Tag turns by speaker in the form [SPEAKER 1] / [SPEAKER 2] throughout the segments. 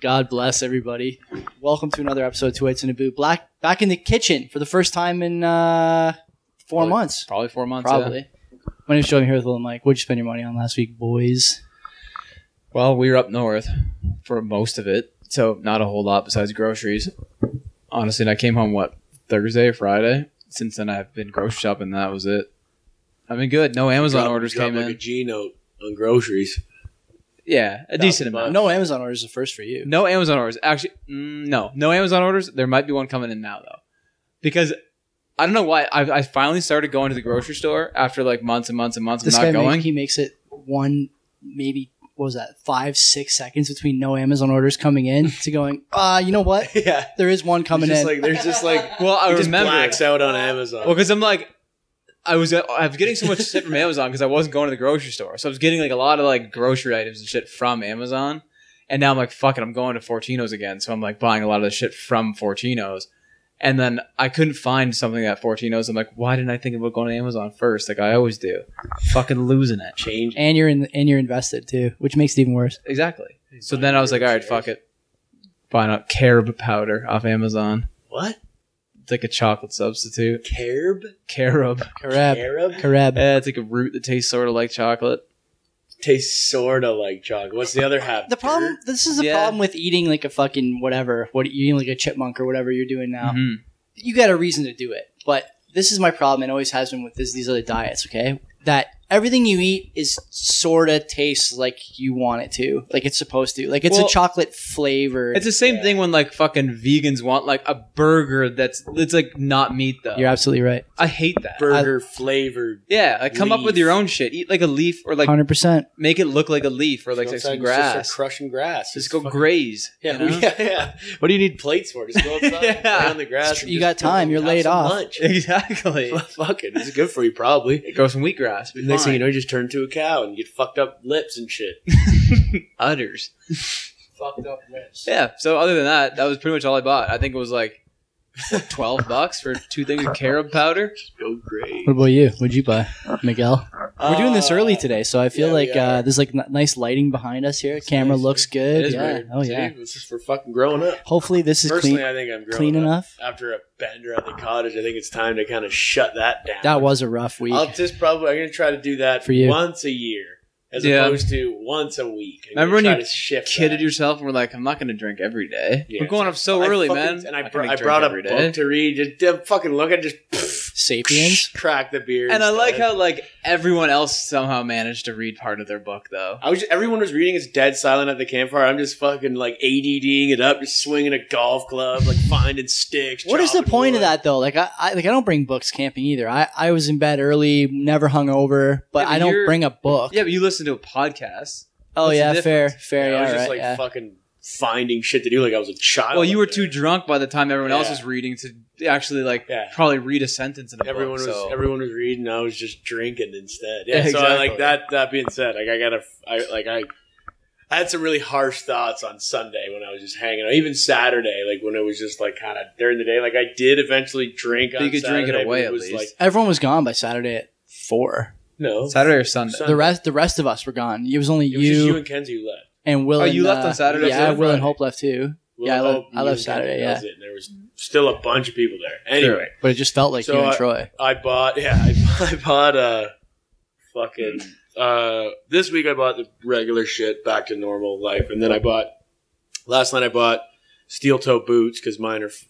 [SPEAKER 1] God bless everybody. Welcome to another episode of Two Eights in a Boot. Black back in the kitchen for the first time in uh, four
[SPEAKER 2] Probably-
[SPEAKER 1] months,
[SPEAKER 2] Probably four months. yeah.
[SPEAKER 1] probably. My name's Joey. I'm here with Little Mike. What'd you spend your money on last week, boys?
[SPEAKER 2] Well, we were up north for most of it, so not a whole lot besides groceries. Honestly, and I came home what Thursday or Friday. Since then, I've been grocery shopping. That was it. I've been good. No Amazon
[SPEAKER 3] Drop-
[SPEAKER 2] orders
[SPEAKER 3] drop
[SPEAKER 2] came
[SPEAKER 3] like
[SPEAKER 2] in.
[SPEAKER 3] A G note on groceries.
[SPEAKER 2] yeah, a decent
[SPEAKER 3] bucks.
[SPEAKER 2] amount.
[SPEAKER 1] No Amazon orders the first for you.
[SPEAKER 2] No Amazon orders. Actually, mm, no, no Amazon orders. There might be one coming in now though, because I don't know why. I, I finally started going to the grocery store after like months and months and months of
[SPEAKER 1] This
[SPEAKER 2] not
[SPEAKER 1] guy make-
[SPEAKER 2] going.
[SPEAKER 1] he makes it one maybe what was that five six seconds between no Amazon orders coming in to going. Ah, you know what?
[SPEAKER 3] yeah,
[SPEAKER 1] There is one coming
[SPEAKER 3] just
[SPEAKER 1] in.
[SPEAKER 3] Like, there's just like
[SPEAKER 2] well, I
[SPEAKER 3] it just
[SPEAKER 2] remember. Oh.
[SPEAKER 3] blacks out on Amazon.
[SPEAKER 2] Well, because I'm like, I was I was getting so much shit from Amazon because I wasn't going to the grocery store, so I was getting like a lot of like grocery items and shit from Amazon. And now I'm like, fuck it, I'm going to Fortino's again, so I'm like buying a lot of the shit from Fortino's. And then I couldn't find something at Fortino's. I'm like, why didn't I think about going to Amazon first? Like I always do. Fucking losing it.
[SPEAKER 3] Change.
[SPEAKER 1] and you're in, and you're invested too, which makes it even worse.
[SPEAKER 2] Exactly. So then I was like, all right, fuck it. Buying up carob powder off Amazon.
[SPEAKER 3] What?
[SPEAKER 2] It's like a chocolate substitute.
[SPEAKER 3] Carob?
[SPEAKER 2] Carob.
[SPEAKER 1] Carab,
[SPEAKER 3] Carob?
[SPEAKER 1] Carab.
[SPEAKER 2] Eh, it's like a root that tastes sort of like chocolate.
[SPEAKER 3] Tastes sorta like chocolate. What's the other half?
[SPEAKER 1] The problem. This is the
[SPEAKER 2] Yeah.
[SPEAKER 1] problem with eating like a fucking whatever. What you eating like a chipmunk or whatever you're doing now.
[SPEAKER 2] Mhm.
[SPEAKER 1] You got a reason to do it, but this is my problem and always has been with this, these other diets. Okay, that everything you eat is sort of tastes like you want it to, like it's supposed to. Like it's a
[SPEAKER 2] Well,
[SPEAKER 1] chocolate flavor.
[SPEAKER 2] It's the same
[SPEAKER 3] Yeah.
[SPEAKER 2] thing when like fucking vegans want like a burger that's it's like not meat though.
[SPEAKER 1] you're absolutely right.
[SPEAKER 2] I hate that.
[SPEAKER 3] Burger flavored.
[SPEAKER 2] yeah, like come up with
[SPEAKER 3] Leaf.
[SPEAKER 2] your own shit. Eat like a leaf or like
[SPEAKER 1] Hundred percent.
[SPEAKER 2] make it look like a leaf or like,
[SPEAKER 3] Go
[SPEAKER 2] like
[SPEAKER 3] outside
[SPEAKER 2] some
[SPEAKER 3] and just start
[SPEAKER 2] grass.
[SPEAKER 3] crushing grass.
[SPEAKER 2] Just
[SPEAKER 3] It's
[SPEAKER 2] go
[SPEAKER 3] fucking-
[SPEAKER 2] graze.
[SPEAKER 3] Yeah,
[SPEAKER 2] you know?
[SPEAKER 3] yeah, yeah. What do you need plates for? Just go outside,
[SPEAKER 2] Yeah.
[SPEAKER 3] and lay on the grass. and
[SPEAKER 1] You got
[SPEAKER 3] just
[SPEAKER 1] time. You're
[SPEAKER 3] have
[SPEAKER 1] laid
[SPEAKER 3] some
[SPEAKER 1] off.
[SPEAKER 3] Lunch.
[SPEAKER 2] exactly.
[SPEAKER 3] Fuck it. It's good for you, probably.
[SPEAKER 2] Grow some wheatgrass.
[SPEAKER 3] Next thing you know, you just turn into a cow and get fucked up lips and shit.
[SPEAKER 2] udders.
[SPEAKER 3] fucked up lips.
[SPEAKER 2] Yeah. So other than that, that was pretty much all I bought. I think it was like what, twelve bucks for two things of carob powder.
[SPEAKER 3] Go great.
[SPEAKER 1] What about you? What'd you buy, Miguel? We're doing this
[SPEAKER 3] Uh,
[SPEAKER 1] early today, so I feel
[SPEAKER 3] yeah, we
[SPEAKER 1] like uh,
[SPEAKER 3] are.
[SPEAKER 1] there's like n- nice lighting behind us here. Camera
[SPEAKER 3] nice,
[SPEAKER 1] looks
[SPEAKER 3] dude.
[SPEAKER 1] good.
[SPEAKER 2] It is
[SPEAKER 1] yeah.
[SPEAKER 2] weird.
[SPEAKER 1] Oh yeah.
[SPEAKER 3] See, this is for fucking growing up.
[SPEAKER 1] Hopefully this is
[SPEAKER 3] Personally,
[SPEAKER 1] clean,
[SPEAKER 3] I think I'm growing
[SPEAKER 1] clean
[SPEAKER 3] up.
[SPEAKER 1] enough.
[SPEAKER 3] After a bender at the cottage, I think it's time to kind of shut that down.
[SPEAKER 1] That was a rough week.
[SPEAKER 3] I'll just probably I'm gonna try to do that
[SPEAKER 1] For you.
[SPEAKER 3] once a year as
[SPEAKER 2] Yeah.
[SPEAKER 3] opposed to once a week. I'm
[SPEAKER 2] Remember
[SPEAKER 3] gonna
[SPEAKER 2] when
[SPEAKER 3] try to shift
[SPEAKER 2] Kidded
[SPEAKER 3] that.
[SPEAKER 2] yourself and we're like, I'm not gonna drink every day.
[SPEAKER 3] Yeah.
[SPEAKER 2] We're going up so
[SPEAKER 3] I
[SPEAKER 2] early,
[SPEAKER 3] fucking-
[SPEAKER 2] man.
[SPEAKER 3] And I,
[SPEAKER 2] can
[SPEAKER 3] br- I
[SPEAKER 2] drink
[SPEAKER 3] brought a
[SPEAKER 2] every
[SPEAKER 3] book
[SPEAKER 2] day.
[SPEAKER 3] to read. Just didn't fucking look. I just pff,
[SPEAKER 1] Sapiens.
[SPEAKER 3] crack the beer.
[SPEAKER 2] And I
[SPEAKER 3] instead.
[SPEAKER 2] like how like everyone else somehow managed to read part of their book though.
[SPEAKER 3] I was just, everyone was reading is dead silent at the campfire. I'm just fucking like ADDing it up, just swinging a golf club, like finding sticks.
[SPEAKER 1] What is the
[SPEAKER 3] chopping
[SPEAKER 1] point of
[SPEAKER 3] wood.
[SPEAKER 1] that though? Like I, I like I don't bring books camping either. I, I was in bed early, never hung over, but
[SPEAKER 2] Yeah, but
[SPEAKER 1] I don't
[SPEAKER 2] you're-
[SPEAKER 1] bring a book.
[SPEAKER 2] Yeah, but you listen to a podcast.
[SPEAKER 1] oh
[SPEAKER 2] what's the
[SPEAKER 1] yeah, fair,
[SPEAKER 2] difference?
[SPEAKER 1] fair,
[SPEAKER 3] I
[SPEAKER 1] yeah,
[SPEAKER 3] was
[SPEAKER 1] right.
[SPEAKER 3] just like
[SPEAKER 1] yeah.
[SPEAKER 3] fucking finding shit to do. Like I was a child.
[SPEAKER 2] Well, you were
[SPEAKER 3] up
[SPEAKER 2] too
[SPEAKER 3] there.
[SPEAKER 2] drunk by the time everyone else
[SPEAKER 3] Yeah.
[SPEAKER 2] was reading to actually like
[SPEAKER 3] Yeah.
[SPEAKER 2] probably read a sentence in a
[SPEAKER 3] Everyone
[SPEAKER 2] book.
[SPEAKER 3] was
[SPEAKER 2] so-
[SPEAKER 3] everyone was reading. I was just drinking instead.
[SPEAKER 2] Yeah,
[SPEAKER 3] Yeah. So I,
[SPEAKER 2] exactly.
[SPEAKER 3] like that. That being said, like I gotta, I like I. I had some really harsh thoughts on Sunday when I was just hanging out. Even Saturday, like when it was just like kind of during the day, like I did eventually drink.
[SPEAKER 2] But
[SPEAKER 3] on
[SPEAKER 2] you could drink it
[SPEAKER 3] Saturday, but
[SPEAKER 2] away
[SPEAKER 3] It
[SPEAKER 2] at
[SPEAKER 3] was
[SPEAKER 2] least.
[SPEAKER 3] like
[SPEAKER 1] Everyone was gone by Saturday at four.
[SPEAKER 3] no,
[SPEAKER 2] Saturday or Sunday.
[SPEAKER 3] Sun-
[SPEAKER 1] The rest, the rest of us were gone. It was only
[SPEAKER 3] it was
[SPEAKER 1] you,
[SPEAKER 3] just you and Kenzie who left.
[SPEAKER 1] and Will.
[SPEAKER 2] Oh,
[SPEAKER 1] and,
[SPEAKER 2] you left on
[SPEAKER 1] uh,
[SPEAKER 2] Saturday,
[SPEAKER 1] Yeah,
[SPEAKER 3] Saturday,
[SPEAKER 1] Will and
[SPEAKER 3] Friday.
[SPEAKER 1] Hope left too.
[SPEAKER 3] Will
[SPEAKER 1] Yeah, I left-
[SPEAKER 3] Hope,
[SPEAKER 1] I
[SPEAKER 3] oh, you
[SPEAKER 1] left
[SPEAKER 3] and Kenzie,
[SPEAKER 1] Saturday,
[SPEAKER 3] that
[SPEAKER 1] yeah.
[SPEAKER 3] was it. And there was still a bunch of people there. Anyway,
[SPEAKER 2] Anyway.
[SPEAKER 1] But it just felt like
[SPEAKER 3] So,
[SPEAKER 1] you and
[SPEAKER 3] uh,
[SPEAKER 1] Troy.
[SPEAKER 3] I bought yeah, I, I bought uh fucking uh this week I bought the regular shit back to normal life and then I bought last night I bought steel toe boots cuz mine are f-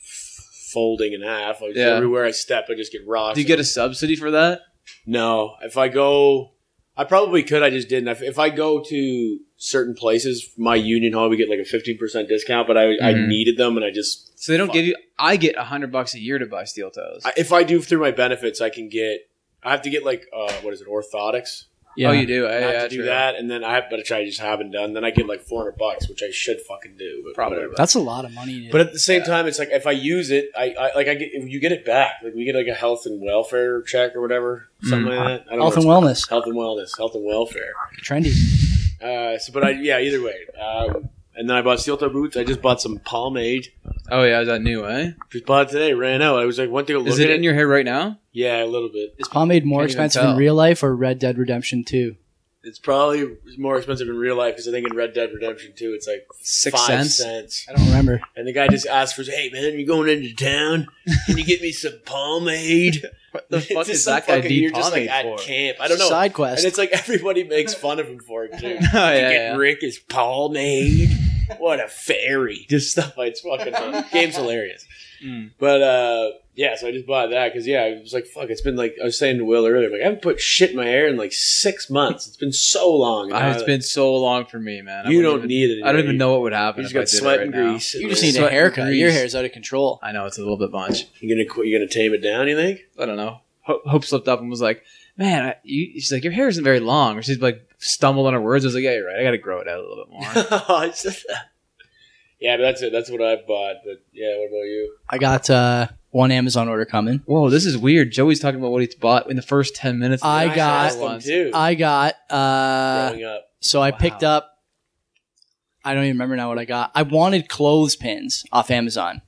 [SPEAKER 3] folding in half. Like,
[SPEAKER 2] Yeah.
[SPEAKER 3] everywhere I step I just get rocks.
[SPEAKER 2] Do you get a subsidy for that?
[SPEAKER 3] No, if I go I probably could, I just didn't. If, if I go to certain places, my union hall, we get like a 15% discount, but I, I
[SPEAKER 2] Mhm.
[SPEAKER 3] needed them and I just
[SPEAKER 2] So they don't
[SPEAKER 3] Fuck.
[SPEAKER 2] give you. I get a hundred bucks a year to buy steel toes.
[SPEAKER 3] I, if I do through my benefits, I can get. I have to get like uh, what is it, orthotics?
[SPEAKER 1] Yeah.
[SPEAKER 2] Oh, you do.
[SPEAKER 3] I
[SPEAKER 2] I,
[SPEAKER 3] have
[SPEAKER 2] yeah,
[SPEAKER 3] to do
[SPEAKER 2] true.
[SPEAKER 3] that, and then I but which I just haven't done. Then I get like four hundred bucks, which I should fucking do, but
[SPEAKER 2] Probably.
[SPEAKER 3] whatever.
[SPEAKER 1] That's a lot of money. dude.
[SPEAKER 3] But at the same
[SPEAKER 2] Yeah.
[SPEAKER 3] time, it's like if I use it, I, I like I get you get it back. Like we get like a health and welfare check or whatever,
[SPEAKER 2] Mm.
[SPEAKER 3] something like that. I don't
[SPEAKER 1] health
[SPEAKER 3] know
[SPEAKER 1] and
[SPEAKER 3] what
[SPEAKER 1] wellness,
[SPEAKER 3] it's- health and wellness, health and welfare.
[SPEAKER 1] trendy.
[SPEAKER 3] Uh, so, but I yeah, either way. Um, and then I bought steel toe boots. I just bought some pomade.
[SPEAKER 2] Oh yeah, is that new? Eh?
[SPEAKER 3] Just bought it today. Ran out. I was like, one thing.
[SPEAKER 2] Is it in your hair right now?
[SPEAKER 3] Yeah, a little bit.
[SPEAKER 1] Is pomade more
[SPEAKER 2] Can't even
[SPEAKER 1] expensive in
[SPEAKER 2] tell.
[SPEAKER 1] real life or Red Dead Redemption Two?
[SPEAKER 3] It's probably more expensive in real life because I think in Red Dead Redemption 2, it's like
[SPEAKER 2] Six
[SPEAKER 3] five
[SPEAKER 2] cents.
[SPEAKER 3] cents.
[SPEAKER 1] I don't remember.
[SPEAKER 3] And the guy just asked for, hey, man, you going into town? Can you get me some pomade?
[SPEAKER 2] What the fuck
[SPEAKER 3] It's
[SPEAKER 2] is
[SPEAKER 3] some
[SPEAKER 2] that guy
[SPEAKER 3] fucking- You're
[SPEAKER 2] deep
[SPEAKER 3] just like at
[SPEAKER 2] for?
[SPEAKER 3] camp. I don't know.
[SPEAKER 1] Side quest.
[SPEAKER 3] And it's like everybody makes fun of him for it, too.
[SPEAKER 2] Oh, yeah,
[SPEAKER 3] Get
[SPEAKER 2] yeah.
[SPEAKER 3] Rick is pomade. what a fairy. Just stuff like it's fucking fun. Game's hilarious.
[SPEAKER 2] Mm.
[SPEAKER 3] But uh, yeah, so I just bought that because yeah, I was like, fuck, it's been like I was saying to Will earlier, like I haven't put shit in my hair in like six months. It's been so long. And
[SPEAKER 2] Ah,
[SPEAKER 3] now,
[SPEAKER 2] it's
[SPEAKER 3] like,
[SPEAKER 2] been so long for me, man. I
[SPEAKER 3] you
[SPEAKER 2] wouldn't
[SPEAKER 3] don't
[SPEAKER 2] even-
[SPEAKER 3] need it.
[SPEAKER 2] I don't
[SPEAKER 3] anymore.
[SPEAKER 2] even know what would happen.
[SPEAKER 3] You
[SPEAKER 2] if I
[SPEAKER 3] just got
[SPEAKER 2] did it
[SPEAKER 3] sweat
[SPEAKER 2] right
[SPEAKER 3] and
[SPEAKER 2] now.
[SPEAKER 3] grease.
[SPEAKER 1] you just need
[SPEAKER 2] Sweat
[SPEAKER 1] a
[SPEAKER 2] and
[SPEAKER 1] haircut.
[SPEAKER 2] grease.
[SPEAKER 1] Your hair's out of control.
[SPEAKER 2] I know it's a little bit much.
[SPEAKER 3] You're gonna qu- you're gonna tame it down. You think?
[SPEAKER 2] I don't know. Ho- Hope slipped up and was like, "Man, I, you, she's like, your hair isn't very long." Or she's like, stumbled on her words. I was like, "Yeah, you're right. I got to grow it out a little bit more."
[SPEAKER 3] Oh, It's just- yeah, but that's it. That's what I bought. But yeah, what about you?
[SPEAKER 1] I got uh, one Amazon order coming.
[SPEAKER 2] Whoa, this is weird. Joey's talking about what he bought in the first ten minutes. of
[SPEAKER 1] I
[SPEAKER 2] the
[SPEAKER 1] got-
[SPEAKER 2] podcast
[SPEAKER 3] asked them
[SPEAKER 2] once.
[SPEAKER 3] too.
[SPEAKER 1] I got uh,
[SPEAKER 3] growing up.
[SPEAKER 1] so I
[SPEAKER 2] Wow.
[SPEAKER 1] picked up. I don't even remember now what I got. I wanted clothes pins off Amazon,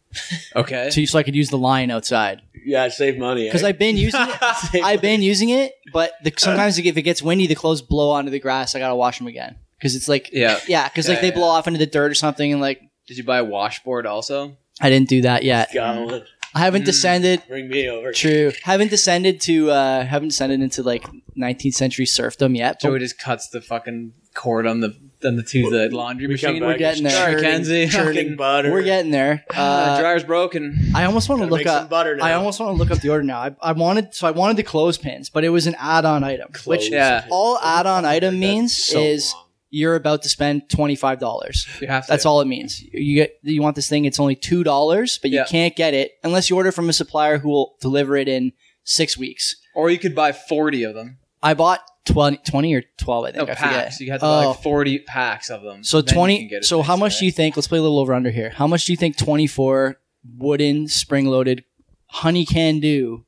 [SPEAKER 2] Okay.
[SPEAKER 1] so, so I could use the line outside
[SPEAKER 3] Yeah, save money.
[SPEAKER 1] because
[SPEAKER 3] eh?
[SPEAKER 1] I've been using it.
[SPEAKER 3] Save-
[SPEAKER 1] I've been using it, but the, sometimes if it gets windy, the clothes blow onto the grass. I gotta wash them again because it's like
[SPEAKER 2] Yeah.
[SPEAKER 1] yeah, because like
[SPEAKER 2] Yeah,
[SPEAKER 1] they
[SPEAKER 2] yeah.
[SPEAKER 1] blow off into the dirt or something, and like
[SPEAKER 2] Did you buy a washboard also?
[SPEAKER 1] I didn't do that yet.
[SPEAKER 3] Got one.
[SPEAKER 1] I haven't
[SPEAKER 2] Mm.
[SPEAKER 1] descended.
[SPEAKER 3] Bring me over.
[SPEAKER 1] True, haven't descended to uh, haven't descended into like 19th century serfdom yet. but
[SPEAKER 2] Joey just cuts the fucking cord on the on the to the laundry
[SPEAKER 3] We come
[SPEAKER 2] machine.
[SPEAKER 3] back
[SPEAKER 1] we're getting
[SPEAKER 3] and
[SPEAKER 1] there.
[SPEAKER 3] churning-
[SPEAKER 2] Mackenzie.
[SPEAKER 3] churning butter.
[SPEAKER 1] We're getting there.
[SPEAKER 2] Ah, the
[SPEAKER 1] Uh,
[SPEAKER 2] dryer's broken.
[SPEAKER 1] I almost want to
[SPEAKER 3] Gotta
[SPEAKER 1] look
[SPEAKER 3] make some
[SPEAKER 1] up.
[SPEAKER 3] butter. Now.
[SPEAKER 1] I almost want to look up the order now. I, I wanted so I wanted the clothespins, but it was an add-on item,
[SPEAKER 3] Oh,
[SPEAKER 1] which
[SPEAKER 2] yeah.
[SPEAKER 1] all add-on item
[SPEAKER 3] That's
[SPEAKER 1] means
[SPEAKER 3] so
[SPEAKER 1] is
[SPEAKER 3] long.
[SPEAKER 1] you're about to spend twenty five dollars.
[SPEAKER 2] You have to.
[SPEAKER 1] That's all it means. You get you want this thing. It's only two dollars, but you
[SPEAKER 2] Yeah.
[SPEAKER 1] can't get it unless you order from a supplier who will deliver it in six weeks.
[SPEAKER 2] Or you could buy forty of them.
[SPEAKER 1] I bought 20, 20 or twelve. I
[SPEAKER 2] No
[SPEAKER 1] think I forget.
[SPEAKER 2] Oh, packs. You had to buy
[SPEAKER 1] Oh.
[SPEAKER 2] like forty packs of them.
[SPEAKER 1] So
[SPEAKER 2] Then you can
[SPEAKER 1] twenty.
[SPEAKER 2] get it
[SPEAKER 1] So how
[SPEAKER 2] next
[SPEAKER 1] much
[SPEAKER 2] day.
[SPEAKER 1] do you think? Let's play a little over under here. How much do you think twenty four wooden spring loaded honey can do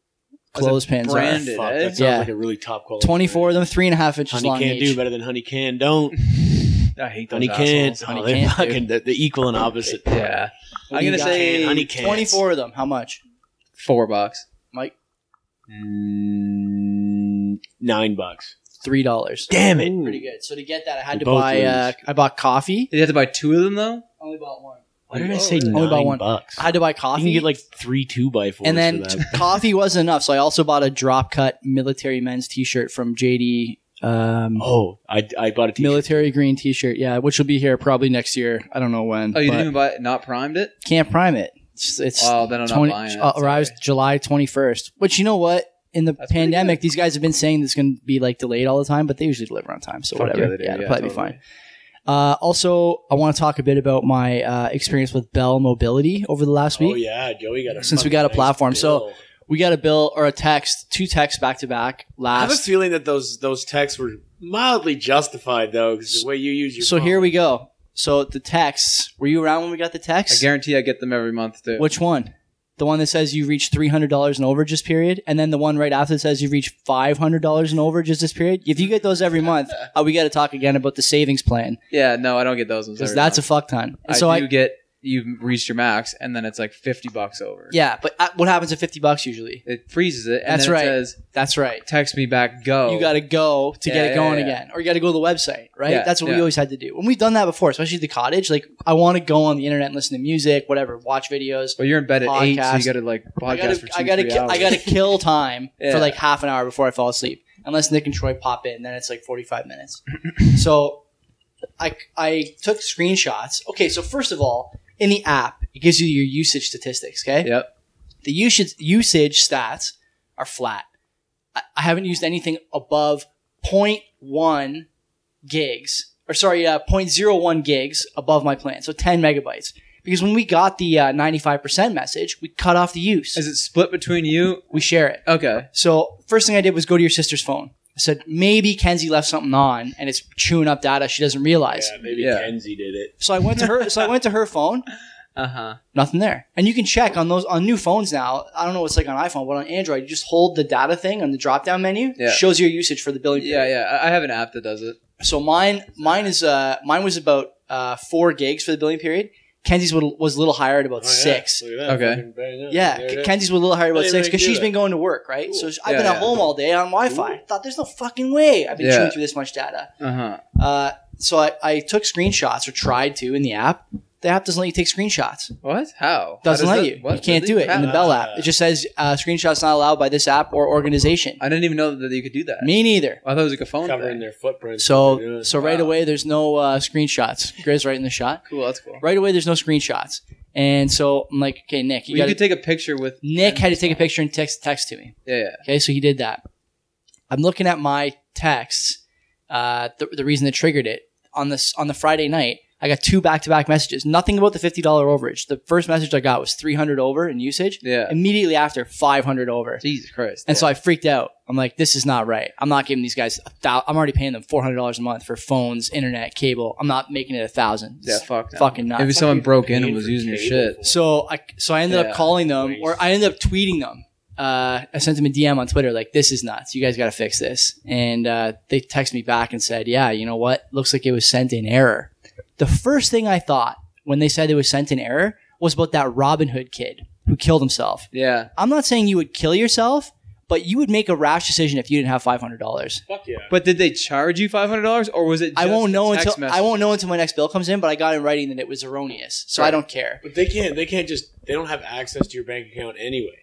[SPEAKER 2] As a
[SPEAKER 1] clothespins are?
[SPEAKER 2] branded,
[SPEAKER 3] Fuck,
[SPEAKER 2] eh?
[SPEAKER 3] that sounds
[SPEAKER 1] Yeah.
[SPEAKER 3] like a really top quality.
[SPEAKER 1] Twenty four of them, three and a half inches
[SPEAKER 3] Honey
[SPEAKER 1] long
[SPEAKER 3] can
[SPEAKER 1] each.
[SPEAKER 3] do better than honey can don't.
[SPEAKER 2] I hate those
[SPEAKER 3] Honey can.
[SPEAKER 2] assholes.
[SPEAKER 1] Honey
[SPEAKER 3] Oh, they're
[SPEAKER 1] can't,
[SPEAKER 3] fucking the, the equal and opposite.
[SPEAKER 2] Yeah,
[SPEAKER 1] What
[SPEAKER 2] I'm
[SPEAKER 1] do you
[SPEAKER 2] gonna
[SPEAKER 1] got?
[SPEAKER 2] say
[SPEAKER 3] honey can.
[SPEAKER 1] twenty four of them. How much?
[SPEAKER 2] four bucks.
[SPEAKER 1] Mike,
[SPEAKER 3] Mm, nine bucks.
[SPEAKER 1] three dollars.
[SPEAKER 3] Damn it!
[SPEAKER 1] Pretty good. So to get that, I had
[SPEAKER 3] We
[SPEAKER 1] to
[SPEAKER 3] both
[SPEAKER 1] buy. Uh,
[SPEAKER 3] lose.
[SPEAKER 1] I bought coffee.
[SPEAKER 2] Did you have to buy two of them though? oh,
[SPEAKER 1] Only bought one.
[SPEAKER 3] Why did I say
[SPEAKER 2] Only
[SPEAKER 3] nine
[SPEAKER 1] about one.
[SPEAKER 3] bucks?
[SPEAKER 1] Oh, I had to buy
[SPEAKER 3] you
[SPEAKER 1] coffee.
[SPEAKER 3] can get like three two by fours.
[SPEAKER 1] and then
[SPEAKER 3] for that.
[SPEAKER 1] coffee wasn't enough, so I also bought a drop cut military men's t shirt from JD. Um,
[SPEAKER 3] oh, I, I bought a t-shirt.
[SPEAKER 1] military green t-shirt yeah which will be here probably next year i don't know when
[SPEAKER 2] Oh, you
[SPEAKER 1] but
[SPEAKER 2] didn't even buy it, not primed it.
[SPEAKER 1] can't prime it it's, it's
[SPEAKER 2] Oh, then I'm
[SPEAKER 1] 20
[SPEAKER 2] not buying it.
[SPEAKER 1] uh,
[SPEAKER 2] It's
[SPEAKER 1] arrives
[SPEAKER 2] okay.
[SPEAKER 1] july 21st which you know what in the
[SPEAKER 2] That's pretty
[SPEAKER 1] pandemic
[SPEAKER 2] good.
[SPEAKER 1] these guys have been saying it's going to be like delayed all the time but they usually deliver on time so
[SPEAKER 2] Fuck
[SPEAKER 1] whatever
[SPEAKER 2] they do.
[SPEAKER 1] yeah, it'll probably be
[SPEAKER 2] totally.
[SPEAKER 1] fine uh, also i want to talk a bit about my uh, experience with bell mobility over the last
[SPEAKER 3] Oh
[SPEAKER 1] week
[SPEAKER 3] yeah, Joey got a.
[SPEAKER 1] Since we
[SPEAKER 3] fucking
[SPEAKER 1] got a
[SPEAKER 3] nice
[SPEAKER 1] platform, so-
[SPEAKER 3] bill.
[SPEAKER 1] we got a bill or a text two texts back to back
[SPEAKER 3] I have a
[SPEAKER 1] last
[SPEAKER 3] feeling that those those texts were mildly justified though, because the way you use your.
[SPEAKER 1] so here
[SPEAKER 3] phone.
[SPEAKER 1] we go so the texts were you around when we got the
[SPEAKER 2] I
[SPEAKER 1] text
[SPEAKER 2] guarantee I get them every month too.
[SPEAKER 1] Which one? The one that says you reach three hundred dollars in overages period, and then the one right after that says you reach five hundred dollars in overages this period. If you get those every month, uh, we got to talk again about the savings plan
[SPEAKER 2] Yeah, no, I don't get those ones.
[SPEAKER 1] because
[SPEAKER 2] every
[SPEAKER 1] that's a
[SPEAKER 2] month.
[SPEAKER 1] fuck ton. And
[SPEAKER 2] I
[SPEAKER 1] so
[SPEAKER 2] do
[SPEAKER 1] I,
[SPEAKER 2] get you've reached your max, and then it's like fifty bucks over.
[SPEAKER 1] yeah, but uh, what happens at fifty bucks usually?
[SPEAKER 2] it freezes it. And
[SPEAKER 1] That's
[SPEAKER 2] then
[SPEAKER 1] right.
[SPEAKER 2] It says
[SPEAKER 1] That's right.
[SPEAKER 2] text me back. Go.
[SPEAKER 1] You got to go to
[SPEAKER 2] Yeah,
[SPEAKER 1] get it
[SPEAKER 2] Oh. yeah,
[SPEAKER 1] going
[SPEAKER 2] yeah.
[SPEAKER 1] again, or you got to go to the website, right?
[SPEAKER 2] Yeah,
[SPEAKER 1] That's what
[SPEAKER 2] yeah.
[SPEAKER 1] we always had to do. When we've done that before, especially at the cottage, like I want to go on the internet and listen to music, whatever, watch videos.
[SPEAKER 2] Well, you're in bed at eight, so
[SPEAKER 1] Podcast.
[SPEAKER 2] you got to like podcast
[SPEAKER 1] I gotta,
[SPEAKER 2] for two,
[SPEAKER 1] I gotta,
[SPEAKER 2] three
[SPEAKER 1] ki-
[SPEAKER 2] hours.
[SPEAKER 1] I gotta kill time
[SPEAKER 2] Yeah.
[SPEAKER 1] for like half an hour before I fall asleep, unless Nick and Troy pop in. Then it's like forty-five minutes. so, I I took screenshots. Okay, so first of all, in the app, it gives you your usage statistics. Okay,
[SPEAKER 2] Yep.
[SPEAKER 1] the usage usage stats are flat. I, I haven't used anything above 0.1 gigs, or sorry, uh, 0.01 gigs above my plan, so ten megabytes. Because when we got the uh, 95% message, we cut off the use
[SPEAKER 2] Is it split between you?
[SPEAKER 1] we share it.
[SPEAKER 2] Okay.
[SPEAKER 1] So first thing I did was go to your sister's phone. I said maybe Kenzie left something on and it's chewing up data she doesn't realize.
[SPEAKER 3] Yeah, maybe
[SPEAKER 2] Yeah.
[SPEAKER 3] Kenzie did it.
[SPEAKER 1] So I went to her. so I went to her phone.
[SPEAKER 2] Uh huh.
[SPEAKER 1] Nothing there. And you can check on those on new phones now. I don't know what's like on iPhone, but on Android, you just hold the data thing on the drop down menu.
[SPEAKER 2] Yeah.
[SPEAKER 1] Shows your usage for the billing.
[SPEAKER 2] Yeah,
[SPEAKER 1] period.
[SPEAKER 2] yeah. I I have an app that does it.
[SPEAKER 1] So mine mine is uh mine was about uh four gigs for the billing period. Kenzie's was was a little higher at about
[SPEAKER 3] Oh, yeah.
[SPEAKER 1] six.
[SPEAKER 3] Look at that.
[SPEAKER 2] Okay.
[SPEAKER 3] Fucking bang,
[SPEAKER 1] Yeah,
[SPEAKER 3] there it is.
[SPEAKER 1] Kenzie's was a little higher
[SPEAKER 3] I
[SPEAKER 1] about
[SPEAKER 3] didn't
[SPEAKER 1] six
[SPEAKER 3] even
[SPEAKER 1] because
[SPEAKER 3] do
[SPEAKER 1] she's
[SPEAKER 3] that.
[SPEAKER 1] been going to work, right?
[SPEAKER 3] Cool.
[SPEAKER 1] So she- I've
[SPEAKER 2] Yeah,
[SPEAKER 1] been
[SPEAKER 2] yeah.
[SPEAKER 1] at home all day on Wi-Fi.
[SPEAKER 3] Ooh.
[SPEAKER 1] Thought there's no fucking way I've been
[SPEAKER 2] Yeah.
[SPEAKER 1] chewing through this much data.
[SPEAKER 2] Uh huh.
[SPEAKER 1] Uh, so I, I took screenshots or tried to in the app. The app doesn't let you take screenshots.
[SPEAKER 2] What? How? How
[SPEAKER 1] Doesn't
[SPEAKER 2] does
[SPEAKER 1] let
[SPEAKER 2] that-
[SPEAKER 1] you.
[SPEAKER 2] what?
[SPEAKER 1] You can't do
[SPEAKER 2] Really?
[SPEAKER 1] it in the
[SPEAKER 2] How?
[SPEAKER 1] Bell app. It just says uh, screenshots not allowed by this app or organization.
[SPEAKER 2] I didn't even know that you could do that.
[SPEAKER 1] Me neither.
[SPEAKER 2] I thought it was like a phone
[SPEAKER 3] Covering
[SPEAKER 2] thing.
[SPEAKER 3] their footprints.
[SPEAKER 1] So so right
[SPEAKER 2] Wow.
[SPEAKER 1] away there's no uh, screenshots. Grizz right in the shot.
[SPEAKER 2] Cool. That's cool.
[SPEAKER 1] Right away there's no screenshots. And so I'm like, okay, Nick,
[SPEAKER 2] You,
[SPEAKER 1] you got
[SPEAKER 2] could
[SPEAKER 1] to
[SPEAKER 2] take a picture with.
[SPEAKER 1] Nick had to take a picture and text text to me.
[SPEAKER 2] Yeah. yeah.
[SPEAKER 1] Okay, so he did that. I'm looking at my texts. Uh, the, the reason that triggered it on this on the Friday night, I got two back to back messages. Nothing about the fifty dollar overage. The first message I got was three hundred over in usage.
[SPEAKER 2] Yeah.
[SPEAKER 1] Immediately after, five hundred over.
[SPEAKER 2] Jesus Christ.
[SPEAKER 1] And so I freaked out. I'm like, this is not right. I'm not giving these guys a thou. I'm already paying them four hundred dollars a month for phones, internet, cable. I'm not making it a thousand.
[SPEAKER 2] yeah, fuck. no.
[SPEAKER 1] fucking nuts.
[SPEAKER 2] Maybe someone
[SPEAKER 3] Fucking
[SPEAKER 2] broke in and
[SPEAKER 3] paid
[SPEAKER 2] was
[SPEAKER 3] for
[SPEAKER 2] using your
[SPEAKER 3] cable
[SPEAKER 2] shit.
[SPEAKER 3] for-
[SPEAKER 1] So I so I ended
[SPEAKER 2] Yeah.
[SPEAKER 1] up calling them,
[SPEAKER 3] Waste.
[SPEAKER 1] or I ended up tweeting them. Uh, I sent them a DM on Twitter like, "This is nuts. You guys got to fix this." And uh, they texted me back and said, "Yeah, you know what? Looks like it was sent in error." The first thing I thought when they said it was sent in error was about that Robin Hood kid who killed himself.
[SPEAKER 2] Yeah.
[SPEAKER 1] I'm not saying you would kill yourself, but you would make a rash decision if you didn't have five hundred dollars.
[SPEAKER 3] Fuck yeah.
[SPEAKER 2] But did they charge you five hundred dollars, or was it? Just
[SPEAKER 1] I won't know
[SPEAKER 2] a
[SPEAKER 1] until
[SPEAKER 2] text
[SPEAKER 1] I
[SPEAKER 2] message?
[SPEAKER 1] won't know until my next bill comes in. But I got in writing that it was erroneous, so I
[SPEAKER 2] Right.
[SPEAKER 1] don't care.
[SPEAKER 3] But they can't. They can't just. They don't have access to your bank account anyway.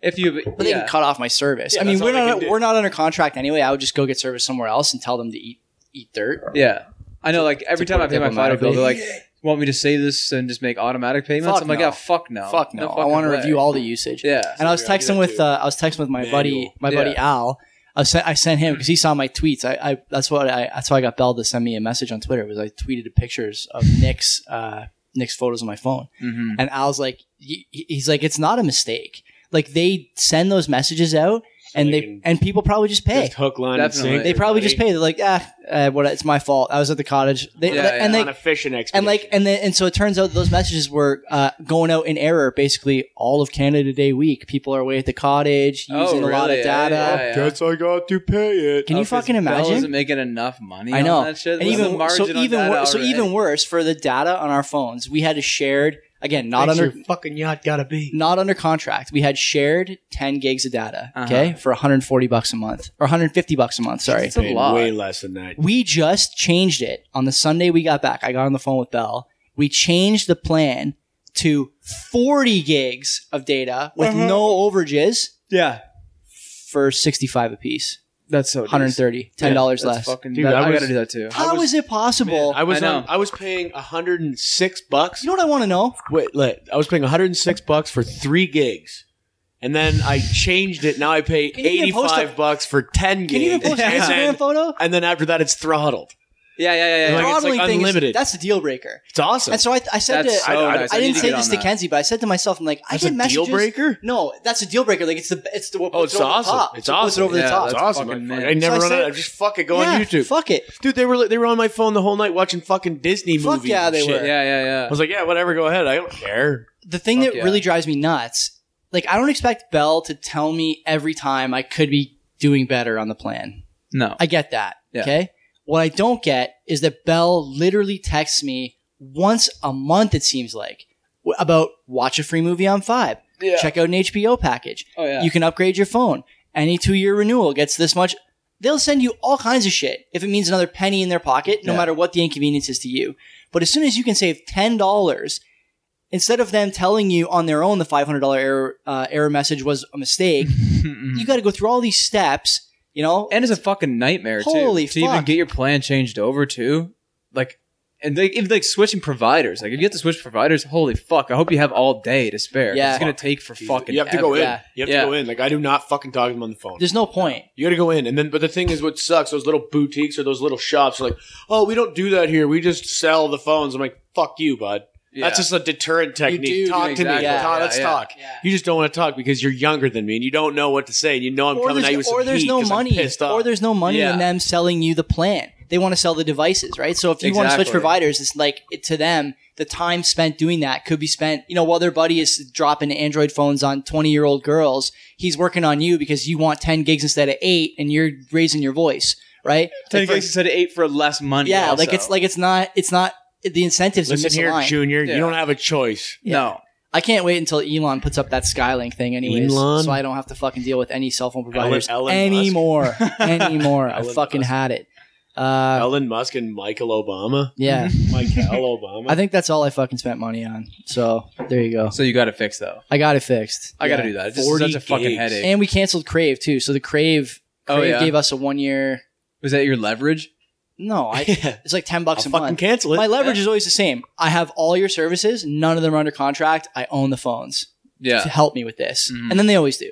[SPEAKER 2] If you,
[SPEAKER 1] But they
[SPEAKER 2] yeah.
[SPEAKER 1] can cut off my service.
[SPEAKER 3] Yeah,
[SPEAKER 1] I mean,
[SPEAKER 3] that's
[SPEAKER 1] we're
[SPEAKER 3] all they
[SPEAKER 1] not
[SPEAKER 3] can do.
[SPEAKER 1] we're not under contract anyway. I would just go get service somewhere else and tell them to eat eat dirt.
[SPEAKER 2] yeah. I know. Like every
[SPEAKER 1] to
[SPEAKER 2] time
[SPEAKER 1] put it
[SPEAKER 2] I pay my Fido
[SPEAKER 1] diplomatically.
[SPEAKER 2] bill, they're like, "Want me to save this and just make automatic payments?"
[SPEAKER 1] Fuck
[SPEAKER 2] I'm like,
[SPEAKER 1] no.
[SPEAKER 2] "Yeah, fuck no,
[SPEAKER 1] Fuck no, I
[SPEAKER 2] fucking
[SPEAKER 1] want to
[SPEAKER 2] way."
[SPEAKER 1] review all the usage.
[SPEAKER 2] Yeah.
[SPEAKER 1] And I was
[SPEAKER 3] Yeah, I do
[SPEAKER 1] texting
[SPEAKER 3] that
[SPEAKER 1] with
[SPEAKER 3] too.
[SPEAKER 1] uh, I was texting with my buddy
[SPEAKER 3] Manual. Mm-hmm.
[SPEAKER 1] my buddy Al. I sent I sent him because he saw my tweets. I, I that's what I that's why I got Bell to send me a message on Twitter was I tweeted pictures of Nick's uh, Nick's photos on my phone
[SPEAKER 2] hmm
[SPEAKER 1] and Al's like he, he's like it's not a mistake. Like they send those messages out
[SPEAKER 3] So
[SPEAKER 1] and they
[SPEAKER 3] they can
[SPEAKER 1] and people probably just pay.
[SPEAKER 3] Just hook, line,
[SPEAKER 2] Definitely.
[SPEAKER 3] and sinker,
[SPEAKER 1] They probably just
[SPEAKER 3] buddy.
[SPEAKER 1] pay. They're like, ah, uh, what? It's my fault. I was at the cottage. They,
[SPEAKER 2] Yeah,
[SPEAKER 1] and
[SPEAKER 2] yeah.
[SPEAKER 1] they
[SPEAKER 3] on a fishing expedition.
[SPEAKER 1] and like and then and so it turns out those messages were uh, going out in error. Basically, all of Canada Day week, people are away at the cottage using a
[SPEAKER 2] Oh,
[SPEAKER 1] lot of
[SPEAKER 2] really? Yeah,
[SPEAKER 1] data.
[SPEAKER 2] yeah, yeah.
[SPEAKER 3] I got to pay it.
[SPEAKER 1] Can you
[SPEAKER 2] Oh, 'cause
[SPEAKER 1] fucking
[SPEAKER 2] Bell isn't
[SPEAKER 1] imagine?
[SPEAKER 2] making enough money.
[SPEAKER 1] I know.
[SPEAKER 2] On that shit.
[SPEAKER 1] And
[SPEAKER 2] What's the
[SPEAKER 1] even wor-
[SPEAKER 2] margin
[SPEAKER 1] so,
[SPEAKER 2] on
[SPEAKER 1] even
[SPEAKER 2] that
[SPEAKER 1] wor- so
[SPEAKER 2] already?
[SPEAKER 1] even worse for the data on our phones, we had a shared again not under
[SPEAKER 3] fucking yacht gotta be.
[SPEAKER 1] not under contract. We had shared ten gigs of data,
[SPEAKER 2] Uh-huh.
[SPEAKER 1] okay, for 140 bucks a month or 150 bucks a month. Sorry,
[SPEAKER 2] It's a lot.
[SPEAKER 3] Way less than that.
[SPEAKER 1] We just changed it on the Sunday we got back. I got on the phone with Bell. We changed the plan to 40 gigs of data with
[SPEAKER 2] Uh-huh.
[SPEAKER 1] no overages
[SPEAKER 2] yeah,
[SPEAKER 1] for 65 apiece.
[SPEAKER 2] that's so
[SPEAKER 1] 130, $10
[SPEAKER 2] dollars
[SPEAKER 1] less.
[SPEAKER 2] Fucking,
[SPEAKER 3] Dude,
[SPEAKER 2] that,
[SPEAKER 3] I
[SPEAKER 2] I,
[SPEAKER 3] was-
[SPEAKER 2] gotta do that too.
[SPEAKER 1] How is
[SPEAKER 3] I was-
[SPEAKER 1] it possible?
[SPEAKER 3] I was
[SPEAKER 2] I know.
[SPEAKER 3] on, I was paying 106 bucks.
[SPEAKER 1] you know what I want to know?
[SPEAKER 3] Wait, look, I was paying 106 bucks for 3 gigs. And then I changed it. Now I pay
[SPEAKER 1] Can you even post
[SPEAKER 3] 85
[SPEAKER 1] a-
[SPEAKER 3] bucks for 10 gigs.
[SPEAKER 1] Can you even post an
[SPEAKER 3] and,
[SPEAKER 1] Instagram
[SPEAKER 3] then,
[SPEAKER 1] photo?
[SPEAKER 3] and then after that it's throttled.
[SPEAKER 2] Yeah, yeah, yeah.
[SPEAKER 3] Like,
[SPEAKER 2] yeah.
[SPEAKER 3] it's
[SPEAKER 1] Throttling thing is-
[SPEAKER 3] unlimited.
[SPEAKER 1] that's a deal breaker.
[SPEAKER 3] It's awesome.
[SPEAKER 1] And so I, I said
[SPEAKER 2] That's
[SPEAKER 1] to,
[SPEAKER 2] so
[SPEAKER 1] I,
[SPEAKER 3] I- I-
[SPEAKER 2] nice.
[SPEAKER 1] I
[SPEAKER 2] need
[SPEAKER 1] didn't
[SPEAKER 2] to
[SPEAKER 1] say
[SPEAKER 2] get
[SPEAKER 1] this
[SPEAKER 2] on
[SPEAKER 1] to
[SPEAKER 2] that.
[SPEAKER 1] Kenzie, but I said to myself, I'm like,
[SPEAKER 3] That's
[SPEAKER 1] I
[SPEAKER 3] a
[SPEAKER 1] get messages.
[SPEAKER 3] deal breaker?
[SPEAKER 1] No, that's a deal breaker. Like it's the it's the what
[SPEAKER 3] Oh,
[SPEAKER 1] puts
[SPEAKER 3] it's
[SPEAKER 1] it over the
[SPEAKER 3] awesome.
[SPEAKER 1] top.
[SPEAKER 3] It's
[SPEAKER 1] What puts it
[SPEAKER 3] awesome.
[SPEAKER 1] over the
[SPEAKER 2] Yeah,
[SPEAKER 1] top.
[SPEAKER 3] It's
[SPEAKER 2] That's
[SPEAKER 3] awesome.
[SPEAKER 2] fucking
[SPEAKER 3] I,
[SPEAKER 2] mad.
[SPEAKER 3] I never
[SPEAKER 1] So I
[SPEAKER 3] run
[SPEAKER 1] said-
[SPEAKER 3] out. I just fuck it. Go
[SPEAKER 1] Yeah,
[SPEAKER 3] on YouTube.
[SPEAKER 1] Fuck it.
[SPEAKER 3] Dude, they were they were on my phone the whole night watching fucking Disney
[SPEAKER 1] Fuck
[SPEAKER 3] movies.
[SPEAKER 1] yeah,
[SPEAKER 3] and
[SPEAKER 1] they
[SPEAKER 3] shit.
[SPEAKER 1] were.
[SPEAKER 2] yeah, yeah,
[SPEAKER 3] I
[SPEAKER 2] yeah.
[SPEAKER 3] was like, yeah, whatever, go ahead. I don't care.
[SPEAKER 1] the thing
[SPEAKER 2] Fuck
[SPEAKER 1] that
[SPEAKER 2] yeah.
[SPEAKER 1] really drives me nuts, like I don't expect Bell to tell me every time I could be doing better on the plan.
[SPEAKER 2] No,
[SPEAKER 1] I get that.
[SPEAKER 2] Yeah.
[SPEAKER 1] Okay. What I don't get is that Bell literally texts me once a month, it seems like, w- about watch a free movie on Five,
[SPEAKER 2] yeah.
[SPEAKER 1] check out an HBO package.
[SPEAKER 2] Oh yeah.
[SPEAKER 1] You can upgrade your phone. Any two year renewal gets this much. They'll send you all kinds of shit if it means another penny in their pocket, no
[SPEAKER 2] Yeah.
[SPEAKER 1] matter what the inconvenience is to you. But as soon as you can save $10, instead of them telling you on their own the $500 error, uh, error message was a mistake, you got to go through all these steps, you know?
[SPEAKER 2] and it's a fucking nightmare too.
[SPEAKER 1] Holy
[SPEAKER 2] to even
[SPEAKER 1] fuck.
[SPEAKER 2] get your plan changed over to like and like even like switching providers like if you have to switch providers holy fuck i hope you have all day to spare 'cause
[SPEAKER 1] Yeah.
[SPEAKER 2] it's gonna take for fucking
[SPEAKER 3] you have to go in.
[SPEAKER 2] ever.
[SPEAKER 1] Yeah.
[SPEAKER 3] You have
[SPEAKER 2] Yeah.
[SPEAKER 3] to go in. Like I do not fucking talk to them on the phone.
[SPEAKER 1] There's no point.
[SPEAKER 3] You got to go in, and then but the thing is, what sucks? Those little boutiques or those little shops, are like, oh, we don't do that here. We just sell the phones. I'm like, fuck you, bud.
[SPEAKER 2] Yeah.
[SPEAKER 3] That's just a deterrent technique.
[SPEAKER 1] do do
[SPEAKER 3] talk to
[SPEAKER 2] exactly
[SPEAKER 3] me.
[SPEAKER 1] that.
[SPEAKER 3] Talk-
[SPEAKER 2] Yeah,
[SPEAKER 3] let's
[SPEAKER 2] yeah.
[SPEAKER 3] talk. You just don't want to talk because you're younger than me and you don't know what to say. And you know I'm
[SPEAKER 1] Or
[SPEAKER 3] coming at you with
[SPEAKER 1] there's,
[SPEAKER 3] some
[SPEAKER 1] or there's
[SPEAKER 3] heat
[SPEAKER 1] no
[SPEAKER 3] 'cause I'm
[SPEAKER 1] money.
[SPEAKER 3] pissed off.
[SPEAKER 1] Or there's no money
[SPEAKER 2] Yeah.
[SPEAKER 1] in them selling you the plan. They want to sell the devices, right? So if you want to switch
[SPEAKER 2] Exactly.
[SPEAKER 1] providers, it's like it, to them, the time spent doing that could be spent, you know, while their buddy is dropping Android phones on 20 year old girls, he's working on you because you want 10 gigs instead of eight and you're raising your voce, right?
[SPEAKER 2] ten
[SPEAKER 1] Like, for-
[SPEAKER 2] gigs instead of eight for less money
[SPEAKER 1] yeah,
[SPEAKER 2] also.
[SPEAKER 1] like it's like it's not it's not the incentives
[SPEAKER 3] Listen
[SPEAKER 1] are
[SPEAKER 3] here,
[SPEAKER 1] misaligned.
[SPEAKER 3] Junior.
[SPEAKER 2] Yeah.
[SPEAKER 3] You don't have a choice.
[SPEAKER 2] No.
[SPEAKER 1] I can't wait until Elon puts up that Skylink thing, anyways,
[SPEAKER 3] Elon?
[SPEAKER 1] so I don't have to fucking deal with any cell phone providers
[SPEAKER 3] Elon Musk.
[SPEAKER 1] anymore. anymore, I
[SPEAKER 3] Elon
[SPEAKER 1] fucking
[SPEAKER 3] Musk.
[SPEAKER 1] had it. Uh,
[SPEAKER 3] Elon Musk and Michael Obama.
[SPEAKER 1] yeah,
[SPEAKER 3] Michael Obama.
[SPEAKER 1] I think that's all I fucking spent money on. So there you go.
[SPEAKER 2] So you got to fix though.
[SPEAKER 1] I got it fixed.
[SPEAKER 2] I got to
[SPEAKER 1] Yeah.
[SPEAKER 2] do that. It's just
[SPEAKER 3] 40
[SPEAKER 2] such a fucking
[SPEAKER 3] gigs.
[SPEAKER 2] headache.
[SPEAKER 1] And we canceled Crave too. So the Crave, Crave
[SPEAKER 2] Oh yeah.
[SPEAKER 1] gave us a one year.
[SPEAKER 2] Was that your leverage?
[SPEAKER 1] No, I, it's like ten bucks
[SPEAKER 3] I'll
[SPEAKER 1] a
[SPEAKER 3] fucking
[SPEAKER 1] month.
[SPEAKER 3] cancel it.
[SPEAKER 1] My leverage is always the same. I have all your services. None of them are under contract. I own the phones.
[SPEAKER 2] Yeah.
[SPEAKER 1] to help me with this.
[SPEAKER 2] Mhm.
[SPEAKER 1] And then they always do.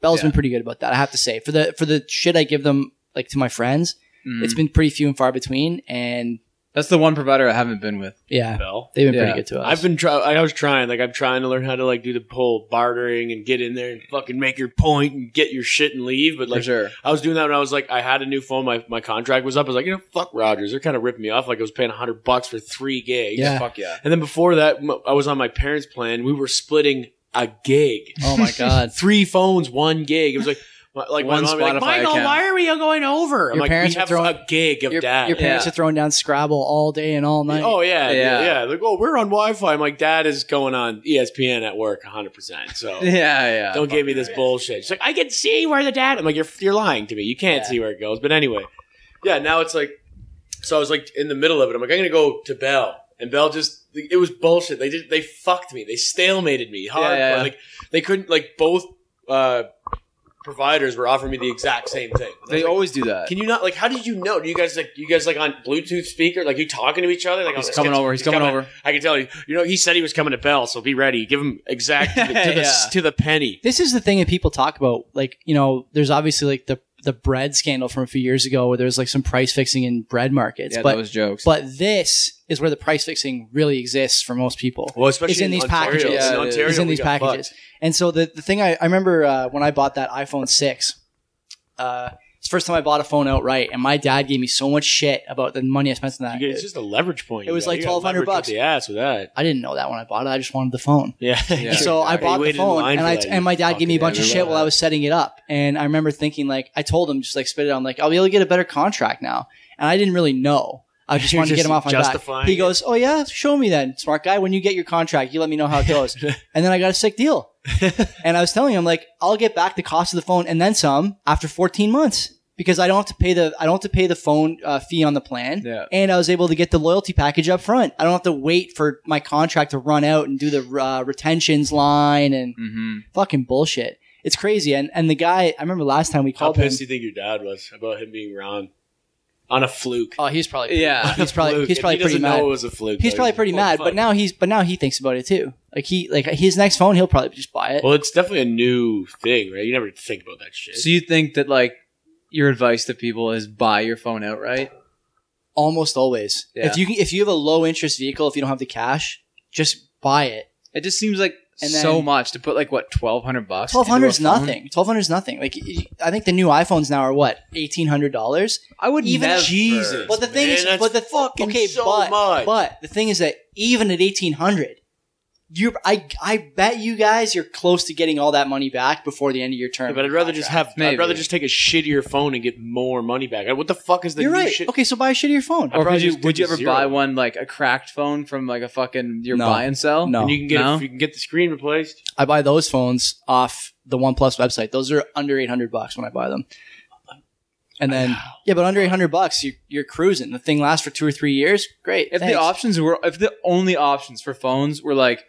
[SPEAKER 1] Bell's
[SPEAKER 2] Yeah.
[SPEAKER 1] been pretty good about that. I have to say for the for the shit I give them like to my friends,
[SPEAKER 2] Mm.
[SPEAKER 1] it's been pretty few and far between. And
[SPEAKER 2] That's the one provider I haven't been with.
[SPEAKER 1] yeah,
[SPEAKER 3] Bell.
[SPEAKER 1] they've been
[SPEAKER 2] Yeah.
[SPEAKER 1] pretty good to us.
[SPEAKER 3] I've been trying. I was trying. Like I'm trying to learn how to like do the whole bartering and get in there and fucking make your point and get your shit and leave. But
[SPEAKER 2] for
[SPEAKER 3] like
[SPEAKER 2] sure.
[SPEAKER 3] I was doing that when I was like I had a new phone. My my contract was up. I was like you know fuck Rogers. They're kind of ripping me off. Like I was paying hundred bucks for three gigs.
[SPEAKER 1] Yeah.
[SPEAKER 2] Fuck yeah.
[SPEAKER 3] And then before that, m- I was on my parents' plan. We were splitting a gig.
[SPEAKER 1] oh my god,
[SPEAKER 3] three phones, one gig. It was like, my- like
[SPEAKER 2] One
[SPEAKER 3] my mom, would be
[SPEAKER 2] Spotify
[SPEAKER 3] like, Michael,
[SPEAKER 2] account.
[SPEAKER 3] why are we going over? I'm
[SPEAKER 1] Your
[SPEAKER 3] like,
[SPEAKER 1] parents
[SPEAKER 3] we
[SPEAKER 1] are
[SPEAKER 3] have
[SPEAKER 1] throwing-
[SPEAKER 3] a gig of
[SPEAKER 1] your,
[SPEAKER 3] dad.
[SPEAKER 1] your parents
[SPEAKER 2] Yeah.
[SPEAKER 1] are throwing down Scrabble all day and all night.
[SPEAKER 3] Oh yeah,
[SPEAKER 2] Yeah.
[SPEAKER 3] yeah, yeah. Like, oh, we're on Wi-Fi. I'm like, Dad is going on E ESPN at work, 100. percent So
[SPEAKER 2] Yeah, yeah.
[SPEAKER 3] don't give me this
[SPEAKER 2] Fucking
[SPEAKER 3] bullshit. She's like, I can see where the dad. I'm like, you're you're lying to me. You can't
[SPEAKER 1] Yeah.
[SPEAKER 3] see where it goes. But anyway, yeah. Now it's like, so I was like in the middle of it. I'm like, I'm gonna go to Bell, and Bell just it was bullshit. They did they fucked me. They stalemated me hard.
[SPEAKER 2] Yeah, yeah, yeah.
[SPEAKER 3] Like they couldn't like both uh, providers were offering me the exact same thing. And I was
[SPEAKER 2] They
[SPEAKER 3] like,
[SPEAKER 2] always do that.
[SPEAKER 3] Can you not like? How did you know? Do you guys like? You guys like on Bluetooth speaker? Like you talking to each other? Like oh,
[SPEAKER 2] He's
[SPEAKER 3] this
[SPEAKER 2] coming
[SPEAKER 3] kid's-
[SPEAKER 2] over. He's coming over.
[SPEAKER 3] I can tell you. You know, he said he was coming to Bell, so be ready. Give him exact to the, to the,
[SPEAKER 2] Yeah.
[SPEAKER 3] to the penny.
[SPEAKER 1] This is the thing that people talk about. Like, you know, there's obviously like the the bread scandal from a few years ago where there was like some price fixing in bread markets.
[SPEAKER 2] Yeah,
[SPEAKER 1] but
[SPEAKER 2] that was jokes.
[SPEAKER 1] but this is where the price fixing really exists for most people.
[SPEAKER 3] Well, especially
[SPEAKER 1] It's in these
[SPEAKER 3] Ontario.
[SPEAKER 1] packages.
[SPEAKER 3] It's in,
[SPEAKER 2] Yeah, it is.
[SPEAKER 3] Ontario,
[SPEAKER 1] It's in
[SPEAKER 3] we
[SPEAKER 1] these
[SPEAKER 3] got
[SPEAKER 1] packages.
[SPEAKER 3] fucked.
[SPEAKER 1] And so the, the thing I, I remember uh, when I bought that iPhone 6, uh, it's the first time I bought a phone outright, and my dad gave me so much shit about the money I spent on that.
[SPEAKER 3] You get- It's just a leverage point.
[SPEAKER 1] It
[SPEAKER 3] you
[SPEAKER 1] was
[SPEAKER 3] got.
[SPEAKER 1] like
[SPEAKER 3] You got
[SPEAKER 1] 1,200
[SPEAKER 3] leverage up
[SPEAKER 1] bucks.
[SPEAKER 3] The ass with that.
[SPEAKER 1] I didn't know that when I bought it. I just wanted the phone.
[SPEAKER 3] Yeah.
[SPEAKER 2] Yeah.
[SPEAKER 1] so I
[SPEAKER 2] exactly.
[SPEAKER 1] bought
[SPEAKER 3] You
[SPEAKER 1] the
[SPEAKER 3] waited in
[SPEAKER 1] phone,
[SPEAKER 3] line
[SPEAKER 1] and
[SPEAKER 3] for
[SPEAKER 1] I
[SPEAKER 3] that, you
[SPEAKER 1] and my dad gave me a
[SPEAKER 3] fucking
[SPEAKER 1] bunch of
[SPEAKER 3] everyone.
[SPEAKER 1] shit while I was setting it up. And I remember thinking, like, I told him just like spit it on, like, I'll be able to get a better contract now. And I didn't really know. I just
[SPEAKER 3] You're
[SPEAKER 1] wanted to get
[SPEAKER 3] just
[SPEAKER 1] him off my back.
[SPEAKER 3] justifying
[SPEAKER 1] He
[SPEAKER 3] it.
[SPEAKER 1] goes, "Oh yeah, show me then, smart guy. When you get your contract, you let me know how it goes." and then I got a sick deal. and I was telling him like, I'll get back the cost of the phone and then some after 14 months because I don't have to pay the I don't have to pay the phone uh, fee on the plan.
[SPEAKER 2] Yeah.
[SPEAKER 1] And I was able to get the loyalty package up front. I don't have to wait for my contract to run out and do the uh, retentions line and
[SPEAKER 2] hmm
[SPEAKER 1] fucking bullshit. It's crazy. And and the guy, I remember last time we
[SPEAKER 3] How
[SPEAKER 1] called him.
[SPEAKER 3] pissed do you think your dad was about him being Ron on a fluke?
[SPEAKER 1] Oh, he's probably
[SPEAKER 2] Yeah.
[SPEAKER 1] He's probably
[SPEAKER 3] Fluke.
[SPEAKER 1] he's
[SPEAKER 3] If
[SPEAKER 1] probably
[SPEAKER 3] he
[SPEAKER 1] pretty
[SPEAKER 3] doesn't
[SPEAKER 1] mad.
[SPEAKER 3] Know it was a fluke.
[SPEAKER 1] He's
[SPEAKER 3] though,
[SPEAKER 1] probably
[SPEAKER 3] like,
[SPEAKER 1] pretty
[SPEAKER 3] "Oh,
[SPEAKER 1] mad,
[SPEAKER 3] fuck."
[SPEAKER 1] but now he's but now he thinks about it too. Like he like his next phone, he'll probably just buy it.
[SPEAKER 3] Well, it's definitely a new thing, right? You never think about that shit.
[SPEAKER 2] So you think that like your advice to people is buy your phone outright?
[SPEAKER 1] Almost always.
[SPEAKER 2] Yeah.
[SPEAKER 1] If you can, if you have a low interest vehicle, if you don't have the cash, just buy it.
[SPEAKER 2] It just seems like
[SPEAKER 1] And
[SPEAKER 2] so
[SPEAKER 1] then-
[SPEAKER 2] much to put like what twelve hundred bucks. into a
[SPEAKER 1] Twelve hundred is
[SPEAKER 2] phone?
[SPEAKER 1] nothing. Twelve hundred is nothing. Like y- I think the new iPhones now are what eighteen hundred dollars.
[SPEAKER 2] I would
[SPEAKER 1] Even
[SPEAKER 2] never.
[SPEAKER 3] Jesus.
[SPEAKER 1] But the thing
[SPEAKER 3] Man,
[SPEAKER 1] is,
[SPEAKER 3] that's
[SPEAKER 1] but the
[SPEAKER 3] fucking
[SPEAKER 1] okay,
[SPEAKER 3] so
[SPEAKER 1] but
[SPEAKER 3] much.
[SPEAKER 1] but the thing is that even at eighteen hundred, you I I bet you guys you're close to getting all that money back before the end of your term.
[SPEAKER 3] Yeah, but I'd rather just have.
[SPEAKER 2] Maybe.
[SPEAKER 3] I'd rather just take a shittier phone and get more money back. What the fuck is the
[SPEAKER 1] You're
[SPEAKER 3] new
[SPEAKER 1] right.
[SPEAKER 3] shit?
[SPEAKER 1] Okay, so buy a shittier phone.
[SPEAKER 3] I
[SPEAKER 2] Or
[SPEAKER 3] probably
[SPEAKER 2] could you,
[SPEAKER 3] just did
[SPEAKER 2] would you
[SPEAKER 3] the
[SPEAKER 2] ever
[SPEAKER 3] zero.
[SPEAKER 2] buy one like a cracked phone from like a fucking your
[SPEAKER 1] No.
[SPEAKER 2] buy and sell?
[SPEAKER 1] No.
[SPEAKER 3] And you can get
[SPEAKER 2] No?
[SPEAKER 3] if you can get the screen replaced.
[SPEAKER 1] I buy those phones off the OnePlus website. Those are under eight hundred bucks when I buy them. And then yeah, but under eight hundred bucks, you, you're cruising. The thing lasts for two or three years. Great.
[SPEAKER 2] If the
[SPEAKER 1] thanks.
[SPEAKER 2] options were, if the only options for phones were like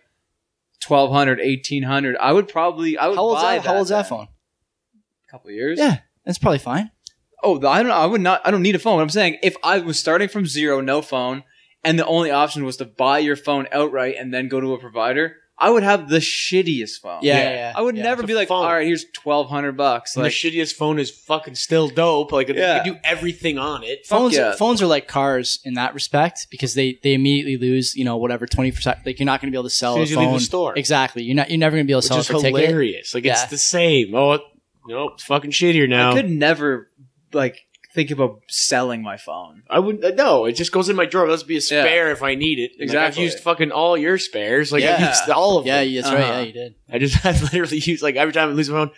[SPEAKER 2] 1200 1800 I would probably, I would
[SPEAKER 1] how old's
[SPEAKER 2] buy
[SPEAKER 1] that, how old's that
[SPEAKER 2] then.
[SPEAKER 1] phone?
[SPEAKER 2] couple years.
[SPEAKER 1] Yeah. That's probably fine.
[SPEAKER 2] Oh, the- I don't. I would not. I don't need a phone. I'm saying if I was starting from zero, no phone, and the only option was to buy your phone outright and then go to a provider, I would have the shittiest phone.
[SPEAKER 1] Yeah,
[SPEAKER 3] Yeah.
[SPEAKER 1] yeah. yeah.
[SPEAKER 2] I would
[SPEAKER 1] yeah.
[SPEAKER 2] never
[SPEAKER 3] It's
[SPEAKER 2] be
[SPEAKER 3] a
[SPEAKER 2] like,
[SPEAKER 3] phone.
[SPEAKER 2] all right, here's twelve hundred bucks.
[SPEAKER 3] And the
[SPEAKER 2] Like,
[SPEAKER 3] shittiest phone is fucking still dope. Like
[SPEAKER 2] Yeah.
[SPEAKER 3] you can do everything on it.
[SPEAKER 2] Fuck
[SPEAKER 1] phones
[SPEAKER 2] yeah.
[SPEAKER 1] phones are like cars in that respect because they they immediately lose you know whatever 20% like you're not going to be able to sell
[SPEAKER 3] Soon
[SPEAKER 1] a
[SPEAKER 3] as you leave the
[SPEAKER 1] phone
[SPEAKER 3] store.
[SPEAKER 1] exactly you're not you're never going to be able to
[SPEAKER 3] Which is
[SPEAKER 1] sell it for a ticket
[SPEAKER 3] hilarious. Like it's
[SPEAKER 1] Yeah.
[SPEAKER 3] the same. Oh it- no, it's fucking shittier
[SPEAKER 2] I
[SPEAKER 3] now. I,
[SPEAKER 2] could never like think about selling my phone.
[SPEAKER 3] wouldn't. uh, No, it just goes in my drawer. Let's be a
[SPEAKER 2] Yeah.
[SPEAKER 3] spare if I need it. And, like,
[SPEAKER 2] Exactly.
[SPEAKER 3] I've used fucking all your spares. Like I've
[SPEAKER 2] Yeah.
[SPEAKER 3] used all of
[SPEAKER 1] yeah
[SPEAKER 3] them.
[SPEAKER 1] that's
[SPEAKER 2] Uh-huh.
[SPEAKER 1] right yeah you did
[SPEAKER 3] I just I literally use like every time I lose my phone.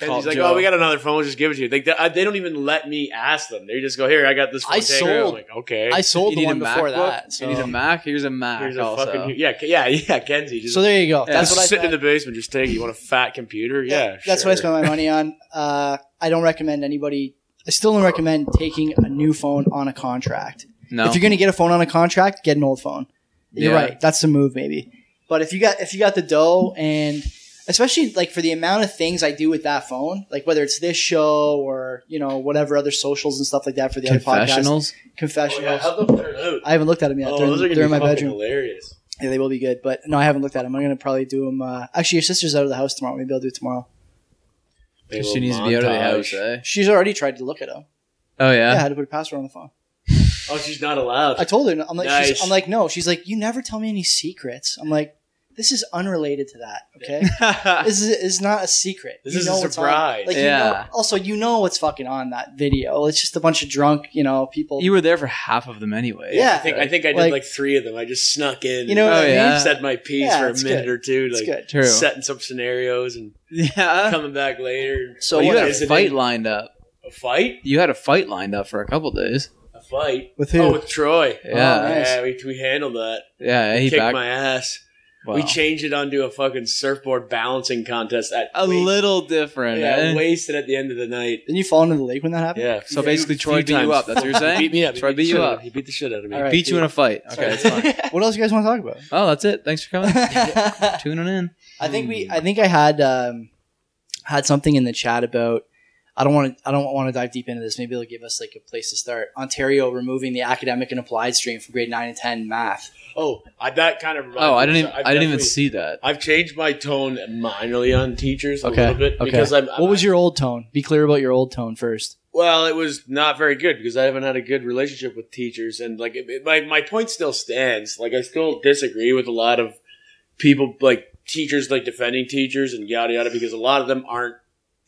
[SPEAKER 3] Kenzi's
[SPEAKER 2] Called
[SPEAKER 3] like,
[SPEAKER 2] Joe.
[SPEAKER 3] oh, we got another phone. We'll just give it to you. Like, they, I- they don't even let me ask them. They just go, here, I got this phone.
[SPEAKER 1] I
[SPEAKER 3] Take it. I'm
[SPEAKER 1] sold-
[SPEAKER 3] like, okay.
[SPEAKER 1] I sold
[SPEAKER 2] You
[SPEAKER 1] the
[SPEAKER 2] need
[SPEAKER 1] one
[SPEAKER 2] a
[SPEAKER 1] before
[SPEAKER 2] MacBook?
[SPEAKER 1] that.
[SPEAKER 2] You need a
[SPEAKER 1] So.
[SPEAKER 2] Mac. Here's a Mac.
[SPEAKER 3] Here's a
[SPEAKER 2] also.
[SPEAKER 3] fucking, yeah, Ke- yeah, yeah, Kenzie. Just,
[SPEAKER 1] so there you go.
[SPEAKER 2] Yeah.
[SPEAKER 1] That's
[SPEAKER 3] just
[SPEAKER 1] what I
[SPEAKER 3] sitting
[SPEAKER 1] spent.
[SPEAKER 3] in the basement, just take it. You want a fat computer? Yeah.
[SPEAKER 1] that's
[SPEAKER 3] sure.
[SPEAKER 1] what I spent my money on. Uh, I don't recommend anybody. I still don't recommend taking a new phone on a contract.
[SPEAKER 2] No.
[SPEAKER 1] If you're going to get a phone on a contract, get an old phone. You're
[SPEAKER 2] Yeah.
[SPEAKER 1] right. That's the move, maybe. But if you got if you got the dough, and especially like for the amount of things I do with that phone, like whether it's this show or you know whatever other socials and stuff like that for the other podcast,
[SPEAKER 2] Confessionals.
[SPEAKER 3] Oh, yeah,
[SPEAKER 1] confessionals.
[SPEAKER 3] how'd those turn out?
[SPEAKER 1] I haven't looked at them yet.
[SPEAKER 3] oh,
[SPEAKER 1] they're in-
[SPEAKER 3] those are gonna
[SPEAKER 1] they're
[SPEAKER 3] be
[SPEAKER 1] in my
[SPEAKER 3] fucking
[SPEAKER 1] bedroom.
[SPEAKER 3] hilarious.
[SPEAKER 1] Yeah, they will be good. But no, I haven't looked at them. I'm gonna probably do them. Uh, actually, your sister's out of the house tomorrow. Maybe I'll do it tomorrow.
[SPEAKER 3] Big
[SPEAKER 2] She
[SPEAKER 3] little
[SPEAKER 2] needs to be out of the
[SPEAKER 3] montage.
[SPEAKER 2] house, eh?
[SPEAKER 1] She's already tried to look at them. Yeah,
[SPEAKER 2] Oh
[SPEAKER 1] I
[SPEAKER 2] yeah.
[SPEAKER 1] had to put a password on the phone.
[SPEAKER 3] Oh, she's not allowed.
[SPEAKER 1] I told her. I'm like, she's,
[SPEAKER 3] Nice.
[SPEAKER 1] I'm like, no. She's like, you never tell me any secrets. I'm like, this is unrelated to that. Okay, this is, is not a secret.
[SPEAKER 3] This
[SPEAKER 1] You
[SPEAKER 3] is
[SPEAKER 1] know
[SPEAKER 3] a
[SPEAKER 1] what's on-
[SPEAKER 3] surprise.
[SPEAKER 1] Like,
[SPEAKER 2] Yeah.
[SPEAKER 1] You know, also, you know what's fucking on that video. It's just a bunch of drunk, you know, people.
[SPEAKER 2] you were there for half of them anyway.
[SPEAKER 1] Yeah.
[SPEAKER 3] I think I think I did
[SPEAKER 1] Like-
[SPEAKER 3] like, three of them. I just snuck in.
[SPEAKER 1] You know what
[SPEAKER 2] Oh,
[SPEAKER 1] I mean?
[SPEAKER 2] yeah.
[SPEAKER 3] said my piece
[SPEAKER 1] Yeah,
[SPEAKER 3] for a
[SPEAKER 1] it's
[SPEAKER 3] minute
[SPEAKER 1] good.
[SPEAKER 3] or two,
[SPEAKER 1] It's
[SPEAKER 3] like
[SPEAKER 1] good.
[SPEAKER 2] True.
[SPEAKER 3] setting some scenarios and
[SPEAKER 2] yeah.
[SPEAKER 3] coming back later.
[SPEAKER 1] So
[SPEAKER 2] Well, you
[SPEAKER 1] what
[SPEAKER 2] had a
[SPEAKER 3] is it
[SPEAKER 2] fight
[SPEAKER 3] in-
[SPEAKER 2] lined up.
[SPEAKER 3] A fight?
[SPEAKER 2] You had a fight lined up for a couple days.
[SPEAKER 3] A fight?
[SPEAKER 1] With who?
[SPEAKER 3] Oh, with Troy.
[SPEAKER 2] Yeah.
[SPEAKER 1] Oh, nice.
[SPEAKER 3] Yeah, we, we handled that.
[SPEAKER 2] Yeah.
[SPEAKER 3] he
[SPEAKER 2] He
[SPEAKER 3] kicked
[SPEAKER 2] back.
[SPEAKER 3] my ass.
[SPEAKER 2] wow.
[SPEAKER 3] We changed it onto a fucking surfboard balancing contest at
[SPEAKER 2] a
[SPEAKER 3] waist-
[SPEAKER 2] little different.
[SPEAKER 3] yeah,
[SPEAKER 2] eh?
[SPEAKER 3] wasted at the end of the night.
[SPEAKER 1] Didn't you fall into the lake when that happened?
[SPEAKER 3] Yeah.
[SPEAKER 2] So basically,
[SPEAKER 3] A few
[SPEAKER 2] Troy beat you
[SPEAKER 3] times.
[SPEAKER 2] up. That's what you're saying.
[SPEAKER 3] He beat me up. He
[SPEAKER 2] Troy
[SPEAKER 3] the
[SPEAKER 2] beat
[SPEAKER 3] shit
[SPEAKER 2] you
[SPEAKER 3] out
[SPEAKER 2] up.
[SPEAKER 3] of me. He beat the shit out of me.
[SPEAKER 1] All right.
[SPEAKER 2] Beat you in a fight. Okay, that's fine.
[SPEAKER 1] What else you guys want to talk about?
[SPEAKER 2] Oh, that's it. Thanks for coming. Tuning in.
[SPEAKER 1] I think we.
[SPEAKER 3] Hmm.
[SPEAKER 1] I think I had um, had something in the chat about. I don't want to. I don't want to dive deep into this. Maybe it'll give us like a place to start. Ontario removing the academic and applied stream from grade nine and ten math.
[SPEAKER 3] Oh, I, that kind of. reminds
[SPEAKER 2] Oh, I
[SPEAKER 3] me.
[SPEAKER 2] didn't.
[SPEAKER 3] So
[SPEAKER 2] Even,
[SPEAKER 3] I've
[SPEAKER 2] I didn't even
[SPEAKER 3] definitely-
[SPEAKER 2] see that.
[SPEAKER 3] I've changed my tone minorly on teachers a
[SPEAKER 1] Okay,
[SPEAKER 3] little bit
[SPEAKER 1] okay.
[SPEAKER 3] because I'm.
[SPEAKER 1] What was your old tone? Be clear about your old tone first.
[SPEAKER 3] Well, it was not very good because I haven't had a good relationship with teachers, and like it, it- my my point still stands. Like I still disagree with a lot of people, like teachers, like defending teachers and yada yada, because a lot of them aren't.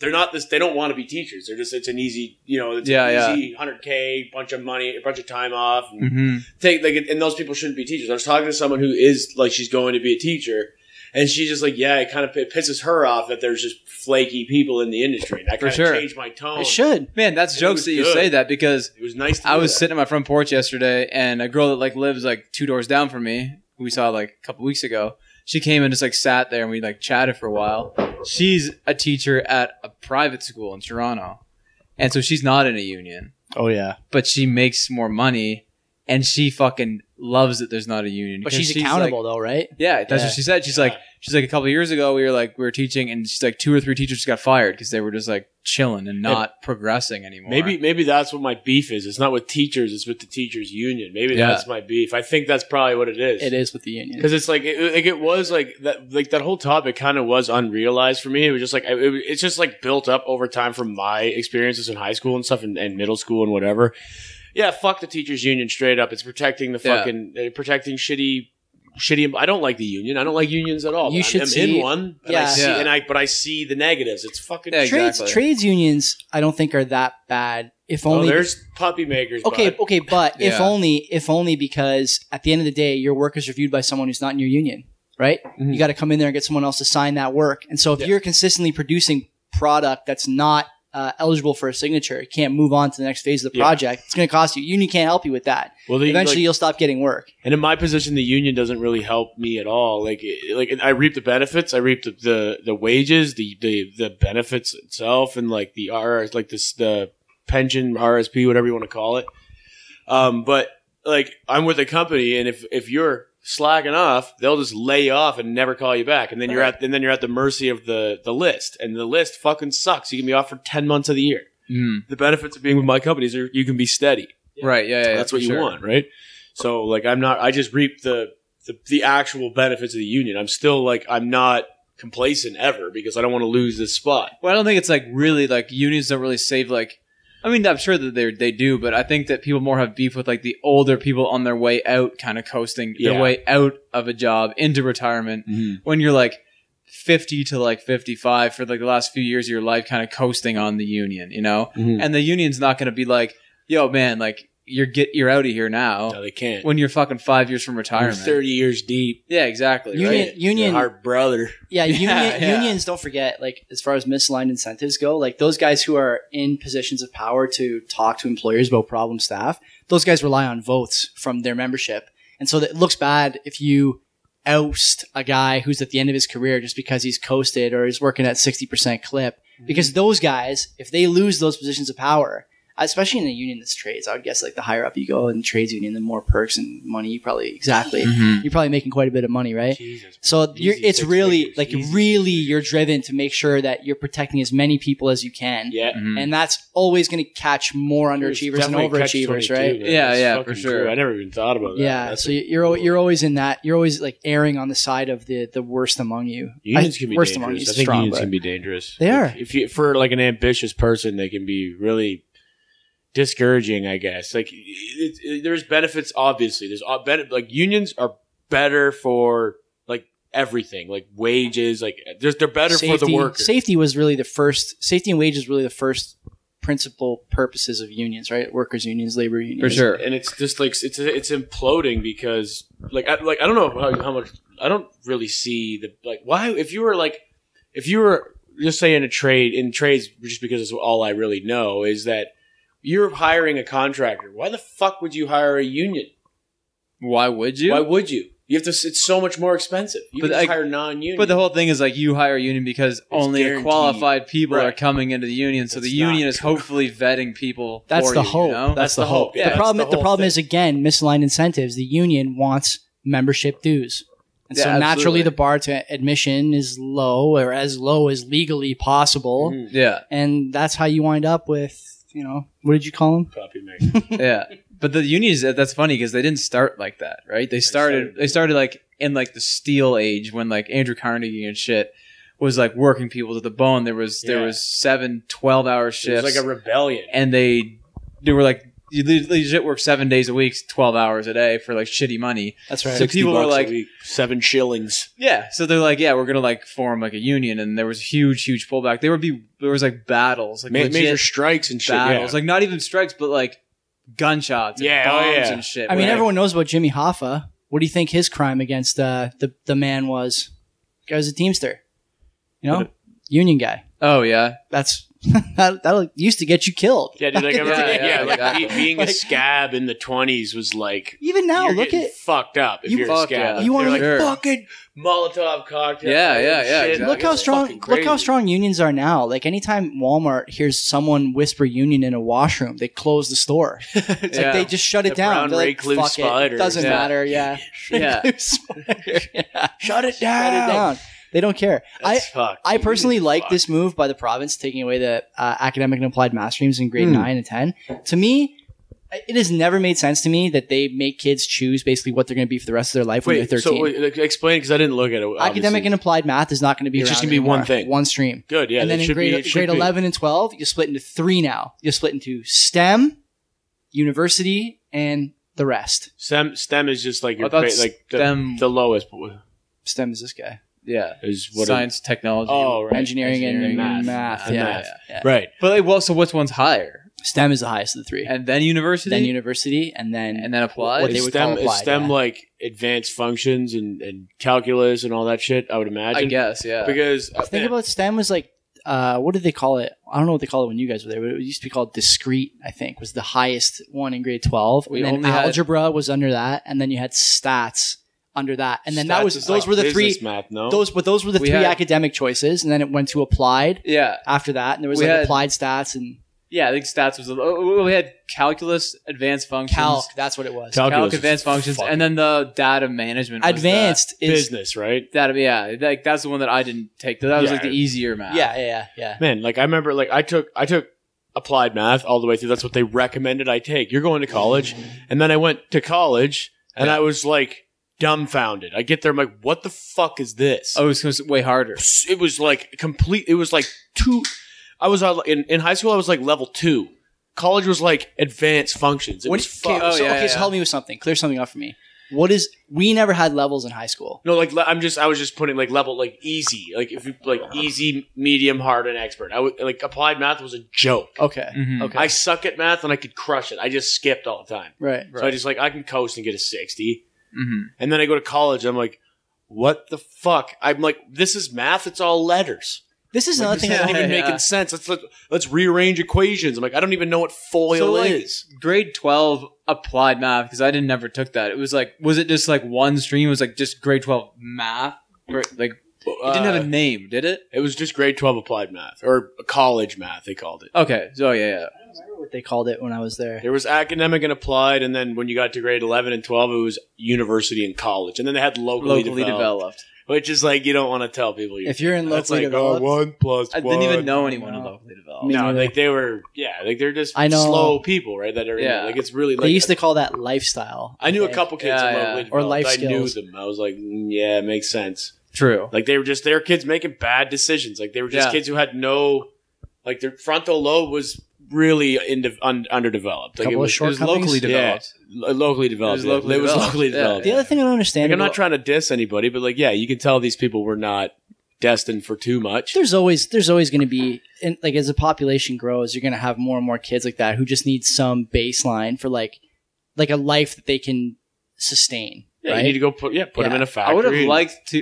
[SPEAKER 3] They're not this. They don't want to be teachers. They're just. It's an easy, you know, it's
[SPEAKER 2] Yeah,
[SPEAKER 3] an easy hundred k, bunch of money, a bunch of time off, and
[SPEAKER 2] Mm-hmm.
[SPEAKER 3] take like and those people shouldn't be teachers. I was talking to someone who is like she's going to be a teacher, and she's just like, yeah, it kind of it pisses her off that there's just flaky people in the industry. And that
[SPEAKER 2] For
[SPEAKER 3] kind
[SPEAKER 2] sure.
[SPEAKER 3] of changed my tone.
[SPEAKER 1] It should.
[SPEAKER 2] Man, that's
[SPEAKER 3] It
[SPEAKER 2] jokes
[SPEAKER 3] was
[SPEAKER 2] that you
[SPEAKER 3] good.
[SPEAKER 2] say that because
[SPEAKER 3] It was nice. To
[SPEAKER 2] I
[SPEAKER 3] hear
[SPEAKER 2] was
[SPEAKER 3] that.
[SPEAKER 2] sitting on my front porch yesterday, and a girl that like lives like two doors down from me, who we saw like a couple weeks ago, she came and just like sat there, and we like chatted for a while. She's a teacher at a private school in Toronto, and so she's not in a union,
[SPEAKER 1] Oh yeah.
[SPEAKER 2] but she makes more money, and she fucking loves that there's not a union.
[SPEAKER 1] But
[SPEAKER 2] because
[SPEAKER 1] she's,
[SPEAKER 2] like-
[SPEAKER 1] accountable though, right?
[SPEAKER 2] Yeah, that's
[SPEAKER 1] Yeah.
[SPEAKER 2] what she said. She's
[SPEAKER 3] Yeah.
[SPEAKER 2] like, she's like a couple of years ago, we were like, we were teaching, and she's like, two or three teachers got fired because they were just like chilling and not progressing anymore.
[SPEAKER 3] Maybe maybe that's what my beef is. It's not with teachers. It's with the teachers union. Maybe
[SPEAKER 2] Yeah.
[SPEAKER 3] that's my beef. I think that's probably what it is.
[SPEAKER 1] It is with the union.
[SPEAKER 3] because it's like it, like it was like that like that whole topic kind of was unrealized for me. It was just like I- it, it's just like built up over time from my experiences in high school and stuff and, and middle school and whatever. Yeah, fuck the teachers union straight up. It's protecting the
[SPEAKER 2] Yeah.
[SPEAKER 3] fucking uh, protecting shitty shitty. I don't like the union. I don't like unions at all.
[SPEAKER 1] You
[SPEAKER 3] but
[SPEAKER 1] should
[SPEAKER 3] I'm, I'm
[SPEAKER 1] see-
[SPEAKER 3] in one. And
[SPEAKER 1] Yeah.
[SPEAKER 3] I see,
[SPEAKER 2] Yeah.
[SPEAKER 3] and I but I see the negatives. It's fucking.
[SPEAKER 2] Yeah,
[SPEAKER 3] shit.
[SPEAKER 1] Trades
[SPEAKER 2] exactly.
[SPEAKER 1] trades unions, I don't think are that bad. If only
[SPEAKER 3] oh, there's puppy makers.
[SPEAKER 1] Okay,
[SPEAKER 3] bud.
[SPEAKER 1] okay, but if
[SPEAKER 2] Yeah.
[SPEAKER 1] only if only because at the end of the day your work is reviewed by someone who's not in your union, right?
[SPEAKER 2] Mhm.
[SPEAKER 1] You got to come in there and get someone else to sign that work. And so if
[SPEAKER 3] Yeah.
[SPEAKER 1] you're consistently producing product that's not uh, eligible for a signature, you can't move on to the next phase of the
[SPEAKER 3] Yeah.
[SPEAKER 1] project. It's going to cost you. Union can't help you with that.
[SPEAKER 3] Well, they,
[SPEAKER 1] Eventually,
[SPEAKER 3] like-
[SPEAKER 1] you'll stop getting work.
[SPEAKER 3] And in my position, the union doesn't really help me at all. Like, it- like I reap the benefits. I reap the, the, the wages, the, the, the benefits itself, and like the RS, like this, the pension, RSP, whatever you want to call it. Um, but like I'm with a company, and if if you're slacking off, they'll just lay you off and never call you back, and then you're at and then you're at the mercy of the the list, and the list fucking sucks. You can be off for ten months of the year.
[SPEAKER 2] Mm.
[SPEAKER 3] The benefits of being with my company is you're- you can be steady.
[SPEAKER 2] Right. Yeah. yeah
[SPEAKER 3] that's
[SPEAKER 2] for
[SPEAKER 3] what you
[SPEAKER 2] sure.
[SPEAKER 3] want, right? So like I'm not I just reap the, the the actual benefits of the union. I'm still like I'm not complacent ever because I don't want to lose this spot.
[SPEAKER 2] Well, I don't think it's like really like unions don't really save like. I mean, I'm sure that they they do, but I think that people more have beef with like the older people on their way out, kind of coasting
[SPEAKER 3] Yeah.
[SPEAKER 2] their way out of a job into retirement. When you're like 50 to like 55 for like the last few years of
[SPEAKER 1] Mm-hmm.
[SPEAKER 2] your life, kind of coasting on the union, you know. And the union's not going to be like, "Yo, man, like you're get you're out of here now
[SPEAKER 3] No, they can't.
[SPEAKER 2] when you're fucking five years from
[SPEAKER 3] You're
[SPEAKER 2] retirement.
[SPEAKER 3] thirty years deep.
[SPEAKER 2] Yeah, exactly.
[SPEAKER 1] Union-
[SPEAKER 2] right?
[SPEAKER 3] right?
[SPEAKER 1] union-
[SPEAKER 3] You're our brother.
[SPEAKER 1] Yeah,
[SPEAKER 2] Yeah,
[SPEAKER 1] union,
[SPEAKER 2] yeah.
[SPEAKER 1] unions don't forget, like, as far as misaligned incentives go, like, those guys who are in positions of power to talk to employers about problem staff, those guys rely on votes from their membership. And so it looks bad if you oust a guy who's at the end of his career just because he's coasted or he's working at 60% clip. Because those guys, if they lose those positions of power, especially in a union that's trades, I would guess, like, the higher up you go in the trades union, the more perks and money you probably, exactly.
[SPEAKER 2] Mhm.
[SPEAKER 1] You're probably making quite a bit of money, right?
[SPEAKER 3] Jesus.
[SPEAKER 1] So you're,
[SPEAKER 3] Easy
[SPEAKER 1] it's
[SPEAKER 3] six
[SPEAKER 1] really
[SPEAKER 3] figures,
[SPEAKER 1] like
[SPEAKER 3] easy
[SPEAKER 1] really
[SPEAKER 3] six
[SPEAKER 1] you're driven to make sure that you're protecting as many people as you can,
[SPEAKER 3] Yeah. Mm-hmm.
[SPEAKER 2] Mhm.
[SPEAKER 1] and that's always going to catch more underachievers and
[SPEAKER 3] Definitely catch
[SPEAKER 1] overachievers,
[SPEAKER 3] 22,
[SPEAKER 1] right?
[SPEAKER 3] man.
[SPEAKER 2] Yeah,
[SPEAKER 3] That's
[SPEAKER 2] yeah, for
[SPEAKER 3] fucking
[SPEAKER 2] sure.
[SPEAKER 3] true. I never even thought about that.
[SPEAKER 1] Yeah,
[SPEAKER 3] That's
[SPEAKER 1] so
[SPEAKER 3] a-
[SPEAKER 1] you're al- you're always in that. You're always like erring on the side of the the worst among you.
[SPEAKER 3] Unions
[SPEAKER 1] I-
[SPEAKER 3] can be
[SPEAKER 1] worst among you.
[SPEAKER 3] dangerous.
[SPEAKER 1] is
[SPEAKER 3] I think
[SPEAKER 1] strong,
[SPEAKER 3] unions
[SPEAKER 1] but-
[SPEAKER 3] can be dangerous.
[SPEAKER 1] They
[SPEAKER 3] Like,
[SPEAKER 1] are.
[SPEAKER 3] If you for like an ambitious person, they can be really discouraging. I guess like it, it- there's benefits. Obviously, there's ob- ben- like unions are better for like everything, like wages. Like there's they're better for the worker.
[SPEAKER 1] Safety was really the first. Safety and wages really the first principal purposes of unions, right? Workers unions, labor unions.
[SPEAKER 2] For sure.
[SPEAKER 3] and it's just like it's it's imploding because like I, like I don't know how, how much I don't really see the like why if you were like if you were just say in a trade in trades just because it's all I really know is that you're hiring a contractor why the fuck would you hire a union
[SPEAKER 2] Why would you?
[SPEAKER 3] why would you you have to it's so much more expensive you
[SPEAKER 2] But
[SPEAKER 3] can just
[SPEAKER 2] I-
[SPEAKER 3] hire non-union
[SPEAKER 2] But the whole thing is like you hire a union because only the
[SPEAKER 3] guaranteed.
[SPEAKER 2] qualified people
[SPEAKER 3] Right.
[SPEAKER 2] are coming into the union, so
[SPEAKER 3] It's
[SPEAKER 2] the union
[SPEAKER 3] not
[SPEAKER 2] is hopefully vetting people.
[SPEAKER 1] That's
[SPEAKER 2] for
[SPEAKER 1] the
[SPEAKER 2] you, you
[SPEAKER 1] hope.
[SPEAKER 2] know?
[SPEAKER 1] That's, the hope.
[SPEAKER 3] Yeah,
[SPEAKER 1] the
[SPEAKER 3] that's
[SPEAKER 1] problem.
[SPEAKER 3] the
[SPEAKER 1] The,
[SPEAKER 3] whole
[SPEAKER 1] problem
[SPEAKER 3] thing.
[SPEAKER 1] is again misaligned incentives. The union wants membership dues, and so
[SPEAKER 2] Yeah,
[SPEAKER 1] naturally
[SPEAKER 2] absolutely.
[SPEAKER 1] the bar to admission is low or as low as legally possible,
[SPEAKER 3] Mhm.
[SPEAKER 2] yeah,
[SPEAKER 1] and that's how you wind up with you know what did you call them?
[SPEAKER 3] copy maker
[SPEAKER 2] yeah. But the unions that's funny because they didn't start like that, right? They started
[SPEAKER 3] started-
[SPEAKER 2] they started like in like the steel age when like Andrew Carnegie and shit was like working people to the bone. There was there
[SPEAKER 3] Yeah.
[SPEAKER 2] was seven 12 hour
[SPEAKER 3] it's
[SPEAKER 2] shifts
[SPEAKER 3] like a rebellion
[SPEAKER 2] and they they were like you le- legit work 7 days a week, 12 hours a day for like shitty money.
[SPEAKER 1] That's right.
[SPEAKER 2] So people were
[SPEAKER 3] bucks a
[SPEAKER 2] like
[SPEAKER 3] week, seven shillings
[SPEAKER 2] Yeah, so they're like, yeah, we're gonna like form like a union, and there was huge, huge pullback. There would be there was like battles, like
[SPEAKER 3] Ma-
[SPEAKER 2] legit
[SPEAKER 3] major strikes and shit yeah.
[SPEAKER 2] battles, like not even strikes, but like gunshots, and
[SPEAKER 3] Yeah, oh,
[SPEAKER 2] bombs
[SPEAKER 3] yeah.
[SPEAKER 2] and shit.
[SPEAKER 1] I mean,
[SPEAKER 2] right?
[SPEAKER 1] everyone knows about Jimmy Hoffa. What do you think his crime against uh, the the man was? Guy was a teamster, you know,
[SPEAKER 3] What
[SPEAKER 1] union guy.
[SPEAKER 2] Oh yeah,
[SPEAKER 1] That's that, that used to get you killed.
[SPEAKER 3] Yeah, dude, like, I remember,
[SPEAKER 2] Yeah, yeah,
[SPEAKER 3] yeah, like,
[SPEAKER 2] exactly.
[SPEAKER 3] be- being
[SPEAKER 1] Like-
[SPEAKER 3] a scab in the 20s was like,
[SPEAKER 1] Even now,
[SPEAKER 3] you're
[SPEAKER 1] look
[SPEAKER 3] getting
[SPEAKER 1] at
[SPEAKER 3] fucked up if
[SPEAKER 1] You-
[SPEAKER 3] you, are
[SPEAKER 2] Fuck
[SPEAKER 3] a scab.
[SPEAKER 2] yeah.
[SPEAKER 1] You wanna
[SPEAKER 3] They're
[SPEAKER 2] Sure.
[SPEAKER 3] like, fucking Molotov cocktail.
[SPEAKER 2] Yeah, yeah, yeah, exactly.
[SPEAKER 1] look how strong look how strong unions are now. Like anytime Walmart hears someone whisper union in a washroom, they close the store. It's
[SPEAKER 2] Yeah.
[SPEAKER 1] like they just shut it
[SPEAKER 3] The
[SPEAKER 1] down.
[SPEAKER 3] brown
[SPEAKER 1] They're like,
[SPEAKER 3] recluse
[SPEAKER 1] fuck it.
[SPEAKER 3] spider.
[SPEAKER 1] Doesn't
[SPEAKER 2] Yeah.
[SPEAKER 1] matter. Yeah.
[SPEAKER 2] Yeah.
[SPEAKER 1] Recluse spider. yeah.
[SPEAKER 3] Shut it down.
[SPEAKER 1] Shut it down. They don't care. I
[SPEAKER 3] That's fucked.
[SPEAKER 1] I
[SPEAKER 3] Union
[SPEAKER 1] personally
[SPEAKER 3] is
[SPEAKER 1] like
[SPEAKER 3] fucked.
[SPEAKER 1] this move by the province taking away the uh, academic and applied math streams in grade
[SPEAKER 2] Hmm.
[SPEAKER 1] 9 and 10. To me, it has never made sense to me that they make kids choose basically what they're going to be for the rest of their life when
[SPEAKER 3] Wait,
[SPEAKER 1] they're 13.
[SPEAKER 3] so wait, like, explain because I didn't look at it. Obviously.
[SPEAKER 1] academic and applied math is not going to be
[SPEAKER 3] It's just
[SPEAKER 1] around
[SPEAKER 3] gonna be one
[SPEAKER 1] anymore.
[SPEAKER 3] thing.
[SPEAKER 1] One stream
[SPEAKER 3] good, yeah.
[SPEAKER 1] and then
[SPEAKER 3] that
[SPEAKER 1] in
[SPEAKER 3] should be-
[SPEAKER 1] grade,
[SPEAKER 3] it should
[SPEAKER 1] grade
[SPEAKER 3] be.
[SPEAKER 1] 11 and 12 you split into three now you split into stem university and the rest
[SPEAKER 3] STEM, STEM is just like your
[SPEAKER 2] I thought
[SPEAKER 3] ba- like the,
[SPEAKER 2] STEM
[SPEAKER 3] the lowest
[SPEAKER 1] stem is this guy
[SPEAKER 2] yeah,
[SPEAKER 3] is what.
[SPEAKER 2] science, technology,
[SPEAKER 3] Oh, right.
[SPEAKER 1] engineering,
[SPEAKER 2] Engineering,
[SPEAKER 1] and math,
[SPEAKER 3] math.
[SPEAKER 1] Yeah.
[SPEAKER 3] Math.
[SPEAKER 1] yeah.
[SPEAKER 3] right.
[SPEAKER 2] But like, well, so what's one's higher,
[SPEAKER 1] stem is the highest of the three
[SPEAKER 2] and then university,
[SPEAKER 1] then university and then
[SPEAKER 2] and then applied.
[SPEAKER 1] what
[SPEAKER 3] Is
[SPEAKER 1] they would
[SPEAKER 3] STEM,
[SPEAKER 1] call
[SPEAKER 3] is
[SPEAKER 1] applied,
[SPEAKER 3] STEM
[SPEAKER 1] yeah.
[SPEAKER 3] like advanced functions and, and calculus and all that shit. I would imagine.
[SPEAKER 2] I guess, yeah.
[SPEAKER 3] Because uh,
[SPEAKER 1] think about stem was like uh, what did they call it? I don't know what they called it when you guys were there, but it used to be called discrete. I think was the highest one in grade twelve.
[SPEAKER 2] We
[SPEAKER 1] and then
[SPEAKER 2] only had-
[SPEAKER 1] algebra was under that, and then you had stats under that, and then that
[SPEAKER 3] Stats
[SPEAKER 1] was
[SPEAKER 3] is
[SPEAKER 1] those
[SPEAKER 3] like
[SPEAKER 1] were the three
[SPEAKER 3] business math, no?
[SPEAKER 1] those but those were the
[SPEAKER 2] We
[SPEAKER 1] three
[SPEAKER 2] had-
[SPEAKER 1] academic choices and then it went to applied
[SPEAKER 2] yeah,
[SPEAKER 1] after that and there was
[SPEAKER 2] We
[SPEAKER 1] like
[SPEAKER 2] had-
[SPEAKER 1] applied stats and
[SPEAKER 2] yeah. I think stats was a, oh, we had calculus, advanced functions,
[SPEAKER 1] calc that's what it was
[SPEAKER 3] Calculus
[SPEAKER 2] calc,
[SPEAKER 3] is
[SPEAKER 2] advanced functions,
[SPEAKER 3] fucking
[SPEAKER 2] and then the data management. was the-
[SPEAKER 1] advanced is
[SPEAKER 3] business, right?
[SPEAKER 2] That yeah, like that's the one that I didn't take. That was like the
[SPEAKER 3] Yeah.
[SPEAKER 2] easier math.
[SPEAKER 1] yeah yeah yeah yeah
[SPEAKER 3] Man, like I remember, like I took I took applied math all the way through. That's what they recommended I take. You're going to college, and then I went to college, and
[SPEAKER 2] Yeah.
[SPEAKER 3] I was like dumbfounded. I get there, I'm like, what the fuck is this?
[SPEAKER 2] Oh, it was gonna s- way harder.
[SPEAKER 3] It was like complete. It was like two. I was on in, in high school. I was like level two. College was like advanced functions. It
[SPEAKER 1] When-
[SPEAKER 3] was
[SPEAKER 1] okay,
[SPEAKER 3] fucked.
[SPEAKER 2] Oh,
[SPEAKER 1] so,
[SPEAKER 2] yeah,
[SPEAKER 1] okay so
[SPEAKER 2] yeah.
[SPEAKER 1] help me with something clear something up for me What is we never had levels in high school.
[SPEAKER 3] No, like le- I'm just I was just putting like level like easy like if you like easy, medium, hard, and expert. I would like applied math was a joke.
[SPEAKER 1] Okay.
[SPEAKER 2] Mhm.
[SPEAKER 1] Okay.
[SPEAKER 3] I suck at math and I could crush it. I just skipped all the time.
[SPEAKER 1] right.
[SPEAKER 3] So I just like I can coast and get a sixty,
[SPEAKER 2] Mhm.
[SPEAKER 3] and then I go to college. I'm like, what the fuck? I'm like, this is math. It's all letters.
[SPEAKER 1] This is another
[SPEAKER 2] Like,
[SPEAKER 3] This
[SPEAKER 1] thing.
[SPEAKER 2] yeah.
[SPEAKER 1] I
[SPEAKER 3] isn't
[SPEAKER 1] wanna-
[SPEAKER 3] even making sense. Let's let, us let us rearrange equations. I'm like, I don't even know what foil
[SPEAKER 2] So, like,
[SPEAKER 3] is.
[SPEAKER 2] Grade twelve applied math because I didn't never took that. It was like was it just like one stream? It was like just grade twelve math. Gra- Like it didn't have a
[SPEAKER 3] Uh,
[SPEAKER 2] name, did it?
[SPEAKER 3] It was just grade twelve applied math or college math. They called it.
[SPEAKER 2] Okay, so yeah, yeah.
[SPEAKER 1] I don't remember what they called it when I was there.
[SPEAKER 3] There was academic and applied, and then when you got to grade eleven and twelve, it was university and college, and then they had locally,
[SPEAKER 2] locally
[SPEAKER 3] developed,
[SPEAKER 2] developed.
[SPEAKER 3] which is like you don't want to tell people. You're
[SPEAKER 1] If you're in
[SPEAKER 3] that's
[SPEAKER 1] locally
[SPEAKER 3] like oh,
[SPEAKER 1] developed,
[SPEAKER 3] one plus
[SPEAKER 2] I didn't
[SPEAKER 3] one
[SPEAKER 2] even know anyone
[SPEAKER 1] No.
[SPEAKER 2] who locally developed.
[SPEAKER 1] Me
[SPEAKER 3] No,
[SPEAKER 1] neither.
[SPEAKER 3] like they were, yeah, like they're just
[SPEAKER 1] I know.
[SPEAKER 3] slow people, right? That are in
[SPEAKER 2] Yeah.
[SPEAKER 3] it. like it's really. Like,
[SPEAKER 1] they used to call that lifestyle.
[SPEAKER 3] I knew a
[SPEAKER 1] think.
[SPEAKER 3] couple kids
[SPEAKER 2] Yeah,
[SPEAKER 3] in
[SPEAKER 2] yeah.
[SPEAKER 3] locally
[SPEAKER 1] Or
[SPEAKER 3] developed.
[SPEAKER 1] life
[SPEAKER 3] I knew
[SPEAKER 1] skills.
[SPEAKER 3] them. I was like, mm, yeah, it makes sense.
[SPEAKER 2] True.
[SPEAKER 3] Like they were just their kids making bad decisions. Like they were just
[SPEAKER 2] Yeah.
[SPEAKER 3] kids who had no, like their frontal lobe was really in, un, underdeveloped. Like
[SPEAKER 1] Couple
[SPEAKER 3] it
[SPEAKER 1] of
[SPEAKER 3] was,
[SPEAKER 1] short-
[SPEAKER 2] it was locally
[SPEAKER 1] Shortcomings?
[SPEAKER 2] developed.
[SPEAKER 3] lo- locally developed. It was locally,
[SPEAKER 2] locally developed. Yeah.
[SPEAKER 3] developed.
[SPEAKER 1] The other thing I don't understand.
[SPEAKER 3] Like, I'm
[SPEAKER 1] about-
[SPEAKER 3] not trying to diss anybody, but like, yeah, you can tell these people were not destined for too much.
[SPEAKER 1] there's always there's always going to be and like as the population grows you're going to have more and more kids like that who just need some baseline for like like a life that they can sustain
[SPEAKER 3] Yeah,
[SPEAKER 1] right
[SPEAKER 3] You need to go put yeah, put them
[SPEAKER 1] Yeah.
[SPEAKER 3] in a
[SPEAKER 2] I
[SPEAKER 3] factory.
[SPEAKER 2] would have
[SPEAKER 3] and-
[SPEAKER 2] liked to.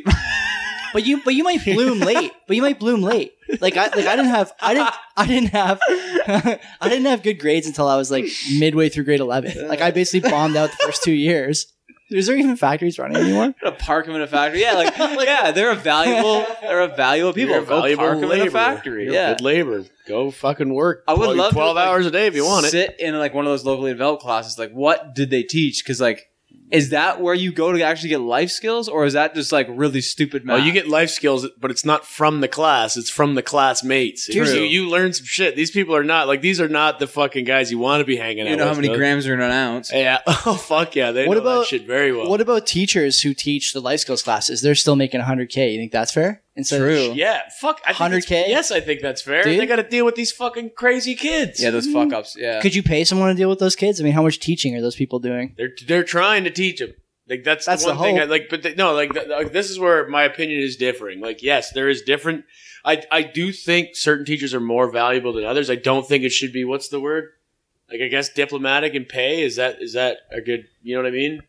[SPEAKER 1] but you but you might bloom late but you might bloom late like i like i didn't have i didn't i didn't have i didn't have good grades until i was like midway through grade 11 like i basically bombed out the first two years is there even factories running anymore
[SPEAKER 2] to park them in a factory. Yeah, like, like, yeah, they're a valuable. They're a valuable people.
[SPEAKER 3] You're a
[SPEAKER 2] Go
[SPEAKER 3] valuable
[SPEAKER 2] park 'em in
[SPEAKER 3] laborer.
[SPEAKER 2] a factory.
[SPEAKER 3] You're a
[SPEAKER 2] yeah.
[SPEAKER 3] good labor. Go fucking work.
[SPEAKER 2] I would
[SPEAKER 3] Well,
[SPEAKER 2] love to,
[SPEAKER 3] twelve
[SPEAKER 2] like,
[SPEAKER 3] hours a day if you want it.
[SPEAKER 2] Sit in like one of those locally developed classes. Like, what did they teach? Because like, is that where you go to actually get life skills, or is that just like really stupid math?
[SPEAKER 3] Well, Oh, you get life skills, but it's not from the class. It's from the classmates. You,
[SPEAKER 2] True.
[SPEAKER 3] you learn some shit. These people are not like these are not the fucking guys you want to be hanging out.
[SPEAKER 2] You know how
[SPEAKER 3] with,
[SPEAKER 2] many
[SPEAKER 3] though.
[SPEAKER 2] grams are in an ounce.
[SPEAKER 3] Yeah. Oh fuck yeah. They
[SPEAKER 1] What
[SPEAKER 3] know
[SPEAKER 1] about-
[SPEAKER 3] that shit very well.
[SPEAKER 1] what about teachers who teach the life skills classes they're still making 100k you think that's fair instead of-
[SPEAKER 2] True.
[SPEAKER 3] yeah. Fuck. I think
[SPEAKER 1] 100K?
[SPEAKER 3] that's- Yes, I think that's fair.
[SPEAKER 1] Dude.
[SPEAKER 3] They got to deal with these fucking crazy kids.
[SPEAKER 2] Yeah, those fuck ups. Yeah.
[SPEAKER 1] Could you pay someone to deal with those kids? I mean, how much teaching are those people doing?
[SPEAKER 3] They're they're trying to teach them. Like that's,
[SPEAKER 1] That's
[SPEAKER 3] the
[SPEAKER 1] the
[SPEAKER 3] one thing. I,
[SPEAKER 1] hope.
[SPEAKER 3] like, but they, no, like, th- like this is where my opinion is differing. Like, yes, there is different. I I do think certain teachers are more valuable than others. I don't think it should be what's the word? Like, I guess diplomatic and pay is that is that a good? You know what I mean?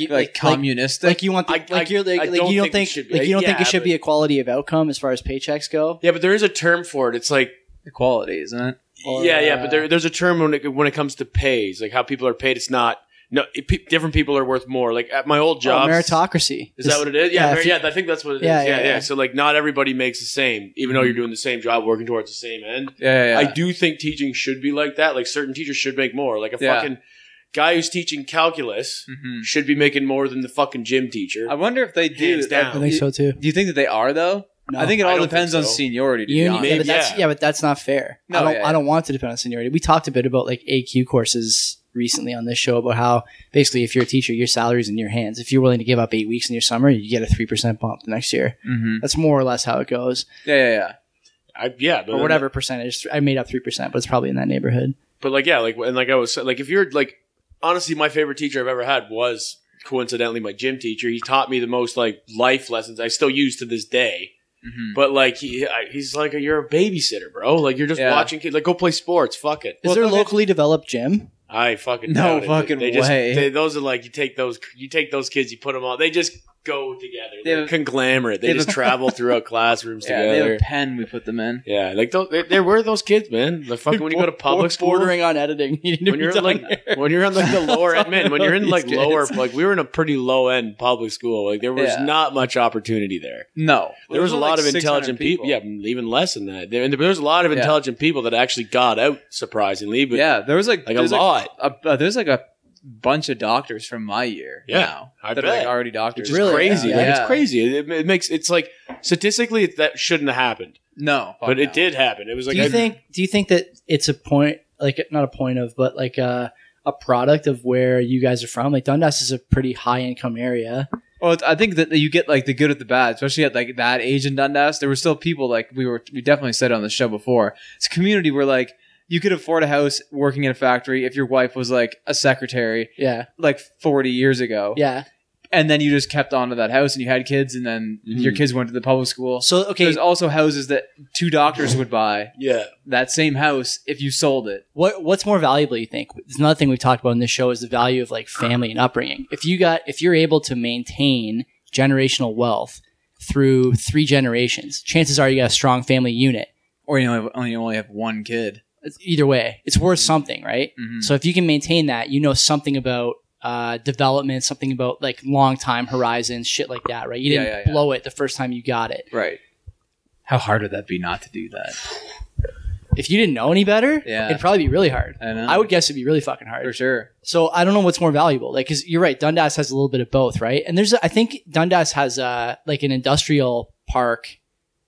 [SPEAKER 1] Like-
[SPEAKER 2] like,
[SPEAKER 1] like-
[SPEAKER 2] communistic.
[SPEAKER 1] Like you want, the,
[SPEAKER 3] I-
[SPEAKER 1] like
[SPEAKER 3] I-
[SPEAKER 1] you're, like,
[SPEAKER 3] I
[SPEAKER 1] like
[SPEAKER 3] don't
[SPEAKER 1] you don't
[SPEAKER 3] think it
[SPEAKER 1] think,
[SPEAKER 3] should be.
[SPEAKER 1] like you don't think
[SPEAKER 3] Yeah,
[SPEAKER 1] it should
[SPEAKER 3] but-
[SPEAKER 1] be equality of outcome as far as paychecks go.
[SPEAKER 3] Yeah, but there is a term for it. It's like
[SPEAKER 2] equality, isn't it?
[SPEAKER 1] Or,
[SPEAKER 3] yeah, yeah,
[SPEAKER 1] uh,
[SPEAKER 3] but there, there's a term when it when it comes to pays, like how people are paid. It's not no it, pe- different people are worth more. Like at my old
[SPEAKER 1] Oh,
[SPEAKER 3] job,
[SPEAKER 1] meritocracy.
[SPEAKER 3] Is that what it is? Yeah,
[SPEAKER 1] yeah,
[SPEAKER 3] mer-
[SPEAKER 1] if you-
[SPEAKER 3] yeah, I think that's what it is.
[SPEAKER 1] Yeah,
[SPEAKER 3] Yeah
[SPEAKER 1] yeah,
[SPEAKER 3] yeah,
[SPEAKER 1] yeah. Mm-hmm.
[SPEAKER 3] So like, not everybody makes the same, even though you're doing the same job, working towards the same end.
[SPEAKER 2] Yeah, yeah. yeah.
[SPEAKER 3] I do think teaching should be like that. Like certain teachers should make more. Like a
[SPEAKER 2] Yeah.
[SPEAKER 3] fucking guy who's teaching calculus
[SPEAKER 1] Mm-hmm.
[SPEAKER 2] Mhm.
[SPEAKER 3] should be making more than the fucking gym teacher.
[SPEAKER 2] I wonder if they do.
[SPEAKER 3] Hands
[SPEAKER 2] that-
[SPEAKER 1] I
[SPEAKER 3] down.
[SPEAKER 1] think so too.
[SPEAKER 2] Do you think that they are though? I think it
[SPEAKER 3] I
[SPEAKER 2] all
[SPEAKER 3] don't
[SPEAKER 2] depends
[SPEAKER 3] think
[SPEAKER 2] on
[SPEAKER 3] so.
[SPEAKER 2] seniority. To be
[SPEAKER 1] Uni-
[SPEAKER 2] honest.
[SPEAKER 1] yeah,
[SPEAKER 3] Maybe,
[SPEAKER 1] but that's, yeah.
[SPEAKER 3] yeah.
[SPEAKER 1] but that's not fair.
[SPEAKER 2] No,
[SPEAKER 1] I don't,
[SPEAKER 2] yeah, yeah.
[SPEAKER 1] I don't want to depend on seniority. We talked a bit about like AQ courses recently on this show about how basically if you're a teacher, your salary's in your hands. If you're willing to give up eight weeks in your summer, you get a three percent bump the next year.
[SPEAKER 2] Mhm.
[SPEAKER 1] That's more or less how it goes,
[SPEAKER 2] Yeah, yeah, yeah.
[SPEAKER 3] I, yeah, but
[SPEAKER 1] or whatever percentage. I made up three percent, but it's probably in that neighborhood.
[SPEAKER 3] But like, yeah, like and like I was like, if you're like, honestly, my favorite teacher I've ever had was coincidentally my gym teacher. He taught me the most like life lessons I still use to this day.
[SPEAKER 1] Mm-hmm.
[SPEAKER 2] Mhm.
[SPEAKER 3] But like he, I, he's like, you're a babysitter, bro. Like you're just
[SPEAKER 2] Yeah.
[SPEAKER 3] watching kids. Like go play sports. Fuck it.
[SPEAKER 1] Is
[SPEAKER 2] Well,
[SPEAKER 1] there a
[SPEAKER 2] okay.
[SPEAKER 1] locally developed gym?
[SPEAKER 3] I fucking
[SPEAKER 2] No
[SPEAKER 3] doubt it.
[SPEAKER 2] fucking
[SPEAKER 3] they just,
[SPEAKER 2] way.
[SPEAKER 3] They, those are like you take those you take those kids, you put them all. They just go together.
[SPEAKER 2] They
[SPEAKER 3] They're
[SPEAKER 2] have-
[SPEAKER 3] conglomerate. They,
[SPEAKER 2] they have
[SPEAKER 3] just
[SPEAKER 2] a-
[SPEAKER 3] travel throughout classrooms
[SPEAKER 2] Yeah, they have
[SPEAKER 3] together.
[SPEAKER 2] a pen we put them in.
[SPEAKER 3] yeah, like those, they, there were those kids, man. Like fucking when you go to public school,
[SPEAKER 1] bordering on editing. You need to
[SPEAKER 3] when
[SPEAKER 1] be
[SPEAKER 3] you're in,
[SPEAKER 1] done
[SPEAKER 3] like
[SPEAKER 1] here.
[SPEAKER 3] when you're on like the lower end, man. When you're in like
[SPEAKER 1] These
[SPEAKER 3] lower,
[SPEAKER 1] kids.
[SPEAKER 3] like we were in a pretty low end public school. Like there was
[SPEAKER 2] Yeah.
[SPEAKER 3] not much opportunity there.
[SPEAKER 2] No,
[SPEAKER 3] There was
[SPEAKER 2] Those
[SPEAKER 3] a
[SPEAKER 2] are
[SPEAKER 3] lot
[SPEAKER 2] like
[SPEAKER 3] of
[SPEAKER 2] 600
[SPEAKER 3] intelligent people. Yeah, even less than that. There, and there was a lot of
[SPEAKER 2] Yeah.
[SPEAKER 3] intelligent people that actually got out surprisingly, but
[SPEAKER 2] yeah. There was like,
[SPEAKER 3] like a
[SPEAKER 2] there's
[SPEAKER 3] lot.
[SPEAKER 2] a- uh, there's like a bunch of doctors from my year.
[SPEAKER 3] Yeah,
[SPEAKER 2] now
[SPEAKER 3] I
[SPEAKER 2] that
[SPEAKER 3] bet.
[SPEAKER 2] are like already
[SPEAKER 3] Which
[SPEAKER 2] doctors.
[SPEAKER 3] is
[SPEAKER 1] Really?
[SPEAKER 3] crazy.
[SPEAKER 1] Yeah.
[SPEAKER 3] Like it's
[SPEAKER 2] Yeah.
[SPEAKER 3] crazy. It, it makes it's like statistically it, that shouldn't have happened,
[SPEAKER 2] No, fuck
[SPEAKER 3] but
[SPEAKER 2] no.
[SPEAKER 3] it did happen. It was like
[SPEAKER 1] do you
[SPEAKER 3] I-
[SPEAKER 1] think? Do you think that it's a point, like not a point of, but like a a product of where you guys are from? Like Dundas is a pretty high income area.
[SPEAKER 2] Well, it's- I think that you get like the good at the bad, especially at like that age in Dundas. There were still people like we were. We definitely said on the show before. It's a community where like you could afford a house working in a factory if your wife was like a secretary
[SPEAKER 1] Yeah.
[SPEAKER 2] like 40 years ago.
[SPEAKER 1] Yeah.
[SPEAKER 2] And then you just kept on to that house and you had kids and then
[SPEAKER 3] Mhm.
[SPEAKER 2] your kids went to the public school.
[SPEAKER 1] So okay,
[SPEAKER 2] There's also houses that two doctors would buy
[SPEAKER 3] Yeah.
[SPEAKER 2] that same house if you sold it.
[SPEAKER 1] what what's more valuable you think it's another thing we've talked about in this show is the value of like family and upbringing if you got if you're able to maintain generational wealth through three generations chances are you got a strong family unit
[SPEAKER 2] Or you only have, only, you only have one kid.
[SPEAKER 1] It's- either way it's worth something right
[SPEAKER 2] Mhm.
[SPEAKER 1] so if you can maintain that you know something about uh, development something about like long time horizons shit like that right you
[SPEAKER 2] Yeah,
[SPEAKER 1] didn't
[SPEAKER 2] yeah, yeah.
[SPEAKER 1] blow it the first time you got it
[SPEAKER 2] Right. How hard would that be not to do that?
[SPEAKER 1] if you didn't know any better
[SPEAKER 2] Yeah.
[SPEAKER 1] it'd probably be really hard
[SPEAKER 2] I know.
[SPEAKER 1] i would guess it'd be really fucking hard
[SPEAKER 2] for sure.
[SPEAKER 1] So I don't know what's more valuable. Like, cause you're right. Dundas has a little bit of both, right? And there's, I think Dundas has uh like an industrial park,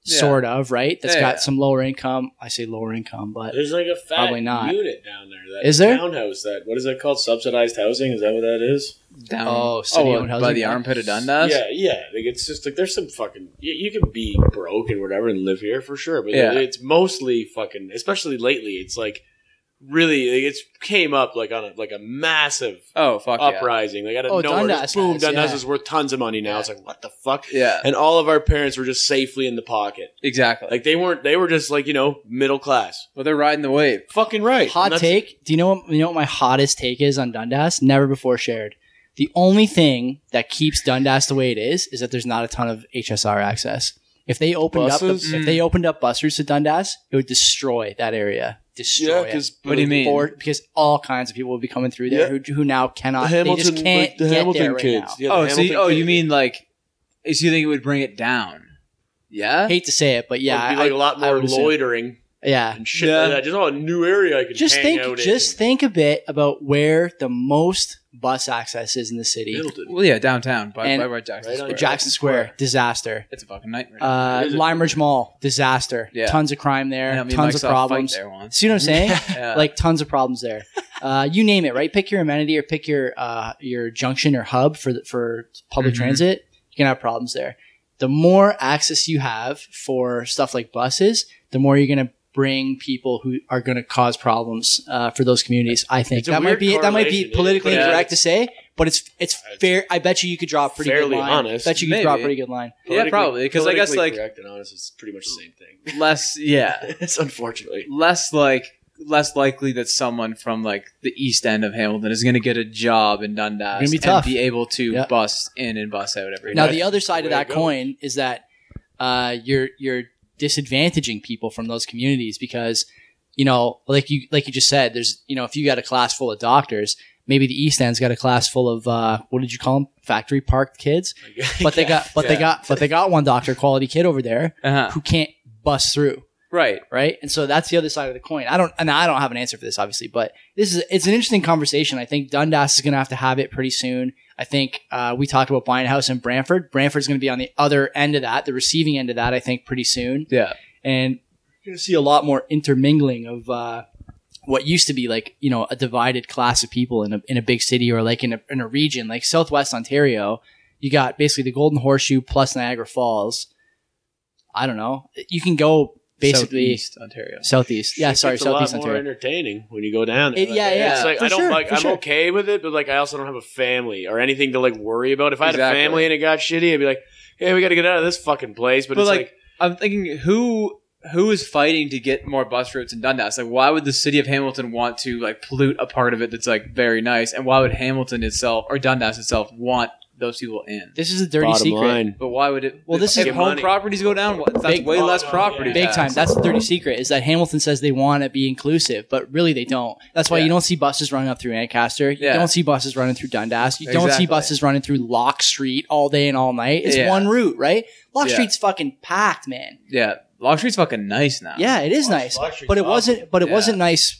[SPEAKER 2] Yeah.
[SPEAKER 1] sort of, right? That's
[SPEAKER 2] Yeah,
[SPEAKER 1] got
[SPEAKER 2] yeah.
[SPEAKER 1] some lower income. I say lower income, but
[SPEAKER 3] There's like a fat
[SPEAKER 1] Probably not.
[SPEAKER 3] unit down there. That
[SPEAKER 1] Is there?
[SPEAKER 3] townhouse? That what is that called? Subsidized housing? Is that what that is?
[SPEAKER 2] Down
[SPEAKER 1] Oh, city-owned
[SPEAKER 2] by
[SPEAKER 1] housing.
[SPEAKER 2] the armpit of Dundas.
[SPEAKER 3] Yeah, yeah. Like it's just like there's some fucking. You, you can be broke and whatever and live here for sure, but
[SPEAKER 2] Yeah.
[SPEAKER 3] it's mostly fucking. Especially lately, it's like really. Like, it's came up like on a, like a massive
[SPEAKER 2] Oh fuck
[SPEAKER 3] uprising. Like out of
[SPEAKER 1] Oh,
[SPEAKER 3] nowhere,
[SPEAKER 1] Dundas
[SPEAKER 3] just boom,
[SPEAKER 1] has,
[SPEAKER 3] Dundas
[SPEAKER 1] yeah.
[SPEAKER 3] is worth tons of money now.
[SPEAKER 1] Yeah.
[SPEAKER 3] It's like what the fuck.
[SPEAKER 2] yeah. Yeah.
[SPEAKER 3] And all of our parents were just safely in the pocket.
[SPEAKER 2] Exactly.
[SPEAKER 3] Like they weren't. They were just like you know middle class.
[SPEAKER 2] well, they're riding the wave.
[SPEAKER 3] Fucking right.
[SPEAKER 1] hot
[SPEAKER 3] And that's-
[SPEAKER 1] take. Do you know what, you know what my hottest take is on Dundas? Never before shared. The only thing that keeps Dundas the way it is is that there's not a ton of HSR access. If they opened
[SPEAKER 3] Buses?
[SPEAKER 1] up, the, if they opened up bus routes to Dundas, it would destroy that area. Destroy
[SPEAKER 3] Yeah,
[SPEAKER 1] it.
[SPEAKER 3] because
[SPEAKER 2] What do you mean?
[SPEAKER 1] Or because all kinds of people will be coming through there who, who now cannot. uh, they just can't
[SPEAKER 3] like,
[SPEAKER 1] get there right now.
[SPEAKER 3] Yeah, the
[SPEAKER 2] oh, so you,
[SPEAKER 3] Hamilton
[SPEAKER 2] oh, you
[SPEAKER 3] kids.
[SPEAKER 2] mean like? So you think it would bring it down? Yeah.
[SPEAKER 1] Hate to say it, but yeah,
[SPEAKER 3] It'd be
[SPEAKER 1] I-
[SPEAKER 3] like a lot
[SPEAKER 1] I
[SPEAKER 3] more
[SPEAKER 1] would assume.
[SPEAKER 3] loitering
[SPEAKER 1] yeah.
[SPEAKER 3] and shit.
[SPEAKER 2] Yeah.
[SPEAKER 3] Like that. Just oh, a new area I could
[SPEAKER 1] Just
[SPEAKER 3] hang
[SPEAKER 1] think,
[SPEAKER 3] out
[SPEAKER 1] just
[SPEAKER 3] in.
[SPEAKER 1] think a bit about where the most bus access is in the city.
[SPEAKER 3] Hamilton.
[SPEAKER 2] Well, yeah, downtown by,
[SPEAKER 1] And-
[SPEAKER 2] by, by Jackson
[SPEAKER 3] Right on
[SPEAKER 2] Square.
[SPEAKER 1] Jackson Square, disaster.
[SPEAKER 2] It's a fucking nightmare.
[SPEAKER 1] Uh,
[SPEAKER 3] It is a-
[SPEAKER 1] Limeridge Mall, disaster.
[SPEAKER 2] Yeah.
[SPEAKER 1] Tons of crime there.
[SPEAKER 2] Yeah, me and Mike
[SPEAKER 1] tons of
[SPEAKER 2] saw a fight
[SPEAKER 1] problems.
[SPEAKER 2] There once.
[SPEAKER 1] See what I'm saying?
[SPEAKER 2] Yeah.
[SPEAKER 1] like tons of problems there. Uh, you name it, right? Pick your amenity or pick your uh, your junction or hub for the, for public
[SPEAKER 2] Mhm.
[SPEAKER 1] transit. You can have problems there. The more access you have for stuff like buses, the more you're going to bring people who are going to cause problems uh, for those communities. I think
[SPEAKER 3] It's a
[SPEAKER 1] that might
[SPEAKER 3] weird
[SPEAKER 1] be that might be
[SPEAKER 3] correlation, yeah.
[SPEAKER 1] politically
[SPEAKER 2] Yeah.
[SPEAKER 1] incorrect to say, but it's it's
[SPEAKER 3] It's
[SPEAKER 1] fair. I bet you you could draw a pretty good
[SPEAKER 3] fairly
[SPEAKER 1] line.
[SPEAKER 3] honest.
[SPEAKER 1] Bet you could draw a
[SPEAKER 2] Maybe.
[SPEAKER 1] pretty good line.
[SPEAKER 2] Yeah,
[SPEAKER 3] Politically-
[SPEAKER 2] probably, 'cause I guess,
[SPEAKER 3] politically
[SPEAKER 2] like-
[SPEAKER 3] correct and honest is pretty much the same thing.
[SPEAKER 2] less. Yeah.
[SPEAKER 3] it's unfortunately.
[SPEAKER 2] Less like less likely that someone from like the east end of Hamilton is going to get a job in Dundas
[SPEAKER 1] Gonna be
[SPEAKER 2] and
[SPEAKER 1] tough.
[SPEAKER 2] be able to
[SPEAKER 1] Yeah.
[SPEAKER 2] bust in and bust out every
[SPEAKER 1] Now
[SPEAKER 2] day.
[SPEAKER 1] the other side
[SPEAKER 3] the
[SPEAKER 1] of
[SPEAKER 3] way
[SPEAKER 1] that
[SPEAKER 3] to go.
[SPEAKER 1] coin is that uh, you're you're disadvantaging people from those communities because you know like you like you just said there's you know if you got a class full of doctors maybe the East End's got a class full of uh, what did you call them factory parked kids but they got but they
[SPEAKER 3] Yeah.
[SPEAKER 1] got but they got one doctor quality kid over there
[SPEAKER 2] uh-huh.
[SPEAKER 1] who can't bust through
[SPEAKER 2] right.
[SPEAKER 1] right and so that's the other side of the coin I don't and I don't have an answer for this obviously but this is it's an interesting conversation I think Dundas is gonna have to have it pretty soon I think uh, we talked about buying a house in Brantford. Brantford's going to be on the other end of that, the receiving end of that, I think, pretty soon.
[SPEAKER 2] Yeah.
[SPEAKER 1] And you're going to see a lot more intermingling of uh, what used to be like, you know, a divided class of people in a, in a big city or like in a, in a region like Southwest Ontario. You got basically the Golden Horseshoe plus Niagara Falls. I don't know. You can go basically
[SPEAKER 2] Southeast Ontario.
[SPEAKER 1] southeast. Yeah,
[SPEAKER 3] Shit
[SPEAKER 1] sorry,
[SPEAKER 3] gets a lot
[SPEAKER 1] southeast
[SPEAKER 3] more
[SPEAKER 1] Ontario.
[SPEAKER 3] entertaining when you go down. there.
[SPEAKER 1] It- yeah,
[SPEAKER 2] yeah,
[SPEAKER 3] It's like
[SPEAKER 1] for
[SPEAKER 3] I don't
[SPEAKER 1] sure,
[SPEAKER 3] like.
[SPEAKER 1] for
[SPEAKER 3] I'm
[SPEAKER 1] sure.
[SPEAKER 3] okay with it, but like I also don't have a family or anything to like worry about. If I had
[SPEAKER 2] Exactly.
[SPEAKER 3] a family and it got shitty, I'd be like, "Hey, we got to get out of this fucking place." But,
[SPEAKER 2] But,
[SPEAKER 3] it's
[SPEAKER 2] like,
[SPEAKER 3] like,
[SPEAKER 2] I'm thinking who who is fighting to get more bus routes in Dundas? Like, why would the city of Hamilton want to like pollute a part of it that's like very nice, and why would Hamilton itself or Dundas itself want those people in?
[SPEAKER 1] This is a dirty
[SPEAKER 3] bottom
[SPEAKER 1] secret.
[SPEAKER 3] line.
[SPEAKER 2] But why would it?
[SPEAKER 1] Well, this
[SPEAKER 2] if
[SPEAKER 1] is-
[SPEAKER 2] home
[SPEAKER 3] Money.
[SPEAKER 2] properties go down. That's
[SPEAKER 1] Big-
[SPEAKER 2] way
[SPEAKER 3] Oh,
[SPEAKER 2] less
[SPEAKER 3] yeah.
[SPEAKER 2] property.
[SPEAKER 1] Big
[SPEAKER 2] tax.
[SPEAKER 1] time. That's the dirty secret is that Hamilton says they want to be inclusive, but really they don't. That's why
[SPEAKER 2] Yeah.
[SPEAKER 1] you don't see buses running up through Ancaster. You
[SPEAKER 2] Yeah.
[SPEAKER 1] don't see buses running through Dundas. You don't see
[SPEAKER 2] Exactly.
[SPEAKER 1] buses running through Lock Street all day and all night. It's
[SPEAKER 2] Yeah.
[SPEAKER 1] one route, right? Lock
[SPEAKER 2] Yeah.
[SPEAKER 1] Street's fucking packed, man.
[SPEAKER 2] yeah. Long Street's fucking nice now.
[SPEAKER 1] Yeah, it is
[SPEAKER 3] Lock-
[SPEAKER 1] nice,
[SPEAKER 3] Lock Street's
[SPEAKER 1] but it
[SPEAKER 3] awesome.
[SPEAKER 1] wasn't. But it
[SPEAKER 2] Yeah.
[SPEAKER 1] wasn't nice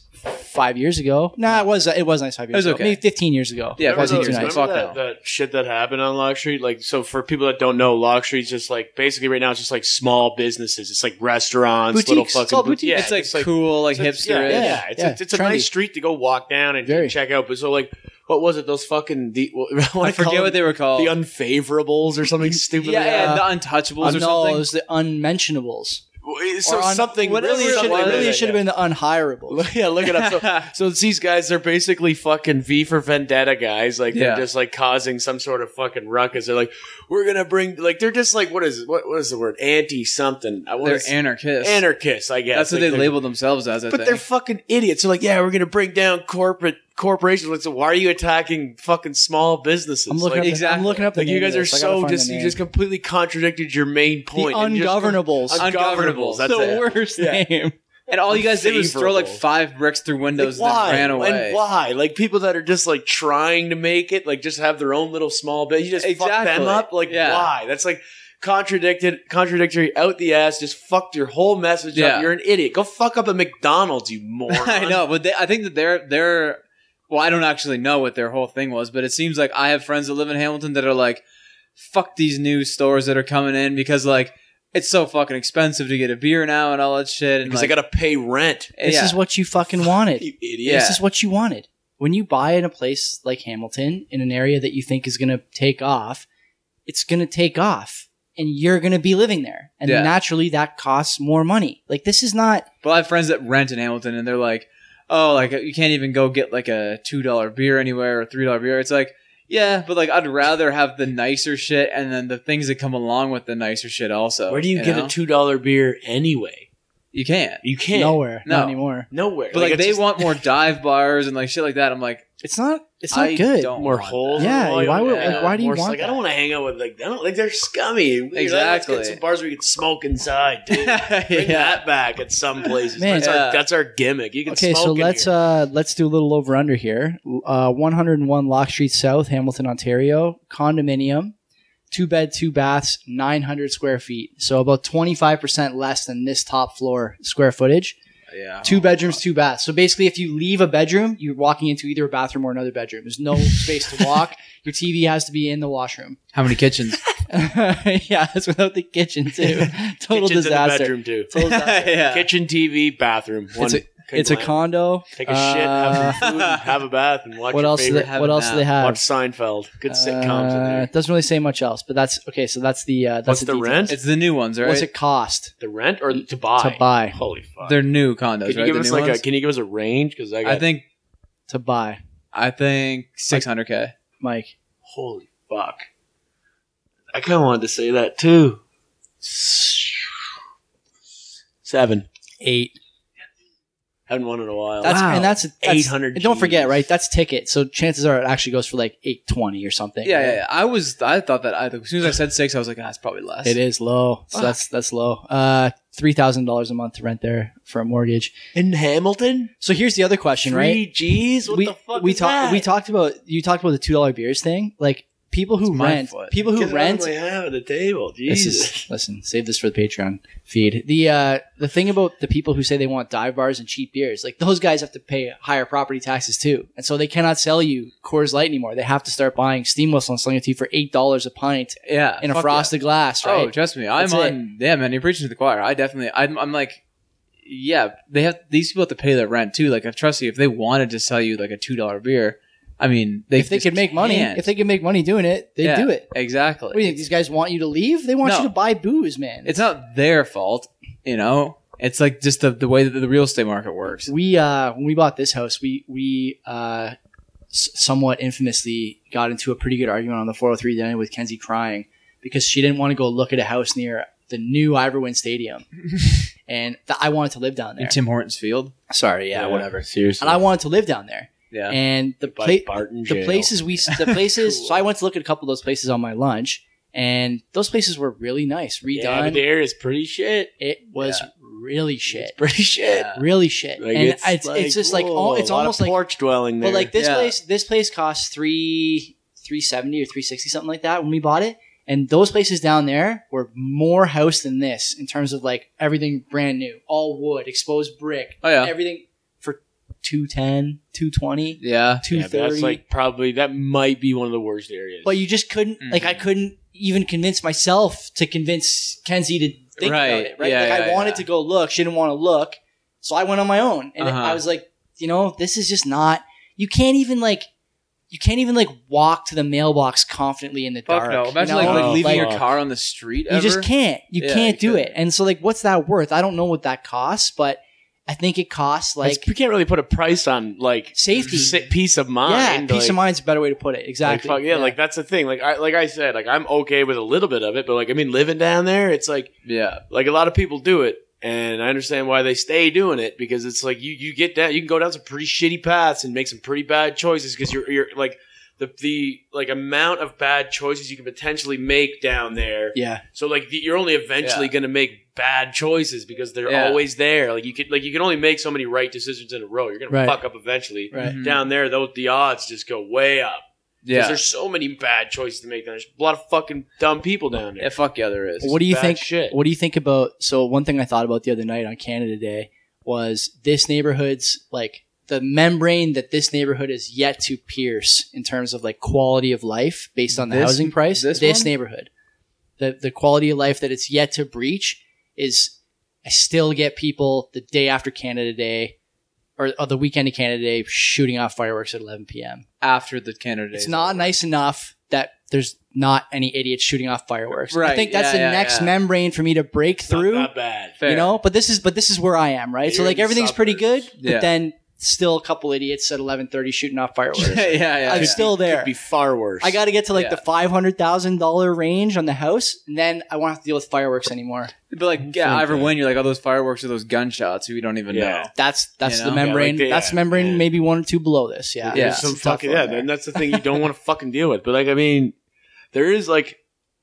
[SPEAKER 1] five years ago. Nah, it was. It was nice five years
[SPEAKER 2] was
[SPEAKER 1] ago.
[SPEAKER 2] okay.
[SPEAKER 1] Maybe fifteen years ago.
[SPEAKER 2] Yeah,
[SPEAKER 1] it wasn't
[SPEAKER 2] those-
[SPEAKER 1] too nice.
[SPEAKER 2] remember- Fuck
[SPEAKER 3] that,
[SPEAKER 2] no.
[SPEAKER 3] that shit that happened on Lock Street? Like, so for people that don't know, Lock Street's just like basically right now it's just like small businesses. It's like restaurants, little
[SPEAKER 1] Boutiques.
[SPEAKER 3] fucking
[SPEAKER 1] It's all boutiques.
[SPEAKER 3] Yeah,
[SPEAKER 2] it's like cool, like
[SPEAKER 3] it's-
[SPEAKER 2] hipster.
[SPEAKER 3] Yeah, yeah,
[SPEAKER 1] Yeah,
[SPEAKER 3] it's,
[SPEAKER 1] yeah,
[SPEAKER 3] it's, it's a
[SPEAKER 1] trendy.
[SPEAKER 3] nice street to go walk down and
[SPEAKER 1] Very.
[SPEAKER 3] check out. But so like, what was it? Those fucking the what,
[SPEAKER 2] I forget what they were
[SPEAKER 1] Oh.
[SPEAKER 2] called.
[SPEAKER 3] the unfavorables or something stupid.
[SPEAKER 2] yeah,
[SPEAKER 3] like that.
[SPEAKER 2] yeah, the Untouchables or
[SPEAKER 1] no, it
[SPEAKER 2] something.
[SPEAKER 1] was the unmentionables.
[SPEAKER 3] Well, it- so
[SPEAKER 1] Or un-
[SPEAKER 3] something
[SPEAKER 1] whatever
[SPEAKER 3] really
[SPEAKER 1] it should,
[SPEAKER 3] something-
[SPEAKER 1] really
[SPEAKER 3] yeah.
[SPEAKER 1] it should have been the unhirable.
[SPEAKER 3] Look- yeah, look it up. So, so it's these guys are basically fucking V for Vendetta guys. Like they're
[SPEAKER 2] Yeah.
[SPEAKER 3] just like causing some sort of fucking ruckus. They're like, we're gonna bring like they're just like what is what what is the word anti something? I
[SPEAKER 2] They're
[SPEAKER 3] was
[SPEAKER 2] anarchists.
[SPEAKER 3] anarchists, I guess.
[SPEAKER 2] That's what
[SPEAKER 3] Like,
[SPEAKER 2] they
[SPEAKER 3] they're-
[SPEAKER 2] label themselves as. I
[SPEAKER 3] But
[SPEAKER 2] think.
[SPEAKER 3] they're fucking idiots. They're like, yeah, we're gonna bring down corporate corporations. Like, so why are you attacking fucking small businesses?
[SPEAKER 1] I'm looking
[SPEAKER 3] like,
[SPEAKER 1] up The, I'm
[SPEAKER 2] exactly.
[SPEAKER 1] looking up the
[SPEAKER 3] like you
[SPEAKER 1] name of
[SPEAKER 3] guys are
[SPEAKER 1] this. I gotta
[SPEAKER 3] so
[SPEAKER 1] find the
[SPEAKER 3] just you
[SPEAKER 1] name.
[SPEAKER 3] just completely contradicted your main
[SPEAKER 1] the
[SPEAKER 3] point. and just-
[SPEAKER 1] ungovernables.
[SPEAKER 3] Un- Ungovernables, that's
[SPEAKER 2] the
[SPEAKER 3] it.
[SPEAKER 2] worst
[SPEAKER 1] Yeah.
[SPEAKER 2] name. And all you guys did was throw like
[SPEAKER 3] Unfavorable.
[SPEAKER 2] five bricks through windows
[SPEAKER 3] Like, why?
[SPEAKER 2] and then ran away.
[SPEAKER 3] And why? Like people that are just like trying to make it, like just have their own little small bit. You just fuck them
[SPEAKER 2] Exactly.
[SPEAKER 3] up. Like
[SPEAKER 2] Yeah.
[SPEAKER 3] why? That's like contradicted, contradictory, out the ass. Just fucked your whole message
[SPEAKER 2] Yeah.
[SPEAKER 3] up. You're an idiot. Go fuck up a McDonald's, you moron.
[SPEAKER 2] I know, but they, I think that they're they're. Well, I don't actually know what their whole thing was, but it seems like I have friends that live in Hamilton that are like, "Fuck these new stores that are coming in because like it's so fucking expensive to get a beer now and all that shit." And
[SPEAKER 3] because
[SPEAKER 2] like,
[SPEAKER 3] I gotta pay rent.
[SPEAKER 1] this
[SPEAKER 2] yeah.
[SPEAKER 1] is what you fucking wanted.
[SPEAKER 3] You idiot.
[SPEAKER 1] This
[SPEAKER 2] Yeah.
[SPEAKER 1] is what you wanted. When you buy in a place like Hamilton in an area that you think is going to take off, it's going to take off and you're going to be living there. And
[SPEAKER 2] Yeah.
[SPEAKER 1] naturally that costs more money. Like this is not
[SPEAKER 2] But I have friends that rent in Hamilton, and they're like, "Oh, like you can't even go get like a two dollar beer anywhere or three dollar beer." It's like, yeah, but like I'd rather have the nicer shit, and then the things that come along with the nicer shit. Also,
[SPEAKER 3] Where do you, get
[SPEAKER 2] know?
[SPEAKER 3] a two dollar beer anyway?
[SPEAKER 2] You can't.
[SPEAKER 3] You can't.
[SPEAKER 1] nowhere
[SPEAKER 2] No.
[SPEAKER 1] not anymore.
[SPEAKER 3] Nowhere.
[SPEAKER 2] But like,
[SPEAKER 3] it's
[SPEAKER 2] they
[SPEAKER 3] just
[SPEAKER 2] want more dive bars and like shit like that. I'm like,
[SPEAKER 1] It's not it's not
[SPEAKER 2] I
[SPEAKER 1] good.
[SPEAKER 2] Don't
[SPEAKER 3] more
[SPEAKER 2] want
[SPEAKER 3] holes.
[SPEAKER 2] that.
[SPEAKER 1] Yeah.
[SPEAKER 3] in the wall.
[SPEAKER 1] why would-
[SPEAKER 2] like,
[SPEAKER 1] why do you
[SPEAKER 3] more-
[SPEAKER 1] want
[SPEAKER 3] Like I
[SPEAKER 1] that?
[SPEAKER 3] don't want to hang out with like I don't like they're scummy. Weird. Let's
[SPEAKER 2] Exactly.
[SPEAKER 3] get some bars where we can smoke inside, dude. Bring
[SPEAKER 2] yeah.
[SPEAKER 3] that back at some places.
[SPEAKER 1] Man.
[SPEAKER 3] that's,
[SPEAKER 2] Yeah.
[SPEAKER 3] our, that's our gimmick. You can
[SPEAKER 1] Okay,
[SPEAKER 3] smoke
[SPEAKER 1] so
[SPEAKER 3] in
[SPEAKER 1] let's
[SPEAKER 3] here.
[SPEAKER 1] uh let's do a little over under here. Uh 101 Lock Street South, Hamilton, Ontario, condominium, two bed, two baths, 900 square feet. So about 25% less than this top floor square footage.
[SPEAKER 2] Yeah.
[SPEAKER 3] Oh,
[SPEAKER 1] Two bedrooms, two baths. So basically, if you leave a bedroom, you're walking into either a bathroom or another bedroom. There's no space to walk. Your TV has to be in the washroom.
[SPEAKER 2] How many kitchens?
[SPEAKER 1] yeah, that's without the kitchen too. Total
[SPEAKER 3] Kitchen's
[SPEAKER 1] disaster.
[SPEAKER 3] in the bedroom too.
[SPEAKER 1] Total disaster.
[SPEAKER 2] yeah.
[SPEAKER 3] Kitchen, TV, bathroom. One
[SPEAKER 1] It's a-
[SPEAKER 3] big
[SPEAKER 1] It's a
[SPEAKER 3] lamp.
[SPEAKER 1] condo.
[SPEAKER 3] Take a shit, have some food, and have a bath, and watch
[SPEAKER 1] What
[SPEAKER 3] your
[SPEAKER 1] else? Do they,
[SPEAKER 3] favorite.
[SPEAKER 2] have
[SPEAKER 1] what
[SPEAKER 2] it
[SPEAKER 1] else do they
[SPEAKER 2] now?
[SPEAKER 1] have?
[SPEAKER 3] watch Seinfeld. Good sitcoms in
[SPEAKER 1] Uh,
[SPEAKER 3] there.
[SPEAKER 1] it Doesn't really say much else, but that's okay. So that's the uh, that's
[SPEAKER 3] What's the
[SPEAKER 1] details.
[SPEAKER 3] rent?
[SPEAKER 2] It's the new ones, right?
[SPEAKER 1] What's it cost
[SPEAKER 3] The rent or to buy?
[SPEAKER 1] to buy?
[SPEAKER 3] Holy fuck!
[SPEAKER 2] They're new condos,
[SPEAKER 3] Can you
[SPEAKER 2] right?
[SPEAKER 3] give
[SPEAKER 2] The
[SPEAKER 3] us
[SPEAKER 2] new
[SPEAKER 3] like a?
[SPEAKER 2] ones?
[SPEAKER 3] Can you give us a range? Because I got
[SPEAKER 2] I think
[SPEAKER 1] To buy,
[SPEAKER 2] I think 600k.
[SPEAKER 1] Mike.
[SPEAKER 3] Holy fuck. I kind of wanted to say that too. Seven.
[SPEAKER 1] Eight.
[SPEAKER 3] Haven't won in a while.
[SPEAKER 1] That's
[SPEAKER 2] Wow.
[SPEAKER 1] and that's, that's
[SPEAKER 3] 800
[SPEAKER 1] and Don't forget,
[SPEAKER 3] Gs.
[SPEAKER 1] right? That's ticket. So chances are it actually goes for like eight twenty or something.
[SPEAKER 2] Yeah,
[SPEAKER 1] right?
[SPEAKER 2] yeah, yeah. I was I thought that I, as soon as I said six, I was like, ah, it's probably less.
[SPEAKER 1] It is low. So
[SPEAKER 2] Fuck.
[SPEAKER 1] that's that's low. Uh, three thousand dollars a month to rent there for a mortgage.
[SPEAKER 3] in Hamilton.
[SPEAKER 1] So here's the other question, right?
[SPEAKER 3] Three G's. What
[SPEAKER 1] we
[SPEAKER 3] the fuck?
[SPEAKER 1] we
[SPEAKER 3] is
[SPEAKER 1] talked
[SPEAKER 3] that?
[SPEAKER 1] we talked about you talked about the two dollar beers thing. Like people who
[SPEAKER 2] It's my
[SPEAKER 1] rent,
[SPEAKER 2] foot.
[SPEAKER 1] people who
[SPEAKER 3] Get it
[SPEAKER 1] rent.
[SPEAKER 3] on my hand at the table.
[SPEAKER 1] This
[SPEAKER 3] Jesus.
[SPEAKER 1] is listen. Save this for the Patreon feed. The uh, the thing about the people who say they want dive bars and cheap beers, like those guys have to pay higher property taxes too, and so they cannot sell you Coors Light anymore. They have to start buying Steam Whistle and selling it to you for eight dollars a pint
[SPEAKER 2] Yeah.
[SPEAKER 1] in a
[SPEAKER 2] fuck
[SPEAKER 1] frosted glass,
[SPEAKER 2] yeah. Oh,
[SPEAKER 1] right?
[SPEAKER 2] trust me, I'm
[SPEAKER 1] That's
[SPEAKER 2] on. Yeah, man, you're preaching to the choir. I definitely, I'm, I'm like, yeah, they have these people have to pay their rent too. Like, I trust you, if they wanted to sell you like a two dollar beer, I mean, they
[SPEAKER 1] if they
[SPEAKER 2] just
[SPEAKER 1] could make money,
[SPEAKER 2] can't.
[SPEAKER 1] if they could make money doing it, they
[SPEAKER 2] Yeah.
[SPEAKER 1] do it.
[SPEAKER 2] exactly,
[SPEAKER 1] What do you think? These guys want you to leave? They want
[SPEAKER 2] No.
[SPEAKER 1] you to buy booze, man.
[SPEAKER 2] it's not their fault, you know. It's like just the, the way that the real estate market works.
[SPEAKER 1] we uh when we bought this house we we uh s- somewhat infamously got into a pretty good argument on the 403 dinner with kenzie crying because she didn't want to go look at a house near the new iverwind stadium and th- i wanted to live down there
[SPEAKER 2] In Tim Hortons Field,
[SPEAKER 1] sorry yeah, whatever
[SPEAKER 3] Seriously.
[SPEAKER 1] and i wanted to live down there
[SPEAKER 2] yeah,
[SPEAKER 1] and the
[SPEAKER 3] By
[SPEAKER 1] place
[SPEAKER 3] Barton
[SPEAKER 1] the
[SPEAKER 3] Jail.
[SPEAKER 1] places we the places
[SPEAKER 3] Cool.
[SPEAKER 1] so i went to look at a couple of those places on my lunch and those places were really nice redone
[SPEAKER 3] Yeah, but the area is pretty shit.
[SPEAKER 1] it was really
[SPEAKER 3] It's
[SPEAKER 1] shit
[SPEAKER 3] pretty shit.
[SPEAKER 2] Yeah.
[SPEAKER 1] really shit
[SPEAKER 3] Like,
[SPEAKER 1] and it's, it's,
[SPEAKER 3] like,
[SPEAKER 1] just like
[SPEAKER 3] whoa,
[SPEAKER 1] al- it's
[SPEAKER 3] a lot of
[SPEAKER 1] almost like
[SPEAKER 3] porch dwelling there.
[SPEAKER 1] But like this
[SPEAKER 2] Yeah.
[SPEAKER 1] place, this place costs three three seventy or three sixty something like that when we bought it. And those places down there were more house than this in terms of like everything brand new, all wood, exposed brick,
[SPEAKER 2] oh yeah,
[SPEAKER 1] everything for 210, 220,
[SPEAKER 2] yeah.
[SPEAKER 3] yeah, but
[SPEAKER 1] 230.
[SPEAKER 3] that's like probably that might be one of the worst areas.
[SPEAKER 1] but you just couldn't like I
[SPEAKER 2] Mhm.
[SPEAKER 1] couldn't even convince myself to convince Kenzie to think about
[SPEAKER 2] Right.
[SPEAKER 1] it, right?
[SPEAKER 2] Yeah,
[SPEAKER 1] like I
[SPEAKER 2] yeah,
[SPEAKER 1] wanted
[SPEAKER 2] yeah.
[SPEAKER 1] to go look, she didn't want to look. So I went on my own and
[SPEAKER 2] Uh-huh.
[SPEAKER 1] I was like, you know, this is just not you can't even like you can't even like walk to the mailbox confidently in the
[SPEAKER 2] Fuck
[SPEAKER 1] dark.
[SPEAKER 2] no! Imagine
[SPEAKER 1] you
[SPEAKER 2] like,
[SPEAKER 1] know?
[SPEAKER 2] like
[SPEAKER 4] No.
[SPEAKER 2] leaving
[SPEAKER 4] Like-
[SPEAKER 2] your car on the street.
[SPEAKER 1] you just
[SPEAKER 2] ever.
[SPEAKER 1] can't. You
[SPEAKER 2] Yeah,
[SPEAKER 1] can't
[SPEAKER 2] you
[SPEAKER 1] do it.
[SPEAKER 2] couldn't.
[SPEAKER 1] And so like, what's that worth? I don't know what that costs, but I think it costs like
[SPEAKER 3] Like, you can't really put a price on like
[SPEAKER 1] Safety.
[SPEAKER 3] si- peace of mind.
[SPEAKER 1] yeah,
[SPEAKER 3] like,
[SPEAKER 1] peace of mind's a better way to put it.
[SPEAKER 3] like,
[SPEAKER 1] Exactly.
[SPEAKER 3] fuck, yeah, like that's the thing. Like I like I said, like I'm okay with a little bit of it, but like I mean, living down there, it's like
[SPEAKER 2] Yeah,
[SPEAKER 3] like a lot of people do it and i understand why they stay doing it because it's like you you get down you can go down some pretty shitty paths and make some pretty bad choices because you're you're like the the like amount of bad choices you can potentially make down there
[SPEAKER 1] yeah.
[SPEAKER 3] so like the, you're only eventually going to make bad choices because they're
[SPEAKER 2] Yeah.
[SPEAKER 3] always there like you can like you can only make so many right decisions in a row you're going
[SPEAKER 1] Right. Mm-hmm.
[SPEAKER 3] to fuck up eventually
[SPEAKER 1] Right.
[SPEAKER 2] Mhm.
[SPEAKER 3] down there though the odds just go way up because
[SPEAKER 2] yeah,
[SPEAKER 3] there's so many bad choices to make down there there's a lot of fucking dumb people down there
[SPEAKER 2] yeah. Fuck yeah, there is.
[SPEAKER 1] What do you
[SPEAKER 3] bad
[SPEAKER 1] think?
[SPEAKER 3] shit.
[SPEAKER 1] What do you think about? So one thing I thought about the other night on Canada Day was this neighborhood's like the membrane that this neighborhood is yet to pierce in terms of like quality of life based on the
[SPEAKER 2] This-
[SPEAKER 1] housing price.
[SPEAKER 2] this one?
[SPEAKER 1] neighborhood, the the quality of life that it's yet to breach is. I still get people the day after Canada Day. Or, or the weekend of Canada Day shooting off fireworks at 11 p.m.
[SPEAKER 2] after the Canada?
[SPEAKER 1] It's not nice enough that there's not any idiots shooting off fireworks. I
[SPEAKER 2] Right,
[SPEAKER 1] think that's
[SPEAKER 2] yeah,
[SPEAKER 1] the
[SPEAKER 2] yeah,
[SPEAKER 1] next
[SPEAKER 2] yeah.
[SPEAKER 1] membrane for me to break
[SPEAKER 3] It's not
[SPEAKER 1] through.
[SPEAKER 3] that bad
[SPEAKER 1] You know, but this is but this is where I am, right? so
[SPEAKER 3] You're
[SPEAKER 1] like
[SPEAKER 3] in the
[SPEAKER 1] everything's pretty good,
[SPEAKER 3] suburbs.
[SPEAKER 2] Yeah.
[SPEAKER 1] but then still a couple idiots at eleven thirty shooting off fireworks.
[SPEAKER 2] yeah, yeah, yeah.
[SPEAKER 1] I'm
[SPEAKER 2] yeah.
[SPEAKER 1] still there.
[SPEAKER 3] Could be far worse.
[SPEAKER 1] I got to get to like
[SPEAKER 2] Yeah.
[SPEAKER 1] the five hundred thousand dollar range on the house, and then I won't have to deal with fireworks anymore.
[SPEAKER 2] But like, yeah, either when you're like, oh, those fireworks or those gunshots, we don't even
[SPEAKER 3] Yeah.
[SPEAKER 2] know.
[SPEAKER 1] That's that's
[SPEAKER 2] You
[SPEAKER 1] the
[SPEAKER 2] know? Yeah,
[SPEAKER 3] like
[SPEAKER 1] membrane.
[SPEAKER 3] the-
[SPEAKER 1] that's
[SPEAKER 3] yeah,
[SPEAKER 1] membrane,
[SPEAKER 3] yeah.
[SPEAKER 1] maybe one or two below this. Yeah,
[SPEAKER 2] Yeah.
[SPEAKER 3] There's some
[SPEAKER 1] It's tough
[SPEAKER 3] fucking
[SPEAKER 1] one
[SPEAKER 3] yeah,
[SPEAKER 1] there.
[SPEAKER 3] and that's the thing you don't want to fucking deal with. But like, I mean, there is like,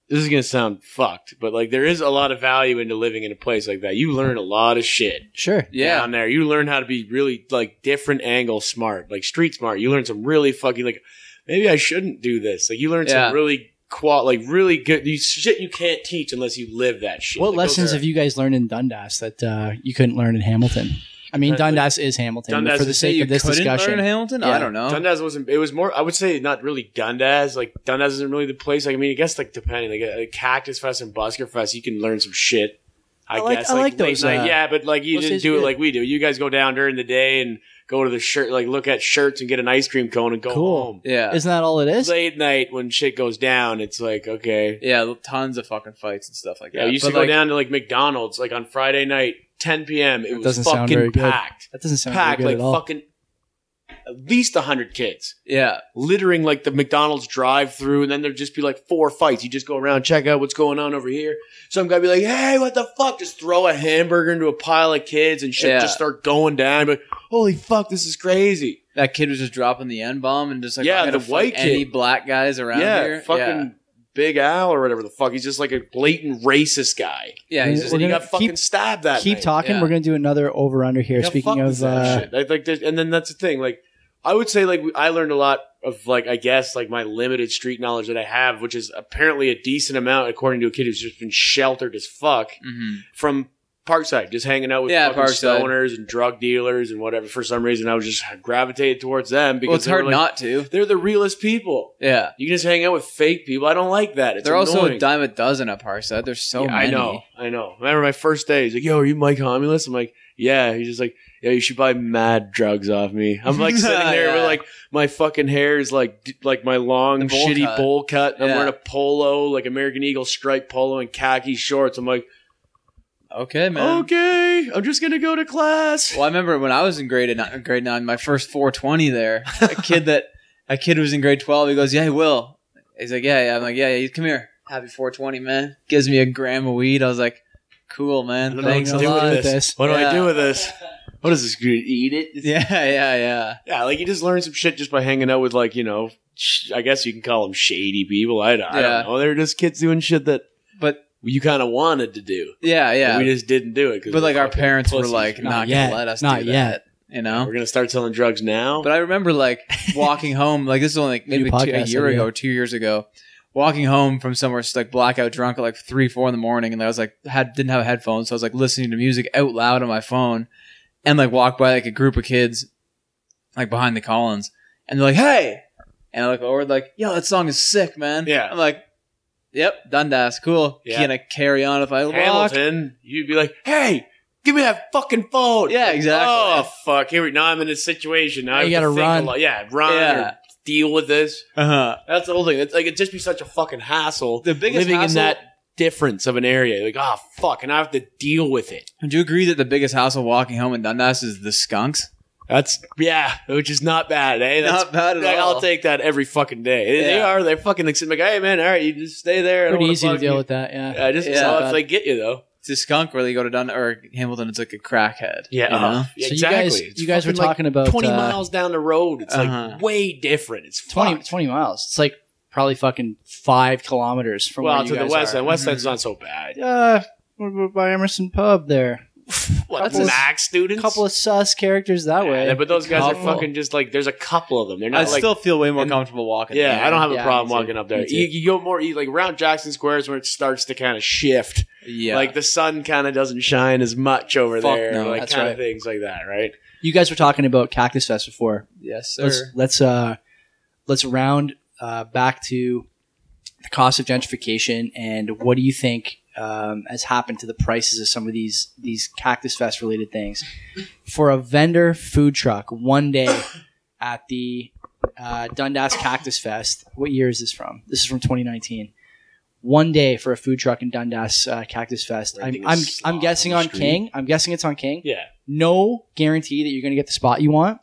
[SPEAKER 3] this is gonna sound fucked, but like, there is a lot of value into living in a place like that. You learn a lot of shit
[SPEAKER 1] sure.
[SPEAKER 2] Yeah,
[SPEAKER 3] down there. You learn how to be really like different angle smart, like street smart. You learn some really fucking like, maybe I shouldn't do this. Like, you learn
[SPEAKER 2] Yeah.
[SPEAKER 3] some really qual, like really good you, shit you can't teach unless you live that shit.
[SPEAKER 1] What
[SPEAKER 3] Like, those
[SPEAKER 1] lessons
[SPEAKER 3] are-
[SPEAKER 1] have you guys learned in Dundas that uh, you couldn't learn in Hamilton? I mean,
[SPEAKER 3] Dundas-
[SPEAKER 1] Dundas is Hamilton.
[SPEAKER 3] Uh, Dundas
[SPEAKER 1] for the
[SPEAKER 3] is-
[SPEAKER 2] Say
[SPEAKER 1] sake
[SPEAKER 2] you
[SPEAKER 1] of this
[SPEAKER 2] couldn't
[SPEAKER 1] discussion,
[SPEAKER 2] learn Hamilton.
[SPEAKER 1] Yeah.
[SPEAKER 2] I don't know.
[SPEAKER 3] Dundas wasn't. It was more. I would say not really Dundas. Like Dundas isn't really the place. Like, I mean, I guess like depending, like a, Cactus Fest and Busker Fest, you can learn some shit. I,
[SPEAKER 1] I like-
[SPEAKER 3] guess.
[SPEAKER 1] I
[SPEAKER 3] like,
[SPEAKER 1] like
[SPEAKER 3] late
[SPEAKER 1] those,
[SPEAKER 3] night-
[SPEAKER 1] uh,
[SPEAKER 3] yeah, but like you
[SPEAKER 1] those
[SPEAKER 3] didn't
[SPEAKER 1] days
[SPEAKER 3] do it
[SPEAKER 1] good.
[SPEAKER 3] like we do. You guys go down during the day and go to the shirt, like look at shirts and get an ice cream cone and go
[SPEAKER 1] Cool.
[SPEAKER 3] home.
[SPEAKER 2] Yeah,
[SPEAKER 1] isn't that all it is?
[SPEAKER 3] Late night when shit goes down, it's like okay.
[SPEAKER 2] yeah, tons of fucking fights and stuff like
[SPEAKER 3] Yeah,
[SPEAKER 2] that.
[SPEAKER 3] I used to
[SPEAKER 2] But,
[SPEAKER 3] go
[SPEAKER 2] like,
[SPEAKER 3] down to like McDonald's like on Friday night, 10 p.m. It was
[SPEAKER 1] doesn't sound very
[SPEAKER 3] fucking
[SPEAKER 1] good.
[SPEAKER 3] packed,
[SPEAKER 1] That doesn't sound very
[SPEAKER 3] packed
[SPEAKER 1] good
[SPEAKER 3] like
[SPEAKER 1] at all.
[SPEAKER 3] fucking at least hundred kids.
[SPEAKER 2] Yeah,
[SPEAKER 3] littering like the McDonald's drive through, and then there'd just be like four fights. You just go around, check out what's going on over here. Some guy be like, hey, what the fuck? Just throw a hamburger into a pile of kids and shit
[SPEAKER 2] Yeah.
[SPEAKER 3] just start going down. But holy fuck, this is crazy.
[SPEAKER 2] that kid was just dropping the n bomb and just like,
[SPEAKER 3] Yeah,
[SPEAKER 2] I'm gonna
[SPEAKER 3] the
[SPEAKER 2] fight
[SPEAKER 3] white kid.
[SPEAKER 2] any black guys around
[SPEAKER 3] yeah,
[SPEAKER 2] here.
[SPEAKER 3] fucking
[SPEAKER 2] yeah,
[SPEAKER 3] Big Al or whatever the fuck. He's just like a blatant racist guy.
[SPEAKER 2] yeah, he's just
[SPEAKER 1] We're
[SPEAKER 3] and he
[SPEAKER 1] gonna
[SPEAKER 3] got fucking
[SPEAKER 1] keep-
[SPEAKER 3] stabbed that
[SPEAKER 1] Keep
[SPEAKER 3] night.
[SPEAKER 1] talking.
[SPEAKER 2] yeah.
[SPEAKER 1] We're going to do another over under here.
[SPEAKER 3] Yeah,
[SPEAKER 1] Speaking
[SPEAKER 3] fuck with
[SPEAKER 1] of,
[SPEAKER 3] that
[SPEAKER 1] uh,
[SPEAKER 3] shit. Like, like, there's- and then that's the thing. Like, I would say, like, I learned a lot of, like, I guess, like my limited street knowledge that I have, which is apparently a decent amount, according to a kid who's just been sheltered as fuck
[SPEAKER 2] Mhm.
[SPEAKER 3] from Parkside, just hanging out with
[SPEAKER 2] Yeah,
[SPEAKER 3] fucking
[SPEAKER 2] Parkside.
[SPEAKER 3] stoners and drug dealers and whatever. For some reason, I was just gravitated towards them because
[SPEAKER 2] Well, it's
[SPEAKER 3] they were,
[SPEAKER 2] hard
[SPEAKER 3] like,
[SPEAKER 2] not to.
[SPEAKER 3] They're the realest people.
[SPEAKER 2] Yeah,
[SPEAKER 3] You can just hang out with fake people. I don't like that. It's
[SPEAKER 2] they're also
[SPEAKER 3] annoying.
[SPEAKER 2] a dime a dozen at Parsad. There's so
[SPEAKER 3] Yeah,
[SPEAKER 2] many.
[SPEAKER 3] I know, I know. Remember my first day? He's like, "Yo, are you Mike Homulus?" I'm like, "Yeah." He's just like, "Yeah, you should buy mad drugs off me." I'm like sitting there
[SPEAKER 2] Yeah.
[SPEAKER 3] with like my fucking hair is like d- like my long
[SPEAKER 2] The bowl
[SPEAKER 3] shitty
[SPEAKER 2] cut.
[SPEAKER 3] bowl cut. I'm
[SPEAKER 2] Yeah.
[SPEAKER 3] wearing a polo, like American Eagle stripe polo and khaki shorts. I'm like,
[SPEAKER 2] Okay, man.
[SPEAKER 3] "Okay, I'm just gonna go to class."
[SPEAKER 2] Well, I remember when I was in grade nine, grade nine, my first 420 there, a kid that a kid who was in grade 12. He goes, "Yeah, Will." He's like, "Yeah, yeah." I'm like, "Yeah, yeah." Come here. Happy 420, man. Gives me a gram of weed. I was like, "Cool,
[SPEAKER 3] I
[SPEAKER 2] man.
[SPEAKER 3] don't know
[SPEAKER 2] Thanks a
[SPEAKER 3] what to do with
[SPEAKER 2] lot."
[SPEAKER 1] this.
[SPEAKER 3] What do I
[SPEAKER 2] Yeah.
[SPEAKER 3] do with this? What is this? Gonna eat it?
[SPEAKER 2] Yeah, yeah, yeah.
[SPEAKER 3] Yeah, like you just learn some shit just by hanging out with like you know, sh- I guess you can call them shady people. I, I
[SPEAKER 2] Yeah.
[SPEAKER 3] don't know. They're just kids doing shit that
[SPEAKER 2] But
[SPEAKER 3] you kind of wanted to do.
[SPEAKER 2] yeah, yeah.
[SPEAKER 3] But we just didn't do it. 'cause
[SPEAKER 2] but
[SPEAKER 3] we're
[SPEAKER 2] like our
[SPEAKER 3] fucking
[SPEAKER 2] parents were
[SPEAKER 3] pussies.
[SPEAKER 2] like
[SPEAKER 1] Not
[SPEAKER 2] not,
[SPEAKER 1] yet.
[SPEAKER 2] gonna let us
[SPEAKER 1] Not
[SPEAKER 2] do
[SPEAKER 1] yet.
[SPEAKER 2] that, you know
[SPEAKER 3] we're gonna start selling drugs now.
[SPEAKER 2] but i remember like walking home like this is only like
[SPEAKER 1] New
[SPEAKER 2] maybe two, a
[SPEAKER 1] podcast
[SPEAKER 2] year
[SPEAKER 1] idea.
[SPEAKER 2] ago two years ago walking home from somewhere just, like blackout drunk at like three four in the morning and i was like had didn't have headphones so i was like listening to music out loud on my phone and like walked by like a group of kids like behind the collins and they're like hey and i look over like yo that song is sick man
[SPEAKER 3] Yeah.
[SPEAKER 2] i'm like yep dundas cool
[SPEAKER 3] Yeah.
[SPEAKER 2] can i carry on if i walk
[SPEAKER 3] Hamilton, you'd be like, "Hey, give me that fucking phone."
[SPEAKER 2] Yeah, exactly.
[SPEAKER 3] Oh fuck! Here we now. I'm in this situation. Now
[SPEAKER 1] Now
[SPEAKER 3] I
[SPEAKER 1] you
[SPEAKER 3] have
[SPEAKER 1] gotta
[SPEAKER 3] to think a
[SPEAKER 1] run.
[SPEAKER 3] lot. Yeah, run.
[SPEAKER 2] Yeah.
[SPEAKER 3] Or deal with this.
[SPEAKER 2] Uh huh.
[SPEAKER 3] That's the whole thing. It's like it'd just be such a fucking hassle.
[SPEAKER 2] The biggest
[SPEAKER 3] living in
[SPEAKER 2] hassle-
[SPEAKER 3] that difference of an area. Like, ah, fuck, and I have to deal with it.
[SPEAKER 2] Would you agree that the biggest hassle walking home in Dundas is the skunks?
[SPEAKER 3] That's yeah, which is not bad. Eh? That's,
[SPEAKER 2] Not bad at
[SPEAKER 3] like,
[SPEAKER 2] all.
[SPEAKER 3] I'll take that every fucking day. They- They
[SPEAKER 2] Yeah.
[SPEAKER 3] are. They're fucking like, like, hey man, all right, you just stay there. I don't
[SPEAKER 1] Pretty
[SPEAKER 3] wanna
[SPEAKER 1] easy to
[SPEAKER 3] bug
[SPEAKER 1] deal
[SPEAKER 3] you." Uh,
[SPEAKER 1] with that. Yeah.
[SPEAKER 3] I just
[SPEAKER 2] Yeah.
[SPEAKER 3] saw if they get you though.
[SPEAKER 2] it's a skunk. Where they go to Dun or Hamilton, it's like a crackhead.
[SPEAKER 3] Yeah,
[SPEAKER 2] you know?
[SPEAKER 3] uh-huh.
[SPEAKER 1] So you
[SPEAKER 3] exactly.
[SPEAKER 1] guys-
[SPEAKER 3] It's
[SPEAKER 1] you guys were
[SPEAKER 3] fucking, like,
[SPEAKER 1] talking about,
[SPEAKER 3] twenty
[SPEAKER 1] uh,
[SPEAKER 3] miles down the road. It's
[SPEAKER 2] Uh-huh.
[SPEAKER 3] like way different. It's
[SPEAKER 1] 20,
[SPEAKER 3] fucked.
[SPEAKER 1] 20 miles. It's like probably fucking five kilometers from
[SPEAKER 3] well
[SPEAKER 1] where
[SPEAKER 3] to
[SPEAKER 1] you
[SPEAKER 3] the
[SPEAKER 1] guys
[SPEAKER 3] west
[SPEAKER 1] are. Mm-hmm.
[SPEAKER 3] end. West end's not so bad.
[SPEAKER 1] Uh, we're, we're by Emerson Pub there.
[SPEAKER 3] What
[SPEAKER 1] Couple of-
[SPEAKER 3] Mac
[SPEAKER 1] A
[SPEAKER 3] students?
[SPEAKER 1] couple of sus characters that way.
[SPEAKER 3] Yeah, but those guys
[SPEAKER 1] Couple.
[SPEAKER 3] are fucking just like there's a couple of them. They're
[SPEAKER 2] I
[SPEAKER 3] not like
[SPEAKER 2] still feel way more
[SPEAKER 3] and-
[SPEAKER 2] comfortable walking.
[SPEAKER 3] yeah.
[SPEAKER 2] there.
[SPEAKER 3] I don't have
[SPEAKER 1] Yeah,
[SPEAKER 3] a problem
[SPEAKER 1] me too.
[SPEAKER 3] walking up there.
[SPEAKER 1] Me too.
[SPEAKER 3] You, you go more you- like around Jackson Square is where it starts to kind of shift.
[SPEAKER 2] Yeah,
[SPEAKER 3] Like the sun kind of doesn't shine as much over
[SPEAKER 2] Fuck
[SPEAKER 3] there.
[SPEAKER 2] no.
[SPEAKER 3] like
[SPEAKER 1] That's
[SPEAKER 3] kind
[SPEAKER 1] right.
[SPEAKER 3] of things like that, right?
[SPEAKER 1] you guys were talking about Cactus Fest before.
[SPEAKER 2] yes,
[SPEAKER 1] Let's let's uh let's round uh, back to the cost of gentrification and what do you think um, has happened to the prices of some of these these Cactus Fest related things for a vendor food truck one day at the uh, Dundas Cactus Fest. What year is this from? This is from 2019. One day for a food truck in Dundas uh, Cactus Fest. I'm
[SPEAKER 3] Renting a
[SPEAKER 1] I'm,
[SPEAKER 3] slot
[SPEAKER 1] I'm guessing
[SPEAKER 3] on the
[SPEAKER 1] on
[SPEAKER 3] street.
[SPEAKER 1] King. I'm guessing it's on King
[SPEAKER 3] Yeah.
[SPEAKER 1] no guarantee that you're going to get the spot you want,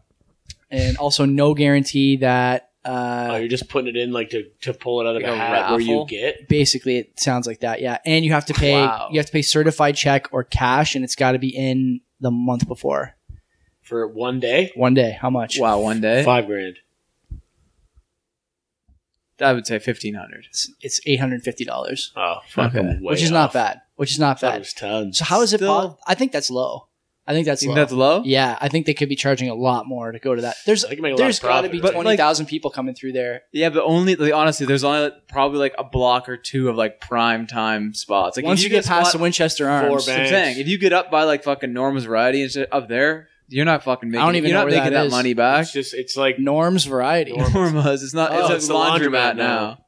[SPEAKER 1] and also no guarantee that.
[SPEAKER 3] Oh,
[SPEAKER 1] Uh,
[SPEAKER 3] you're just putting it in like to, to pull it out of
[SPEAKER 2] Like
[SPEAKER 3] the
[SPEAKER 2] a
[SPEAKER 3] hat where you
[SPEAKER 2] raffle?
[SPEAKER 3] get.
[SPEAKER 1] basically, it sounds like that. Yeah, and you have to pay.
[SPEAKER 2] Wow.
[SPEAKER 1] You have to pay certified check or cash, and it's got to be in the month before.
[SPEAKER 3] for one day?
[SPEAKER 1] One day, how much?
[SPEAKER 2] wow, one day
[SPEAKER 3] Five grand.
[SPEAKER 2] I would say fifteen hundred.
[SPEAKER 1] It's, it's eight hundred fifty dollars,
[SPEAKER 3] Oh, fucking
[SPEAKER 2] Okay.
[SPEAKER 3] way
[SPEAKER 1] which is not
[SPEAKER 3] off.
[SPEAKER 1] bad. Which is not
[SPEAKER 3] I thought it
[SPEAKER 1] bad.
[SPEAKER 3] was tons.
[SPEAKER 1] So how is it?
[SPEAKER 2] Still-
[SPEAKER 1] po- I think that's low. I think that's
[SPEAKER 2] You
[SPEAKER 1] low.
[SPEAKER 2] think that's low?
[SPEAKER 1] yeah, I think they could be charging a lot more to go to that. There's
[SPEAKER 3] I can make a lot
[SPEAKER 1] there's
[SPEAKER 3] of
[SPEAKER 1] got to
[SPEAKER 3] profit,
[SPEAKER 1] be
[SPEAKER 3] right?
[SPEAKER 2] But,
[SPEAKER 1] twenty thousand people coming through there.
[SPEAKER 2] Yeah, but only like, honestly, there's only probably like a block or two of like prime time spots. Like
[SPEAKER 1] Once
[SPEAKER 2] if
[SPEAKER 1] you, get past the
[SPEAKER 2] spot-
[SPEAKER 1] Winchester Arms,
[SPEAKER 3] bands.
[SPEAKER 2] I'm saying, if you get up by like fucking Norm's variety and shit up there, you're not fucking making.
[SPEAKER 1] don't even
[SPEAKER 2] you're
[SPEAKER 1] know
[SPEAKER 2] not
[SPEAKER 1] where
[SPEAKER 2] making
[SPEAKER 1] that
[SPEAKER 2] that,
[SPEAKER 1] is.
[SPEAKER 2] money back.
[SPEAKER 3] It's just it's like
[SPEAKER 1] Norms Variety.
[SPEAKER 2] Norma's. It's not.
[SPEAKER 3] Oh,
[SPEAKER 2] it's, a
[SPEAKER 3] it's the
[SPEAKER 2] laundromat,
[SPEAKER 3] laundromat
[SPEAKER 2] now.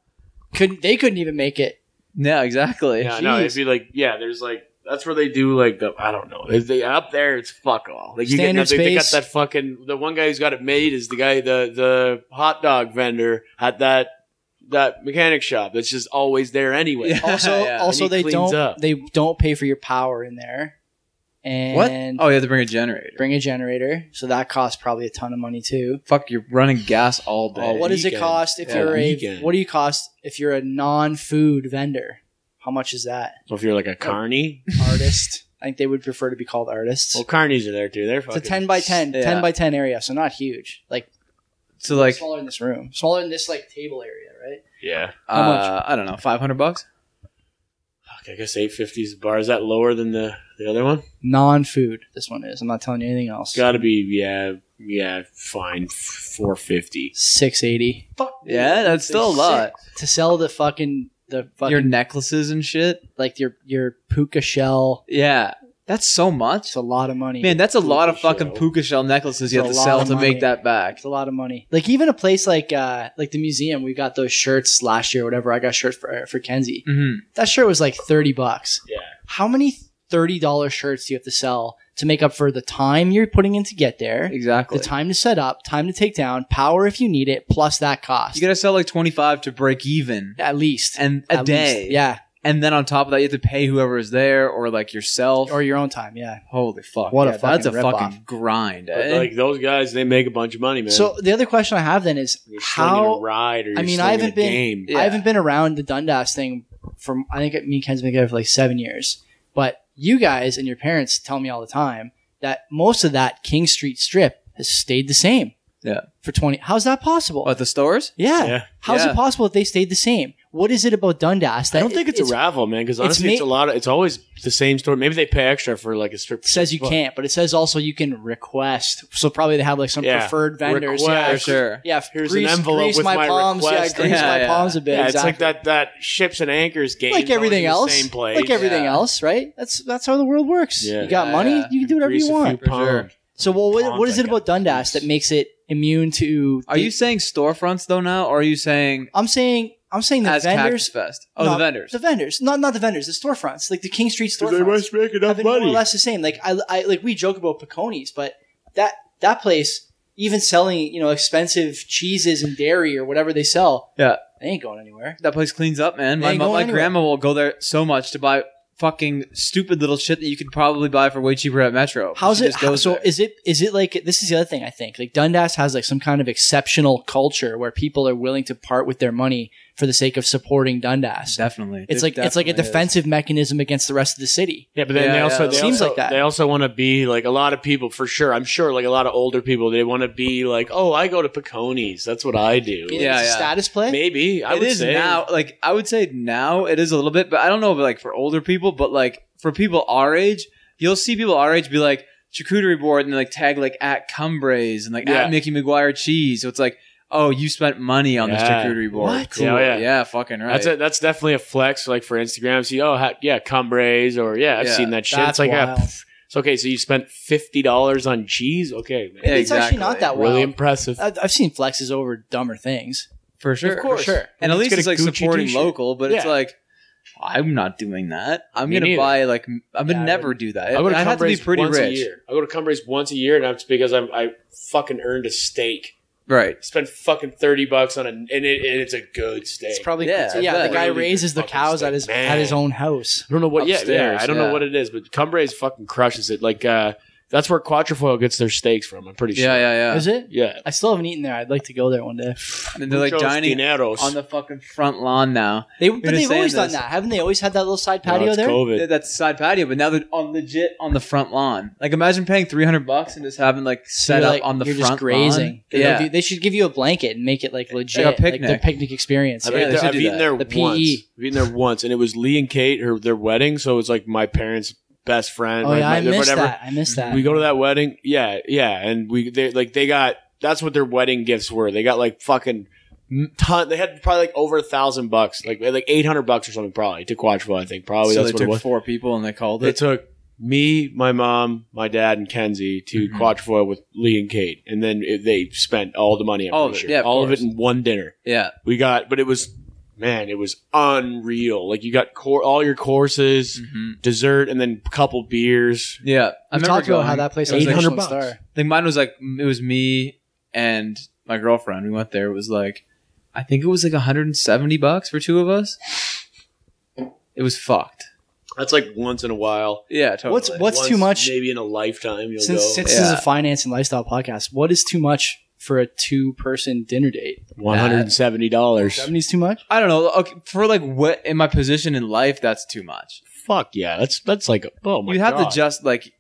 [SPEAKER 1] couldn't they couldn't even make it.
[SPEAKER 2] Yeah, exactly.
[SPEAKER 3] yeah, no, it'd be like yeah, there's like that's where they do like the I don't know. If they up there it's fuck all. Like you
[SPEAKER 1] Standard
[SPEAKER 3] get nothing. They got
[SPEAKER 1] space.
[SPEAKER 3] that fucking the one guy who's got it made is the guy the the hot dog vendor at that that mechanic shop that's just always there anyway.
[SPEAKER 2] Yeah.
[SPEAKER 1] Also,
[SPEAKER 2] Yeah.
[SPEAKER 1] also
[SPEAKER 3] And he
[SPEAKER 1] they
[SPEAKER 3] cleans
[SPEAKER 1] don't
[SPEAKER 3] up.
[SPEAKER 1] they don't pay for your power in there,
[SPEAKER 2] What?
[SPEAKER 1] and
[SPEAKER 2] Oh, you have to bring a generator.
[SPEAKER 1] bring a generator. So that costs probably a ton of money too.
[SPEAKER 2] Fuck, you're running gas all day.
[SPEAKER 3] Oh,
[SPEAKER 1] what does it
[SPEAKER 3] weekend.
[SPEAKER 1] cost if
[SPEAKER 2] Yeah,
[SPEAKER 1] you're a
[SPEAKER 3] weekend.
[SPEAKER 1] what do you cost if you're a non-food vendor? How much is that?
[SPEAKER 3] So if you're like a carny,
[SPEAKER 1] Artist. I think they would prefer to be called artists.
[SPEAKER 3] well carnies are there too. They're
[SPEAKER 1] it's a
[SPEAKER 3] fucking
[SPEAKER 1] ten by 10,
[SPEAKER 2] Yeah.
[SPEAKER 1] 10 by ten area, so not huge. Like,
[SPEAKER 2] So like,
[SPEAKER 1] smaller than this room, smaller than this like table area, right?
[SPEAKER 3] Yeah.
[SPEAKER 1] How much?
[SPEAKER 2] uh, I don't know, five hundred bucks.
[SPEAKER 3] Fuck, I guess eight fifty is the bar. Is that lower than the, the other one?
[SPEAKER 1] Non-food. This one is. I'm not telling you anything else.
[SPEAKER 3] It's gotta be yeah, yeah, fine. Four fifty.
[SPEAKER 1] Six eighty
[SPEAKER 2] Yeah, that's still a lot.
[SPEAKER 1] to sell the fucking the fucking
[SPEAKER 2] Your necklaces and shit.
[SPEAKER 1] like your your puka shell.
[SPEAKER 2] Yeah, that's so much.
[SPEAKER 1] It's a lot of money.
[SPEAKER 2] Man, that's a lot of
[SPEAKER 3] Puka
[SPEAKER 2] fucking
[SPEAKER 3] shell.
[SPEAKER 2] puka shell necklaces you
[SPEAKER 1] It's
[SPEAKER 2] have to
[SPEAKER 1] a lot
[SPEAKER 2] sell
[SPEAKER 1] of
[SPEAKER 2] to
[SPEAKER 1] money.
[SPEAKER 2] make that back.
[SPEAKER 1] it's a lot of money. Like even a place like uh like the museum, we got those shirts last year, or whatever. I got a shirt for for Kenzie.
[SPEAKER 2] Mm-hmm.
[SPEAKER 1] That shirt was like thirty bucks.
[SPEAKER 3] Yeah.
[SPEAKER 1] How many thirty dollar shirts do you have to sell to make up for the time you're putting in to get there,
[SPEAKER 2] Exactly.
[SPEAKER 1] the time to set up, time to take down, power if you need it, plus that cost
[SPEAKER 2] You gotta sell like twenty five to break even,
[SPEAKER 1] at least
[SPEAKER 2] and a
[SPEAKER 1] At
[SPEAKER 2] day.
[SPEAKER 1] least. Yeah,
[SPEAKER 2] and then on top of that, you have to pay whoever is there or like yourself.
[SPEAKER 1] or your own time. Yeah.
[SPEAKER 2] Holy fuck!
[SPEAKER 1] What a
[SPEAKER 2] yeah, that's a
[SPEAKER 1] fucking rip-off.
[SPEAKER 2] fucking grind.
[SPEAKER 3] But
[SPEAKER 2] eh?
[SPEAKER 3] like those guys, they make a bunch of money, man.
[SPEAKER 1] So the other question I have then is
[SPEAKER 3] you're
[SPEAKER 1] how
[SPEAKER 3] slinging a ride, or you're
[SPEAKER 1] I mean, I
[SPEAKER 3] slinging
[SPEAKER 1] haven't
[SPEAKER 3] a
[SPEAKER 1] been-
[SPEAKER 3] game.
[SPEAKER 2] Yeah.
[SPEAKER 1] I haven't been around the Dundas thing from I think me and Ken's been together for like seven years. But you guys and your parents tell me all the time that most of that King Street strip has stayed the same.
[SPEAKER 2] Yeah.
[SPEAKER 1] For twenty how's that possible?
[SPEAKER 2] What the stores?
[SPEAKER 1] yeah.
[SPEAKER 3] Oh, Yeah.
[SPEAKER 1] How's
[SPEAKER 2] Yeah.
[SPEAKER 1] it possible that they stayed the same? What is it about Dundas that
[SPEAKER 3] I don't think it's,
[SPEAKER 1] it
[SPEAKER 3] a raffle, man. Because
[SPEAKER 1] it's
[SPEAKER 3] honestly, it's,
[SPEAKER 1] ma-
[SPEAKER 3] a lot of. It's always the same store. Maybe they pay extra for like a strip.
[SPEAKER 1] says you
[SPEAKER 3] but-
[SPEAKER 1] can't, but it says also you can request. So probably they have like some
[SPEAKER 3] Yeah.
[SPEAKER 1] preferred vendors.
[SPEAKER 3] Request.
[SPEAKER 1] Yeah.
[SPEAKER 2] For sure.
[SPEAKER 1] Yeah,
[SPEAKER 3] Here's
[SPEAKER 1] grease,
[SPEAKER 3] an envelope
[SPEAKER 1] grease
[SPEAKER 3] with
[SPEAKER 1] my,
[SPEAKER 3] my
[SPEAKER 1] palms.
[SPEAKER 3] request.
[SPEAKER 1] Yeah, grease
[SPEAKER 2] Yeah,
[SPEAKER 1] my
[SPEAKER 2] yeah.
[SPEAKER 1] palms a bit.
[SPEAKER 3] Yeah,
[SPEAKER 1] exactly.
[SPEAKER 3] it's like that that ships and anchors game.
[SPEAKER 1] like
[SPEAKER 3] It's always
[SPEAKER 1] everything
[SPEAKER 3] in the
[SPEAKER 1] else,
[SPEAKER 3] same place.
[SPEAKER 1] like everything
[SPEAKER 2] Yeah.
[SPEAKER 1] else, right? That's that's how the world works.
[SPEAKER 3] Yeah.
[SPEAKER 1] You got
[SPEAKER 2] Yeah,
[SPEAKER 1] money,
[SPEAKER 2] yeah.
[SPEAKER 1] you can do whatever
[SPEAKER 3] Grease
[SPEAKER 1] you
[SPEAKER 3] a
[SPEAKER 1] want.
[SPEAKER 3] few
[SPEAKER 2] For sure.
[SPEAKER 3] pounds.
[SPEAKER 1] So, well, what, what
[SPEAKER 3] Ponds,
[SPEAKER 1] is it
[SPEAKER 3] I
[SPEAKER 1] about
[SPEAKER 3] got
[SPEAKER 1] Dundas
[SPEAKER 3] grease.
[SPEAKER 1] that makes it immune to?
[SPEAKER 2] Are you saying storefronts though now, or are you saying
[SPEAKER 1] I'm saying I'm saying the
[SPEAKER 2] as Cactus
[SPEAKER 1] vendors.
[SPEAKER 2] Fest? Oh,
[SPEAKER 1] no,
[SPEAKER 2] the vendors.
[SPEAKER 1] The vendors, not not the vendors. The storefronts, like the King Street
[SPEAKER 3] So They
[SPEAKER 1] storefronts,
[SPEAKER 3] must make
[SPEAKER 1] have
[SPEAKER 3] enough
[SPEAKER 1] been more or
[SPEAKER 3] money.
[SPEAKER 1] less the same. Like I, I like we joke about Piconis, but that that place. even selling you know expensive cheeses and dairy or whatever they sell,
[SPEAKER 2] Yeah.
[SPEAKER 1] they ain't going anywhere.
[SPEAKER 2] That place cleans up, man.
[SPEAKER 1] They
[SPEAKER 2] My,
[SPEAKER 1] ain't
[SPEAKER 2] mo-
[SPEAKER 1] going
[SPEAKER 2] my
[SPEAKER 1] anywhere.
[SPEAKER 2] grandma will go there so much to buy fucking stupid little shit that you could probably buy for way cheaper at Metro.
[SPEAKER 1] How's
[SPEAKER 2] She
[SPEAKER 1] it?
[SPEAKER 2] just goes
[SPEAKER 1] so
[SPEAKER 2] there.
[SPEAKER 1] is it is it like this is the other thing I think like Dundas has like some kind of exceptional culture where people are willing to part with their money for the sake of supporting Dundas.
[SPEAKER 2] definitely.
[SPEAKER 1] It's
[SPEAKER 2] It
[SPEAKER 1] like it's like a
[SPEAKER 2] definitely is.
[SPEAKER 1] defensive mechanism against the rest of the city.
[SPEAKER 3] Yeah, but then
[SPEAKER 2] Yeah,
[SPEAKER 3] they
[SPEAKER 2] yeah,
[SPEAKER 3] also
[SPEAKER 2] it
[SPEAKER 3] they
[SPEAKER 1] seems
[SPEAKER 3] also,
[SPEAKER 1] like that.
[SPEAKER 3] They also want to be like a lot of people for sure. I'm sure like a lot of older people they want to be like, oh, I go to Piconis. That's what I do.
[SPEAKER 1] You think
[SPEAKER 2] Yeah,
[SPEAKER 1] it's a
[SPEAKER 2] yeah.
[SPEAKER 1] status play.
[SPEAKER 3] Maybe I
[SPEAKER 2] It
[SPEAKER 3] would
[SPEAKER 2] is
[SPEAKER 3] say
[SPEAKER 2] now. Like I would say now it is a little bit, but I don't know. But like for older people, but like for people our age, you'll see people our age be like charcuterie board and like tag like at Cumbres and like
[SPEAKER 3] Yeah.
[SPEAKER 2] at Mickey McGuire cheese. So it's like, oh, you spent money on this
[SPEAKER 3] Yeah.
[SPEAKER 2] charcuterie board.
[SPEAKER 1] What?
[SPEAKER 2] Cool.
[SPEAKER 3] Yeah,
[SPEAKER 2] Yeah,
[SPEAKER 3] yeah.
[SPEAKER 2] fucking right.
[SPEAKER 3] That's a, that's definitely a flex, like for Instagram. See, oh ha- yeah, cumbres or yeah, I've
[SPEAKER 2] Yeah,
[SPEAKER 3] seen that shit.
[SPEAKER 1] that's
[SPEAKER 3] It's like yeah,
[SPEAKER 1] wild.
[SPEAKER 3] pff, it's okay. So you spent fifty dollars on cheese. Okay, man.
[SPEAKER 2] Yeah,
[SPEAKER 1] it's actually not
[SPEAKER 2] exactly.
[SPEAKER 1] that
[SPEAKER 3] really
[SPEAKER 1] wild.
[SPEAKER 3] impressive.
[SPEAKER 1] I've, I've seen flexes over dumber things.
[SPEAKER 2] for sure.
[SPEAKER 1] Of course.
[SPEAKER 2] for sure. And at
[SPEAKER 3] Let's
[SPEAKER 2] least
[SPEAKER 3] get
[SPEAKER 2] it's
[SPEAKER 3] a
[SPEAKER 2] like
[SPEAKER 3] Gucci
[SPEAKER 2] supporting
[SPEAKER 3] t-shirt.
[SPEAKER 2] local, but it's
[SPEAKER 3] Yeah.
[SPEAKER 2] like. I'm not doing that. I'm
[SPEAKER 3] Me
[SPEAKER 2] gonna
[SPEAKER 3] neither.
[SPEAKER 2] buy like m- I would
[SPEAKER 1] Yeah, I
[SPEAKER 2] never do that.
[SPEAKER 3] I go to
[SPEAKER 2] I'd have to be
[SPEAKER 3] cumbres
[SPEAKER 2] pretty
[SPEAKER 3] once a
[SPEAKER 2] rich,
[SPEAKER 3] year. I go to cumbres once a year, and that's because I'm I fucking earned a steak.
[SPEAKER 2] right?
[SPEAKER 3] Spent fucking thirty bucks on a and, it, and it's a good steak.
[SPEAKER 1] It's probably
[SPEAKER 2] Yeah,
[SPEAKER 1] yeah.
[SPEAKER 2] I bet.
[SPEAKER 1] the guy
[SPEAKER 3] Really
[SPEAKER 1] raises the
[SPEAKER 3] fucking
[SPEAKER 1] cows
[SPEAKER 3] steak.
[SPEAKER 1] at his
[SPEAKER 3] Man.
[SPEAKER 1] at his own house.
[SPEAKER 3] I don't know what. yeah, yeah,
[SPEAKER 2] Upstairs,
[SPEAKER 3] I don't
[SPEAKER 2] yeah.
[SPEAKER 3] know what it is, but Cumbres fucking crushes it. Like uh, that's where Quatrefoil gets their steaks from. I'm pretty sure.
[SPEAKER 2] Yeah, yeah, yeah.
[SPEAKER 1] Is it?
[SPEAKER 3] yeah.
[SPEAKER 1] I still haven't eaten there. I'd like to go there one day.
[SPEAKER 2] And they're like
[SPEAKER 3] Muchos
[SPEAKER 2] dining
[SPEAKER 3] dineros.
[SPEAKER 2] on the fucking front lawn now.
[SPEAKER 1] They, but
[SPEAKER 2] just
[SPEAKER 1] they've
[SPEAKER 2] saying
[SPEAKER 1] always done
[SPEAKER 2] this.
[SPEAKER 1] that, haven't they? Always had that little side
[SPEAKER 3] No,
[SPEAKER 1] patio
[SPEAKER 3] it's
[SPEAKER 1] there.
[SPEAKER 3] COVID.
[SPEAKER 2] Th- That's the side patio, but now they're on legit on the front lawn. Like imagine paying three hundred bucks and just having like
[SPEAKER 1] So
[SPEAKER 2] set
[SPEAKER 1] you're,
[SPEAKER 2] up
[SPEAKER 1] like-
[SPEAKER 2] on the
[SPEAKER 1] you're
[SPEAKER 2] front
[SPEAKER 1] just grazing.
[SPEAKER 2] lawn.
[SPEAKER 1] They
[SPEAKER 2] Yeah,
[SPEAKER 1] don't do- they should give you a blanket and make it like legit,
[SPEAKER 2] a
[SPEAKER 1] like, the
[SPEAKER 2] picnic.
[SPEAKER 1] picnic experience.
[SPEAKER 3] I've,
[SPEAKER 2] Yeah,
[SPEAKER 3] eaten
[SPEAKER 2] they
[SPEAKER 3] there,
[SPEAKER 2] should
[SPEAKER 3] I've
[SPEAKER 2] do
[SPEAKER 3] eaten
[SPEAKER 2] that. E.
[SPEAKER 3] there
[SPEAKER 1] The PE.
[SPEAKER 3] once. I've eaten there once, and it was Lee and Kate, her their wedding. So it was like my parents' best friend.
[SPEAKER 1] oh
[SPEAKER 3] my-
[SPEAKER 1] yeah,
[SPEAKER 3] my-
[SPEAKER 1] I missed
[SPEAKER 3] whatever.
[SPEAKER 1] that. I missed that.
[SPEAKER 3] We go to that wedding. Yeah, yeah, and we they like they got that's what their wedding gifts were. They got like fucking m- ton. They had probably like over a thousand bucks, like like eight hundred bucks or something, probably to Quatrefoil. I think probably
[SPEAKER 2] so they
[SPEAKER 3] that's what it
[SPEAKER 2] took
[SPEAKER 3] was.
[SPEAKER 2] four people and they called
[SPEAKER 3] They
[SPEAKER 2] it.
[SPEAKER 3] took me, my mom, my dad, and Kenzie to
[SPEAKER 2] Mhm.
[SPEAKER 3] Quatrefoil with Lee and Kate, and then it, they spent all the money. I'm
[SPEAKER 2] All
[SPEAKER 3] all
[SPEAKER 2] of it,
[SPEAKER 3] sure.
[SPEAKER 2] yeah, of
[SPEAKER 3] all
[SPEAKER 2] course.
[SPEAKER 3] of it in one dinner.
[SPEAKER 2] yeah,
[SPEAKER 3] We got, but it was man, it was unreal. Like you got cor- all your courses,
[SPEAKER 2] hmm
[SPEAKER 3] dessert, and then a couple beers.
[SPEAKER 2] yeah.
[SPEAKER 1] We
[SPEAKER 2] I remember
[SPEAKER 1] talked
[SPEAKER 2] going,
[SPEAKER 1] about how that place
[SPEAKER 2] it was
[SPEAKER 1] was
[SPEAKER 2] like-
[SPEAKER 1] Michelin
[SPEAKER 3] bucks.
[SPEAKER 1] star.
[SPEAKER 2] I think mine was like it was me and my girlfriend. We went there. It was like I think it was like one hundred and seventy bucks for two of us. It was fucked.
[SPEAKER 3] That's like once in a while.
[SPEAKER 2] Yeah, totally.
[SPEAKER 1] What's what's too
[SPEAKER 3] Once,
[SPEAKER 1] much?
[SPEAKER 3] Maybe in a lifetime, you'll
[SPEAKER 1] Since
[SPEAKER 3] go
[SPEAKER 1] since this is
[SPEAKER 2] Yeah.
[SPEAKER 1] a finance and lifestyle podcast, what is too much for a two person dinner date?
[SPEAKER 3] one hundred and seventy dollars.
[SPEAKER 1] Seventy's too much.
[SPEAKER 2] I don't know. Okay, for like what in my position in life, that's too much.
[SPEAKER 3] Fuck yeah, that's that's like oh my
[SPEAKER 2] you have
[SPEAKER 3] God.
[SPEAKER 2] to just like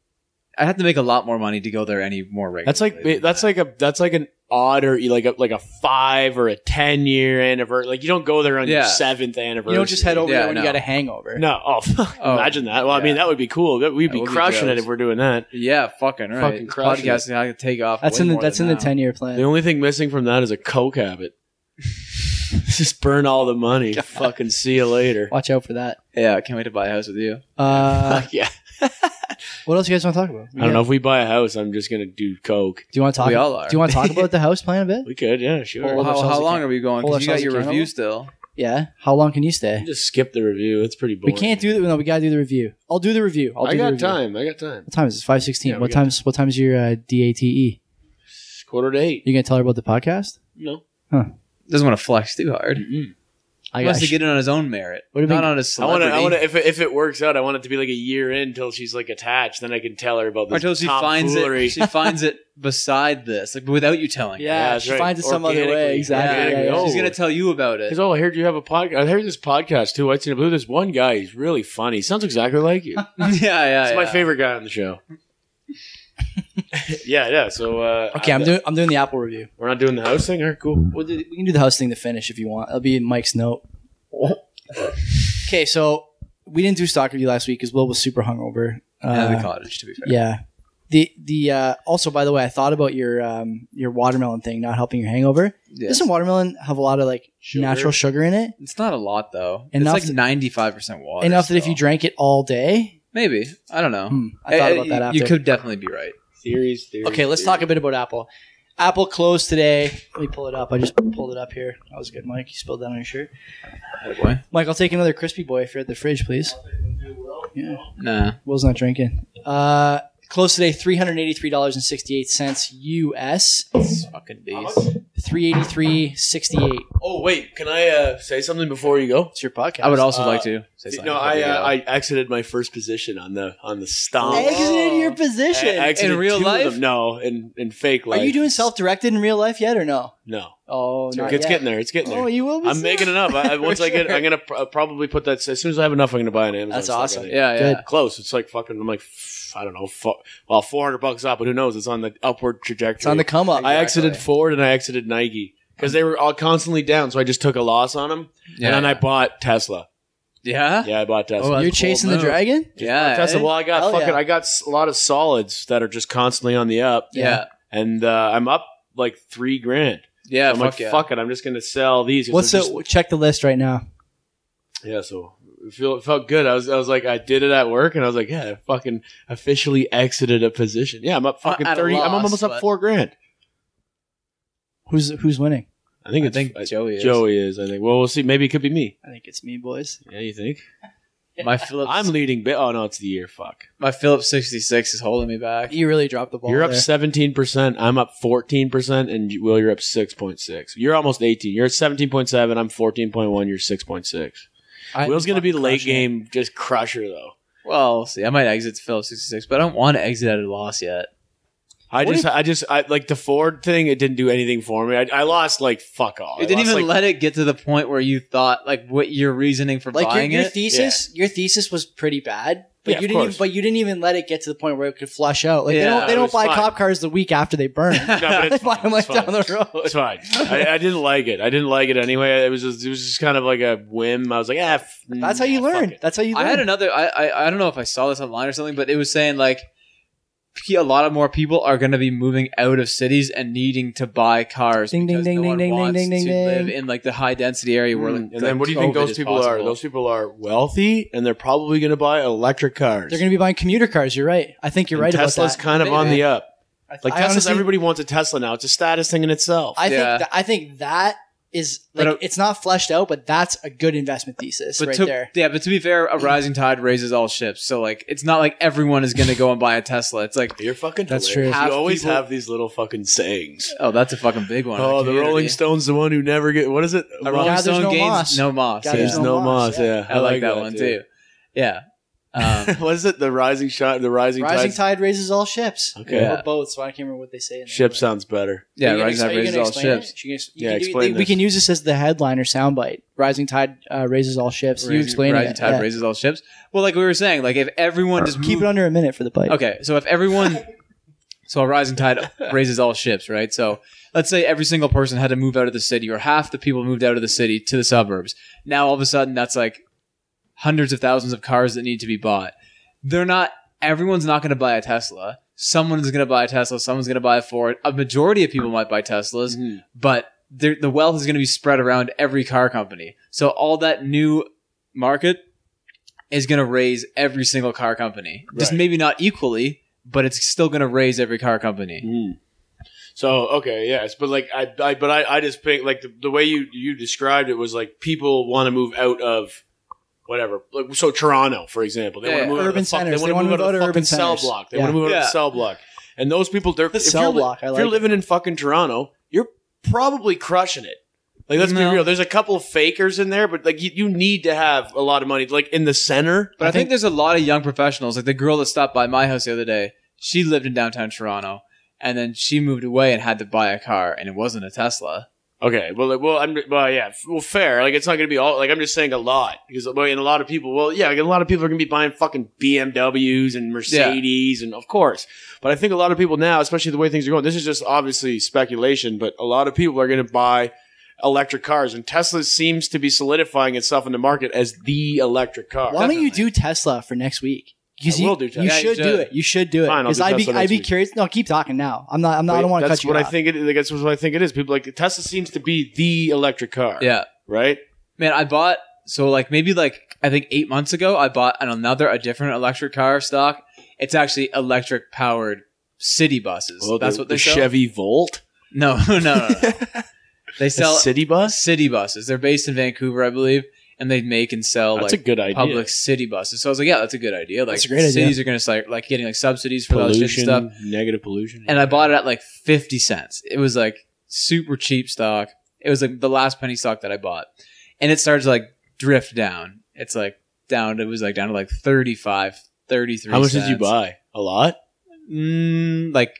[SPEAKER 2] I have to make a lot more money to go there any more regularly.
[SPEAKER 3] That's like
[SPEAKER 2] than
[SPEAKER 3] that's
[SPEAKER 2] that.
[SPEAKER 3] like a that's like an odd or like a like a five or a ten year anniversary. Like you don't go there on
[SPEAKER 2] Yeah.
[SPEAKER 3] your seventh anniversary.
[SPEAKER 1] You don't just head over
[SPEAKER 2] Yeah,
[SPEAKER 1] there when
[SPEAKER 2] no.
[SPEAKER 1] you got a hangover.
[SPEAKER 3] No, oh, fuck,
[SPEAKER 2] Oh,
[SPEAKER 3] imagine that. Well, I mean
[SPEAKER 2] yeah.
[SPEAKER 3] that would be cool. That- We'd
[SPEAKER 2] That
[SPEAKER 3] be
[SPEAKER 2] would be
[SPEAKER 3] crushing it
[SPEAKER 2] gross.
[SPEAKER 3] if we're doing that.
[SPEAKER 2] yeah, fucking right.
[SPEAKER 3] Fucking crushing
[SPEAKER 2] Podcast is gonna take off.
[SPEAKER 1] that's
[SPEAKER 2] way
[SPEAKER 1] in the
[SPEAKER 2] more
[SPEAKER 1] that's in
[SPEAKER 2] than
[SPEAKER 1] the
[SPEAKER 2] that.
[SPEAKER 1] ten year
[SPEAKER 3] The
[SPEAKER 1] plan.
[SPEAKER 3] only thing missing from that is a coke habit. just burn all the money. Fucking see you later.
[SPEAKER 1] Watch out for that.
[SPEAKER 2] Yeah, I can't wait to buy a house with you.
[SPEAKER 1] Uh,
[SPEAKER 3] Fuck yeah.
[SPEAKER 1] what else you guys want to talk about?
[SPEAKER 3] I don't know if we buy a house. I'm just gonna do coke.
[SPEAKER 1] Do you want to talk?
[SPEAKER 2] We all are.
[SPEAKER 1] Do you want to talk about the house plan a bit?
[SPEAKER 3] We could, yeah, sure.
[SPEAKER 1] Well,
[SPEAKER 2] Well,
[SPEAKER 1] hold
[SPEAKER 2] how,
[SPEAKER 1] ourselves
[SPEAKER 2] how long
[SPEAKER 1] account-
[SPEAKER 2] are we going? 'Cause
[SPEAKER 1] hold
[SPEAKER 2] you got
[SPEAKER 1] ourselves
[SPEAKER 2] your review
[SPEAKER 1] accountable?
[SPEAKER 2] still.
[SPEAKER 1] Yeah. How long can you stay?
[SPEAKER 3] just skip the review. It's pretty
[SPEAKER 1] We
[SPEAKER 3] boring.
[SPEAKER 1] can't do that. No, we gotta do the review. I'll do the review. I'll do
[SPEAKER 3] I
[SPEAKER 1] the
[SPEAKER 3] got
[SPEAKER 1] review.
[SPEAKER 3] time. I got time.
[SPEAKER 1] What time is it? Five sixteen.
[SPEAKER 3] Yeah, we
[SPEAKER 1] what
[SPEAKER 3] got
[SPEAKER 1] times? What time's your uh, DATE? You
[SPEAKER 3] It's quarter to eight.
[SPEAKER 1] gonna tell her about the podcast?
[SPEAKER 3] No.
[SPEAKER 2] Doesn't want to flex too hard.
[SPEAKER 1] I
[SPEAKER 2] He
[SPEAKER 1] got.
[SPEAKER 2] wants to get it on his own merit,
[SPEAKER 1] What do you
[SPEAKER 2] not
[SPEAKER 1] mean-
[SPEAKER 2] on his
[SPEAKER 3] I want
[SPEAKER 2] celebrity.
[SPEAKER 3] to. I want to. If, it- if it works out, I want it to be like a year in till she's like attached. Then I can tell her about
[SPEAKER 2] Or
[SPEAKER 3] this.
[SPEAKER 2] until she finds
[SPEAKER 3] tomfoolery.
[SPEAKER 2] it, she finds it beside this, like without you telling. her.
[SPEAKER 1] yeah,
[SPEAKER 3] that's
[SPEAKER 1] she
[SPEAKER 3] right.
[SPEAKER 1] finds it some other way.
[SPEAKER 3] Organically.
[SPEAKER 1] Exactly. Yeah,
[SPEAKER 3] Organically.
[SPEAKER 1] yeah, yeah.
[SPEAKER 3] Oh.
[SPEAKER 2] she's gonna tell you about it.
[SPEAKER 3] Because, oh, I heard you have a podcast. I heard this podcast too. White City Blue. This one guy, he's really funny. He sounds exactly like you.
[SPEAKER 2] yeah, yeah.
[SPEAKER 3] He's my
[SPEAKER 2] yeah.
[SPEAKER 3] favorite guy on the show. yeah, yeah. So uh,
[SPEAKER 1] Okay, I'm doing. I'm doing the Apple review.
[SPEAKER 3] We're not doing the house thing. All right, cool.
[SPEAKER 1] Oh. We'll do, we can do the house thing to finish if you want. That'll be in Mike's note. okay, so we didn't do stock review last week because Will was super hungover.
[SPEAKER 2] Yeah,
[SPEAKER 1] Uh,
[SPEAKER 2] the cottage, to be fair.
[SPEAKER 1] yeah. The the uh, also by the way, I thought about your um, your watermelon thing not helping your hangover.
[SPEAKER 2] Yeah.
[SPEAKER 1] Doesn't watermelon have a lot of like
[SPEAKER 3] Sugar.
[SPEAKER 1] natural sugar in it?
[SPEAKER 2] It's not a lot though.
[SPEAKER 1] Enough
[SPEAKER 2] it's like
[SPEAKER 1] that-
[SPEAKER 2] ninety five percent water.
[SPEAKER 1] Enough that if you
[SPEAKER 2] still.
[SPEAKER 1] drank it all day,
[SPEAKER 2] maybe I don't know.
[SPEAKER 1] hmm, I thought
[SPEAKER 2] Eh,
[SPEAKER 1] about that
[SPEAKER 2] eh,
[SPEAKER 1] after.
[SPEAKER 2] You could definitely be right.
[SPEAKER 3] Theories. theories
[SPEAKER 1] okay, let's talk a bit about Apple. Apple closed today. Let me pull it up. I just pulled it up here. That was good, Mike. You spilled that on your shirt.
[SPEAKER 2] Boy.
[SPEAKER 1] Mike, I'll take another crispy boy if you're at the fridge, please. Yeah,
[SPEAKER 2] Nah.
[SPEAKER 1] Will's not drinking. Uh, Close today, three hundred eighty-three dollars and sixty-eight cents US.
[SPEAKER 2] Fucking
[SPEAKER 3] How
[SPEAKER 2] days.
[SPEAKER 3] much?
[SPEAKER 1] Three eighty-three sixty-eight.
[SPEAKER 3] Oh wait, can I uh, say something before you go?
[SPEAKER 1] It's your podcast.
[SPEAKER 2] I would also
[SPEAKER 3] Uh,
[SPEAKER 2] like to. Say something
[SPEAKER 3] No,
[SPEAKER 2] before
[SPEAKER 3] I
[SPEAKER 2] we
[SPEAKER 3] uh,
[SPEAKER 2] go.
[SPEAKER 3] I exited my first position on the on the stomp.
[SPEAKER 1] Exited your
[SPEAKER 3] I
[SPEAKER 1] position.
[SPEAKER 3] exited
[SPEAKER 2] In real
[SPEAKER 3] two of
[SPEAKER 2] life?
[SPEAKER 3] them. No, in in fake
[SPEAKER 1] Are
[SPEAKER 3] life.
[SPEAKER 1] you doing self-directed in real life yet, or no?
[SPEAKER 3] No,
[SPEAKER 1] Oh, not
[SPEAKER 3] it's
[SPEAKER 1] yet.
[SPEAKER 3] getting there. It's getting there.
[SPEAKER 1] Oh, you will. Be
[SPEAKER 3] I'm
[SPEAKER 1] soon.
[SPEAKER 3] making it up. I, I- once I get, I'm gonna pr- probably put that. As soon as I have enough, I'm gonna buy an Amazon.
[SPEAKER 1] That's
[SPEAKER 3] stock, I
[SPEAKER 1] awesome.
[SPEAKER 3] think.
[SPEAKER 2] yeah, yeah.
[SPEAKER 1] Good.
[SPEAKER 3] Close. It's like fucking. I'm like, f- I don't know. Fu- well, 400 bucks up, but who knows? It's on the upward trajectory.
[SPEAKER 1] It's on the come up.
[SPEAKER 3] I exited
[SPEAKER 2] Exactly.
[SPEAKER 3] Ford and I exited Nike because they were all constantly down. So I just took a loss on them,
[SPEAKER 2] Yeah.
[SPEAKER 3] and then I bought Tesla.
[SPEAKER 2] yeah.
[SPEAKER 3] Yeah, I bought Tesla.
[SPEAKER 2] Oh, that's
[SPEAKER 1] You're
[SPEAKER 2] a bold
[SPEAKER 1] chasing the
[SPEAKER 2] move.
[SPEAKER 1] dragon.
[SPEAKER 2] Yeah. eh?
[SPEAKER 3] Tesla. Well, I got
[SPEAKER 1] Hell
[SPEAKER 3] fucking.
[SPEAKER 1] yeah.
[SPEAKER 3] I got s- a lot of solids that are just constantly on the up,
[SPEAKER 2] yeah.
[SPEAKER 3] and uh, I'm up like three grand.
[SPEAKER 2] Yeah.
[SPEAKER 3] I'm
[SPEAKER 2] fuck
[SPEAKER 3] like,
[SPEAKER 2] yeah.
[SPEAKER 3] fuck it. I'm just gonna sell these. 'cause
[SPEAKER 1] What's
[SPEAKER 3] they're
[SPEAKER 1] the
[SPEAKER 3] just-
[SPEAKER 1] check the list right now?
[SPEAKER 3] Yeah, so it, feel, it felt good. I was, I was like, I did it at work, and I was like, yeah, I fucking officially exited a position. Yeah, I'm up fucking
[SPEAKER 2] At a
[SPEAKER 3] thirty. I'm
[SPEAKER 2] loss,
[SPEAKER 3] almost up
[SPEAKER 2] but-
[SPEAKER 3] four grand.
[SPEAKER 1] Who's who's winning?
[SPEAKER 3] I think
[SPEAKER 2] I
[SPEAKER 3] it's
[SPEAKER 2] think
[SPEAKER 3] I-
[SPEAKER 2] Joey is.
[SPEAKER 3] Joey is. I think. Well, we'll see. Maybe it could be me.
[SPEAKER 1] I think it's me, boys.
[SPEAKER 3] Yeah, you think?
[SPEAKER 2] My Phillips.
[SPEAKER 3] I'm leading. Ba- oh no, it's the year. Fuck.
[SPEAKER 2] my Phillips 66 is holding me back.
[SPEAKER 1] You really dropped the ball.
[SPEAKER 3] You're up
[SPEAKER 1] there.
[SPEAKER 3] seventeen percent. I'm up fourteen percent, and you- Will, you're up six point six. You're almost eighteen. You're at seventeen point seven. I'm fourteen point one. You're six point six.
[SPEAKER 1] I'm
[SPEAKER 3] Will's gonna be the late
[SPEAKER 1] crushing it.
[SPEAKER 3] game just crusher though.
[SPEAKER 2] Well, we'll see. I might exit to Phillips 66, but I don't want to exit at a loss yet.
[SPEAKER 3] I
[SPEAKER 1] What
[SPEAKER 3] just, I just, I like the Ford thing. It didn't do anything for me. I, I lost like fuck all. I
[SPEAKER 2] It didn't
[SPEAKER 3] lost,
[SPEAKER 2] even
[SPEAKER 3] like,
[SPEAKER 2] let it get to the point where you thought like what your reasoning for
[SPEAKER 1] Like your,
[SPEAKER 2] buying
[SPEAKER 1] your
[SPEAKER 2] it.
[SPEAKER 1] thesis, your thesis was pretty bad, but
[SPEAKER 3] Yeah, of
[SPEAKER 1] you didn't. Even,
[SPEAKER 3] course.
[SPEAKER 1] but you didn't even let it get to the point where it could flush out. Like they
[SPEAKER 2] Yeah,
[SPEAKER 1] don't, they
[SPEAKER 3] it
[SPEAKER 1] don't
[SPEAKER 3] was
[SPEAKER 1] buy
[SPEAKER 3] fine.
[SPEAKER 1] cop cars the week after they burn.
[SPEAKER 3] No, but
[SPEAKER 1] they
[SPEAKER 3] it's
[SPEAKER 1] buy
[SPEAKER 3] fine,
[SPEAKER 1] them like
[SPEAKER 3] it's
[SPEAKER 1] down
[SPEAKER 3] fine.
[SPEAKER 1] the road.
[SPEAKER 3] It's fine. I, I didn't like it. I didn't like it anyway. It was just, it was just kind of like a whim. I was like, ah, f-
[SPEAKER 1] That's how you
[SPEAKER 3] nah, fuck
[SPEAKER 1] learn.
[SPEAKER 3] it.
[SPEAKER 1] That's how you learn.
[SPEAKER 2] I had another. I, I I don't know if I saw this online or something, but it was saying like p- a lot of more people are going to be moving out of cities and needing to buy cars
[SPEAKER 1] Ding, ding,
[SPEAKER 2] because
[SPEAKER 1] ding,
[SPEAKER 2] no
[SPEAKER 1] ding,
[SPEAKER 2] one
[SPEAKER 1] ding,
[SPEAKER 2] wants
[SPEAKER 1] ding, ding,
[SPEAKER 2] to
[SPEAKER 1] ding. Hmm.
[SPEAKER 2] live in like the high density area where like,
[SPEAKER 3] Mm, and then what do you think
[SPEAKER 2] COVID
[SPEAKER 3] those
[SPEAKER 2] is
[SPEAKER 3] people are?
[SPEAKER 2] possible.
[SPEAKER 3] Those people are wealthy, and they're probably going to buy electric cars.
[SPEAKER 1] They're going to be buying commuter cars. You're right. I think you're
[SPEAKER 3] And
[SPEAKER 1] right
[SPEAKER 3] Tesla's
[SPEAKER 1] about that.
[SPEAKER 3] kind of on the up. Like
[SPEAKER 1] I
[SPEAKER 3] Tesla's,
[SPEAKER 1] honestly-
[SPEAKER 3] everybody wants a Tesla now. It's a status thing in itself.
[SPEAKER 1] I think
[SPEAKER 2] Yeah.
[SPEAKER 1] th- I think that is
[SPEAKER 2] But
[SPEAKER 1] like
[SPEAKER 3] uh,
[SPEAKER 2] a-
[SPEAKER 1] it's not fleshed out, but that's a good investment thesis
[SPEAKER 2] But
[SPEAKER 1] right
[SPEAKER 2] to,
[SPEAKER 1] there.
[SPEAKER 2] yeah, but to be fair, a rising tide raises all ships. So like, it's not like everyone is going to go and buy a Tesla. It's like,
[SPEAKER 3] You're fucking.
[SPEAKER 1] That's
[SPEAKER 3] hilarious.
[SPEAKER 2] true.
[SPEAKER 3] You always
[SPEAKER 2] Half people-
[SPEAKER 3] have these little fucking sayings.
[SPEAKER 2] oh, that's a fucking big one.
[SPEAKER 3] Oh, the
[SPEAKER 2] community.
[SPEAKER 3] Rolling Stones, the one who never get. What is it?
[SPEAKER 2] A Rolling
[SPEAKER 1] God, there's
[SPEAKER 2] Stone
[SPEAKER 1] no
[SPEAKER 2] gains
[SPEAKER 1] moss.
[SPEAKER 2] no moss.
[SPEAKER 1] God,
[SPEAKER 2] yeah.
[SPEAKER 1] there's
[SPEAKER 3] There's
[SPEAKER 1] no
[SPEAKER 3] no
[SPEAKER 1] moss,
[SPEAKER 3] moss.
[SPEAKER 1] yeah.
[SPEAKER 3] Yeah,
[SPEAKER 2] I, like, that, one too. Yeah. Um,
[SPEAKER 3] what is it? The rising shot. The rising,
[SPEAKER 1] Rising
[SPEAKER 3] tides-
[SPEAKER 1] tide raises all ships.
[SPEAKER 3] Okay.
[SPEAKER 1] Or
[SPEAKER 2] Yeah.
[SPEAKER 1] boats. So I can't remember what they say. In there,
[SPEAKER 3] Ship
[SPEAKER 1] but-
[SPEAKER 3] sounds better.
[SPEAKER 1] Are
[SPEAKER 2] yeah,
[SPEAKER 1] you gonna
[SPEAKER 2] rising
[SPEAKER 1] ex-
[SPEAKER 2] tide
[SPEAKER 1] are you
[SPEAKER 2] raises
[SPEAKER 1] gonna
[SPEAKER 2] all
[SPEAKER 1] explain it?
[SPEAKER 2] ships.
[SPEAKER 1] You can ex- you
[SPEAKER 3] Yeah,
[SPEAKER 1] can do-
[SPEAKER 3] explain
[SPEAKER 1] we- We
[SPEAKER 3] this.
[SPEAKER 1] can use this as the headline or soundbite. Rising tide uh, raises all ships. you
[SPEAKER 2] Rising-
[SPEAKER 1] explain
[SPEAKER 2] rising
[SPEAKER 1] it.
[SPEAKER 2] tide
[SPEAKER 1] yeah.
[SPEAKER 2] raises all ships. Well, like we were saying, like if everyone just
[SPEAKER 1] Keep
[SPEAKER 2] moved-
[SPEAKER 1] it under a minute for the bite.
[SPEAKER 2] Okay, so if everyone, so a rising tide raises all ships, right? So let's say every single person had to move out of the city, or half the people moved out of the city to the suburbs. Now all of a sudden, that's like hundreds of thousands of cars that need to be bought. They're not. Everyone's not going to buy a Tesla. Someone's going to buy a Tesla. Someone's going to buy a Ford. A majority of people might buy Teslas, but they're- the wealth is going to be spread around every car company. So all that new market is going to raise every single car company. Just
[SPEAKER 3] Right.
[SPEAKER 2] maybe not equally, but it's still going to raise every car company.
[SPEAKER 3] Mm. So okay, yes, but like I, I but I, I just think like the, the way you you described it was like people want to move out of whatever. Like so, Toronto, for example, they
[SPEAKER 2] Yeah,
[SPEAKER 3] want
[SPEAKER 2] yeah.
[SPEAKER 3] to move out of
[SPEAKER 1] Urban
[SPEAKER 3] the fuck-
[SPEAKER 1] centers.
[SPEAKER 3] They
[SPEAKER 1] They
[SPEAKER 3] want
[SPEAKER 1] wanna
[SPEAKER 3] to move out of the
[SPEAKER 1] urban
[SPEAKER 3] fucking cell
[SPEAKER 1] centers.
[SPEAKER 3] block. They
[SPEAKER 1] Yeah.
[SPEAKER 3] want to move out of
[SPEAKER 2] Yeah.
[SPEAKER 3] the cell block. And those people, they're
[SPEAKER 1] The
[SPEAKER 3] if
[SPEAKER 1] cell
[SPEAKER 3] you're li-
[SPEAKER 1] block. I
[SPEAKER 3] if
[SPEAKER 1] like.
[SPEAKER 3] you're
[SPEAKER 1] it.
[SPEAKER 3] living in fucking Toronto, you're probably crushing it. Like let's
[SPEAKER 2] No.
[SPEAKER 3] be real. There's a couple of fakers in there, but like you, you need to have a lot of money. Like in the center,
[SPEAKER 2] But I,
[SPEAKER 1] I
[SPEAKER 2] think,
[SPEAKER 1] think-
[SPEAKER 2] there's a lot of young professionals. Like the girl that stopped by my house the other day, she lived in downtown Toronto and then she moved away and had to buy a car and it wasn't a Tesla.
[SPEAKER 3] Okay, well, like, well, I'm, well, yeah, f- well, fair. Like, it's not gonna be all. Like, I'm just saying a lot because, well, and a lot of people. Well, yeah, like, a lot of people are gonna be buying fucking BMWs and Mercedes, and of course. But I think a lot of people now, especially the way things are going, this is just obviously speculation. But a lot of people are gonna buy electric cars, and Tesla seems to be solidifying itself in the market as the electric car.
[SPEAKER 1] Why don't you
[SPEAKER 2] Definitely.
[SPEAKER 1] do Tesla for next week? Because
[SPEAKER 3] I
[SPEAKER 1] you,
[SPEAKER 3] will do Tesla.
[SPEAKER 1] you
[SPEAKER 2] Yeah, you
[SPEAKER 1] should do
[SPEAKER 2] should.
[SPEAKER 1] it. You should do it.
[SPEAKER 3] Fine, I'll
[SPEAKER 1] Because
[SPEAKER 3] do
[SPEAKER 1] I'd be,
[SPEAKER 3] Tesla
[SPEAKER 1] I'd
[SPEAKER 3] next
[SPEAKER 1] be
[SPEAKER 3] week.
[SPEAKER 1] curious. No, keep talking now. I'm not. I'm not. I don't want to
[SPEAKER 3] that's
[SPEAKER 1] cut you
[SPEAKER 3] what
[SPEAKER 1] off.
[SPEAKER 3] I think. It, like, that's what I think it is. People like Tesla seems to be the electric car.
[SPEAKER 2] Yeah.
[SPEAKER 3] Right.
[SPEAKER 2] Man, I bought, so like maybe like I think eight months ago, I bought an, another, a different electric car stock. It's actually electric powered city buses. That's
[SPEAKER 3] the,
[SPEAKER 2] what they
[SPEAKER 3] the
[SPEAKER 2] sell.
[SPEAKER 3] Chevy Volt,
[SPEAKER 2] No, no, no. no. they
[SPEAKER 3] the
[SPEAKER 2] sell
[SPEAKER 3] city bus.
[SPEAKER 2] city buses. They're based in Vancouver, I believe, and they make and sell
[SPEAKER 3] That's
[SPEAKER 2] like
[SPEAKER 3] a good idea.
[SPEAKER 2] public city buses. So I was like, yeah, that's a good idea. Like
[SPEAKER 3] That's a great idea.
[SPEAKER 2] cities are going to start like getting like subsidies for all that shit and
[SPEAKER 3] pollution,
[SPEAKER 2] stuff.
[SPEAKER 3] negative pollution.
[SPEAKER 2] And I bought it at like 50 cents. It was like super cheap stock. It was like the last penny stock that I bought. And it started to like drift down. It's like down, it was like down to like 35, 33
[SPEAKER 3] How much did you
[SPEAKER 2] cents.
[SPEAKER 3] buy? A lot.
[SPEAKER 2] Mm, like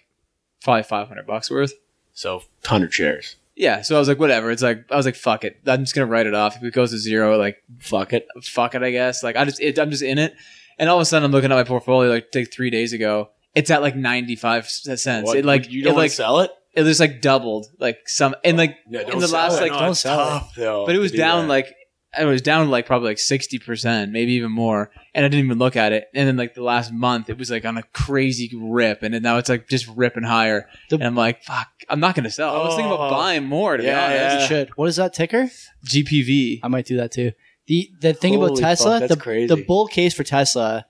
[SPEAKER 2] probably 500 bucks worth.
[SPEAKER 3] So hundred shares.
[SPEAKER 2] Yeah. So I was like, whatever. It's like, I was like, fuck it. I'm just going to write it off. If it goes to zero, like,
[SPEAKER 3] Fuck it.
[SPEAKER 2] fuck it, I guess. Like I just, it, I'm just in it. And all of a sudden, I'm looking at my portfolio like take three days ago. It's at like 95 c- cents.
[SPEAKER 3] What?
[SPEAKER 2] It like
[SPEAKER 3] you don't
[SPEAKER 2] it
[SPEAKER 3] want
[SPEAKER 2] like
[SPEAKER 3] to sell it.
[SPEAKER 2] it just like doubled like some and like
[SPEAKER 3] No,
[SPEAKER 2] in the last like
[SPEAKER 3] no, it's tough though.
[SPEAKER 2] but it was
[SPEAKER 3] Oh, to do
[SPEAKER 2] down
[SPEAKER 3] that.
[SPEAKER 2] like it was down like probably like 60% maybe even more and i didn't even look at it and then like the last month it was like on a crazy rip and then now it's like just ripping higher
[SPEAKER 1] The-
[SPEAKER 2] and i'm like fuck i'm not gonna sell i was thinking about
[SPEAKER 3] Oh.
[SPEAKER 2] buying more to
[SPEAKER 3] Yeah,
[SPEAKER 2] be honest
[SPEAKER 3] yeah.
[SPEAKER 1] should. What is that ticker?
[SPEAKER 2] gpv
[SPEAKER 1] I might do that too. The the thing about
[SPEAKER 3] Holy
[SPEAKER 1] Tesla,
[SPEAKER 3] fuck,
[SPEAKER 1] the
[SPEAKER 3] that's crazy.
[SPEAKER 1] the bull case for Tesla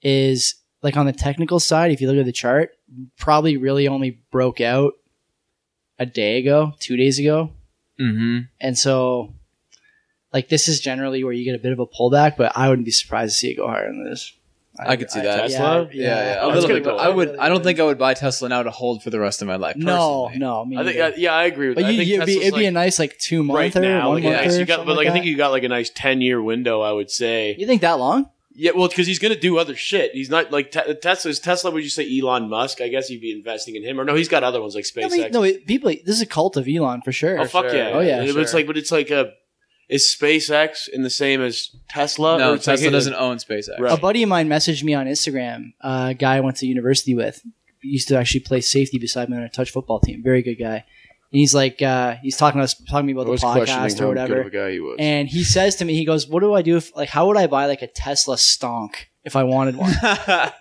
[SPEAKER 1] is like on the technical side, if you look at the chart, probably really only broke out a day ago, two days ago.
[SPEAKER 2] mm-hmm
[SPEAKER 1] And so like this is generally where you get a bit of a pullback, but I wouldn't be surprised to see it go higher than this.
[SPEAKER 2] I could see that.
[SPEAKER 3] Tesla? Oh,
[SPEAKER 1] Yeah,
[SPEAKER 2] yeah, yeah.
[SPEAKER 1] I
[SPEAKER 2] A
[SPEAKER 1] was
[SPEAKER 2] little
[SPEAKER 1] gonna
[SPEAKER 2] bit,
[SPEAKER 1] go-
[SPEAKER 2] but I would.
[SPEAKER 1] really
[SPEAKER 2] I don't think I would buy Tesla now to hold for the rest of my life.
[SPEAKER 1] No,
[SPEAKER 2] personally.
[SPEAKER 1] no, me
[SPEAKER 3] I think
[SPEAKER 1] neither.
[SPEAKER 3] uh, yeah, I agree with.
[SPEAKER 1] but
[SPEAKER 3] that. I
[SPEAKER 1] you,
[SPEAKER 3] think
[SPEAKER 1] it'd be,
[SPEAKER 3] Tesla's,
[SPEAKER 1] it'd be a
[SPEAKER 3] like,
[SPEAKER 1] nice like two month
[SPEAKER 3] right
[SPEAKER 1] or
[SPEAKER 3] now.
[SPEAKER 1] one
[SPEAKER 3] Like,
[SPEAKER 1] month
[SPEAKER 2] yeah,
[SPEAKER 3] nice,
[SPEAKER 1] or
[SPEAKER 3] you got, but
[SPEAKER 1] something
[SPEAKER 3] like,
[SPEAKER 1] like
[SPEAKER 3] I think
[SPEAKER 1] that.
[SPEAKER 3] you got like a nice ten year window. I would say.
[SPEAKER 1] You think that long?
[SPEAKER 3] Yeah, well, because he's going to do other shit. He's not like te- Tesla's. Tesla, would you say Elon Musk? I guess you'd be investing in him, or no? He's got other ones like
[SPEAKER 1] No,
[SPEAKER 3] SpaceX.
[SPEAKER 1] but, no it, people. This is a cult of Elon for sure.
[SPEAKER 3] oh fuck
[SPEAKER 2] sure.
[SPEAKER 3] yeah!
[SPEAKER 1] Oh, yeah,
[SPEAKER 3] And
[SPEAKER 2] sure.
[SPEAKER 3] It's like, but it's like a is SpaceX in the same as Tesla?
[SPEAKER 2] no.
[SPEAKER 3] Or it's like,
[SPEAKER 2] Tesla
[SPEAKER 3] hey,
[SPEAKER 2] doesn't own SpaceX.
[SPEAKER 3] Right.
[SPEAKER 1] A buddy of mine messaged me on Instagram. A guy I went to university with He used to actually play safety beside me on a touch football team. Very good guy. And he's like, uh, he's talking to us, talking to me
[SPEAKER 3] I
[SPEAKER 1] about
[SPEAKER 3] was
[SPEAKER 1] the
[SPEAKER 3] questioning
[SPEAKER 1] podcast or
[SPEAKER 3] how good of
[SPEAKER 1] whatever.
[SPEAKER 3] a guy he was.
[SPEAKER 1] And he says to me, he goes, "What do I do if like how would I buy like a Tesla stonk if I wanted one?"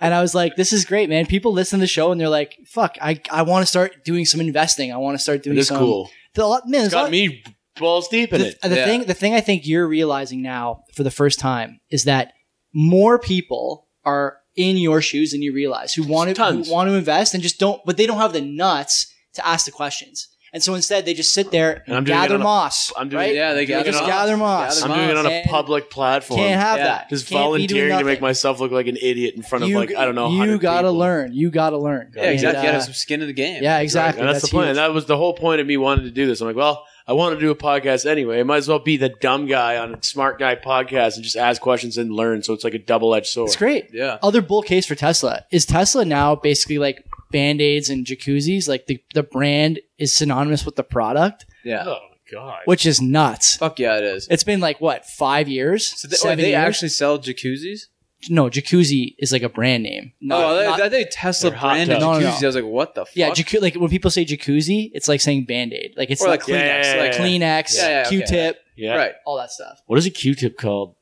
[SPEAKER 1] and I was like, "This is great, man. People listen to the show and they're like, fuck, I I want to start doing some investing. I want to start doing
[SPEAKER 3] it is
[SPEAKER 1] some
[SPEAKER 3] cool.
[SPEAKER 1] The, man, there's
[SPEAKER 3] It's
[SPEAKER 1] a lot-
[SPEAKER 3] got me balls deep in
[SPEAKER 1] the,
[SPEAKER 3] it.
[SPEAKER 1] the
[SPEAKER 2] Yeah.
[SPEAKER 1] thing the thing I think you're realizing now for the first time is that more people are in your shoes than you realize who want to
[SPEAKER 3] Tons.
[SPEAKER 1] who want to invest and just don't but they don't have the nuts to ask the questions. And so instead they just sit there
[SPEAKER 3] And I'm
[SPEAKER 1] and
[SPEAKER 3] doing it
[SPEAKER 1] gather
[SPEAKER 3] on a-
[SPEAKER 1] moss.
[SPEAKER 3] I'm doing
[SPEAKER 1] right?
[SPEAKER 3] it-
[SPEAKER 2] Yeah, they
[SPEAKER 3] I'm doing
[SPEAKER 2] gather
[SPEAKER 3] it
[SPEAKER 1] just
[SPEAKER 3] on-
[SPEAKER 2] moss.
[SPEAKER 1] gather moss.
[SPEAKER 2] Gather
[SPEAKER 3] I'm doing it on a
[SPEAKER 1] And
[SPEAKER 3] public platform.
[SPEAKER 1] Can't have
[SPEAKER 2] Yeah.
[SPEAKER 1] that.
[SPEAKER 3] Just
[SPEAKER 1] Can't be doing
[SPEAKER 3] volunteering to
[SPEAKER 1] nothing.
[SPEAKER 3] make myself look like an idiot in front of
[SPEAKER 1] You-
[SPEAKER 3] like I don't know.
[SPEAKER 1] You
[SPEAKER 3] 100
[SPEAKER 1] gotta
[SPEAKER 3] people.
[SPEAKER 1] learn. You gotta learn.
[SPEAKER 2] yeah, exactly. you
[SPEAKER 1] And,
[SPEAKER 2] gotta
[SPEAKER 1] uh,
[SPEAKER 2] have some skin in the game.
[SPEAKER 1] yeah, exactly.
[SPEAKER 3] And that's, the point.
[SPEAKER 1] huge.
[SPEAKER 3] And that was the whole point of me wanting to do this. I'm like, well, I want to do a podcast anyway. I might as well be the dumb guy on a smart guy podcast and just ask questions and learn. So it's like a double edged sword.
[SPEAKER 1] It's great.
[SPEAKER 2] Yeah.
[SPEAKER 1] Other bull case for Tesla is Tesla now basically like band aids and jacuzzis. Like the, the brand is synonymous with the product,
[SPEAKER 2] Yeah.
[SPEAKER 3] Oh my god.
[SPEAKER 1] which is nuts.
[SPEAKER 2] Fuck yeah, it is.
[SPEAKER 1] It's been like what five years?
[SPEAKER 2] So they,
[SPEAKER 1] Seven
[SPEAKER 2] wait, they
[SPEAKER 1] years?
[SPEAKER 2] actually sell jacuzzis.
[SPEAKER 1] no. Jacuzzi is like a brand name. Not-
[SPEAKER 2] oh, I
[SPEAKER 1] not-
[SPEAKER 2] thought- I think Tesla
[SPEAKER 3] They're hot
[SPEAKER 2] branded
[SPEAKER 1] tubs. No, no,
[SPEAKER 2] jacuzzis. I was like, what the fuck?
[SPEAKER 1] yeah, jacu- like when people say jacuzzi, it's like saying band aid. Like it's
[SPEAKER 2] or like
[SPEAKER 1] like,
[SPEAKER 2] Kleenex,
[SPEAKER 3] Yeah, yeah,
[SPEAKER 2] like
[SPEAKER 3] yeah.
[SPEAKER 2] clean,
[SPEAKER 1] Kleenex,
[SPEAKER 2] Yeah, yeah, okay.
[SPEAKER 1] Q-tip,
[SPEAKER 3] Yeah.
[SPEAKER 2] right?
[SPEAKER 1] all that stuff.
[SPEAKER 3] What is a Q-tip called?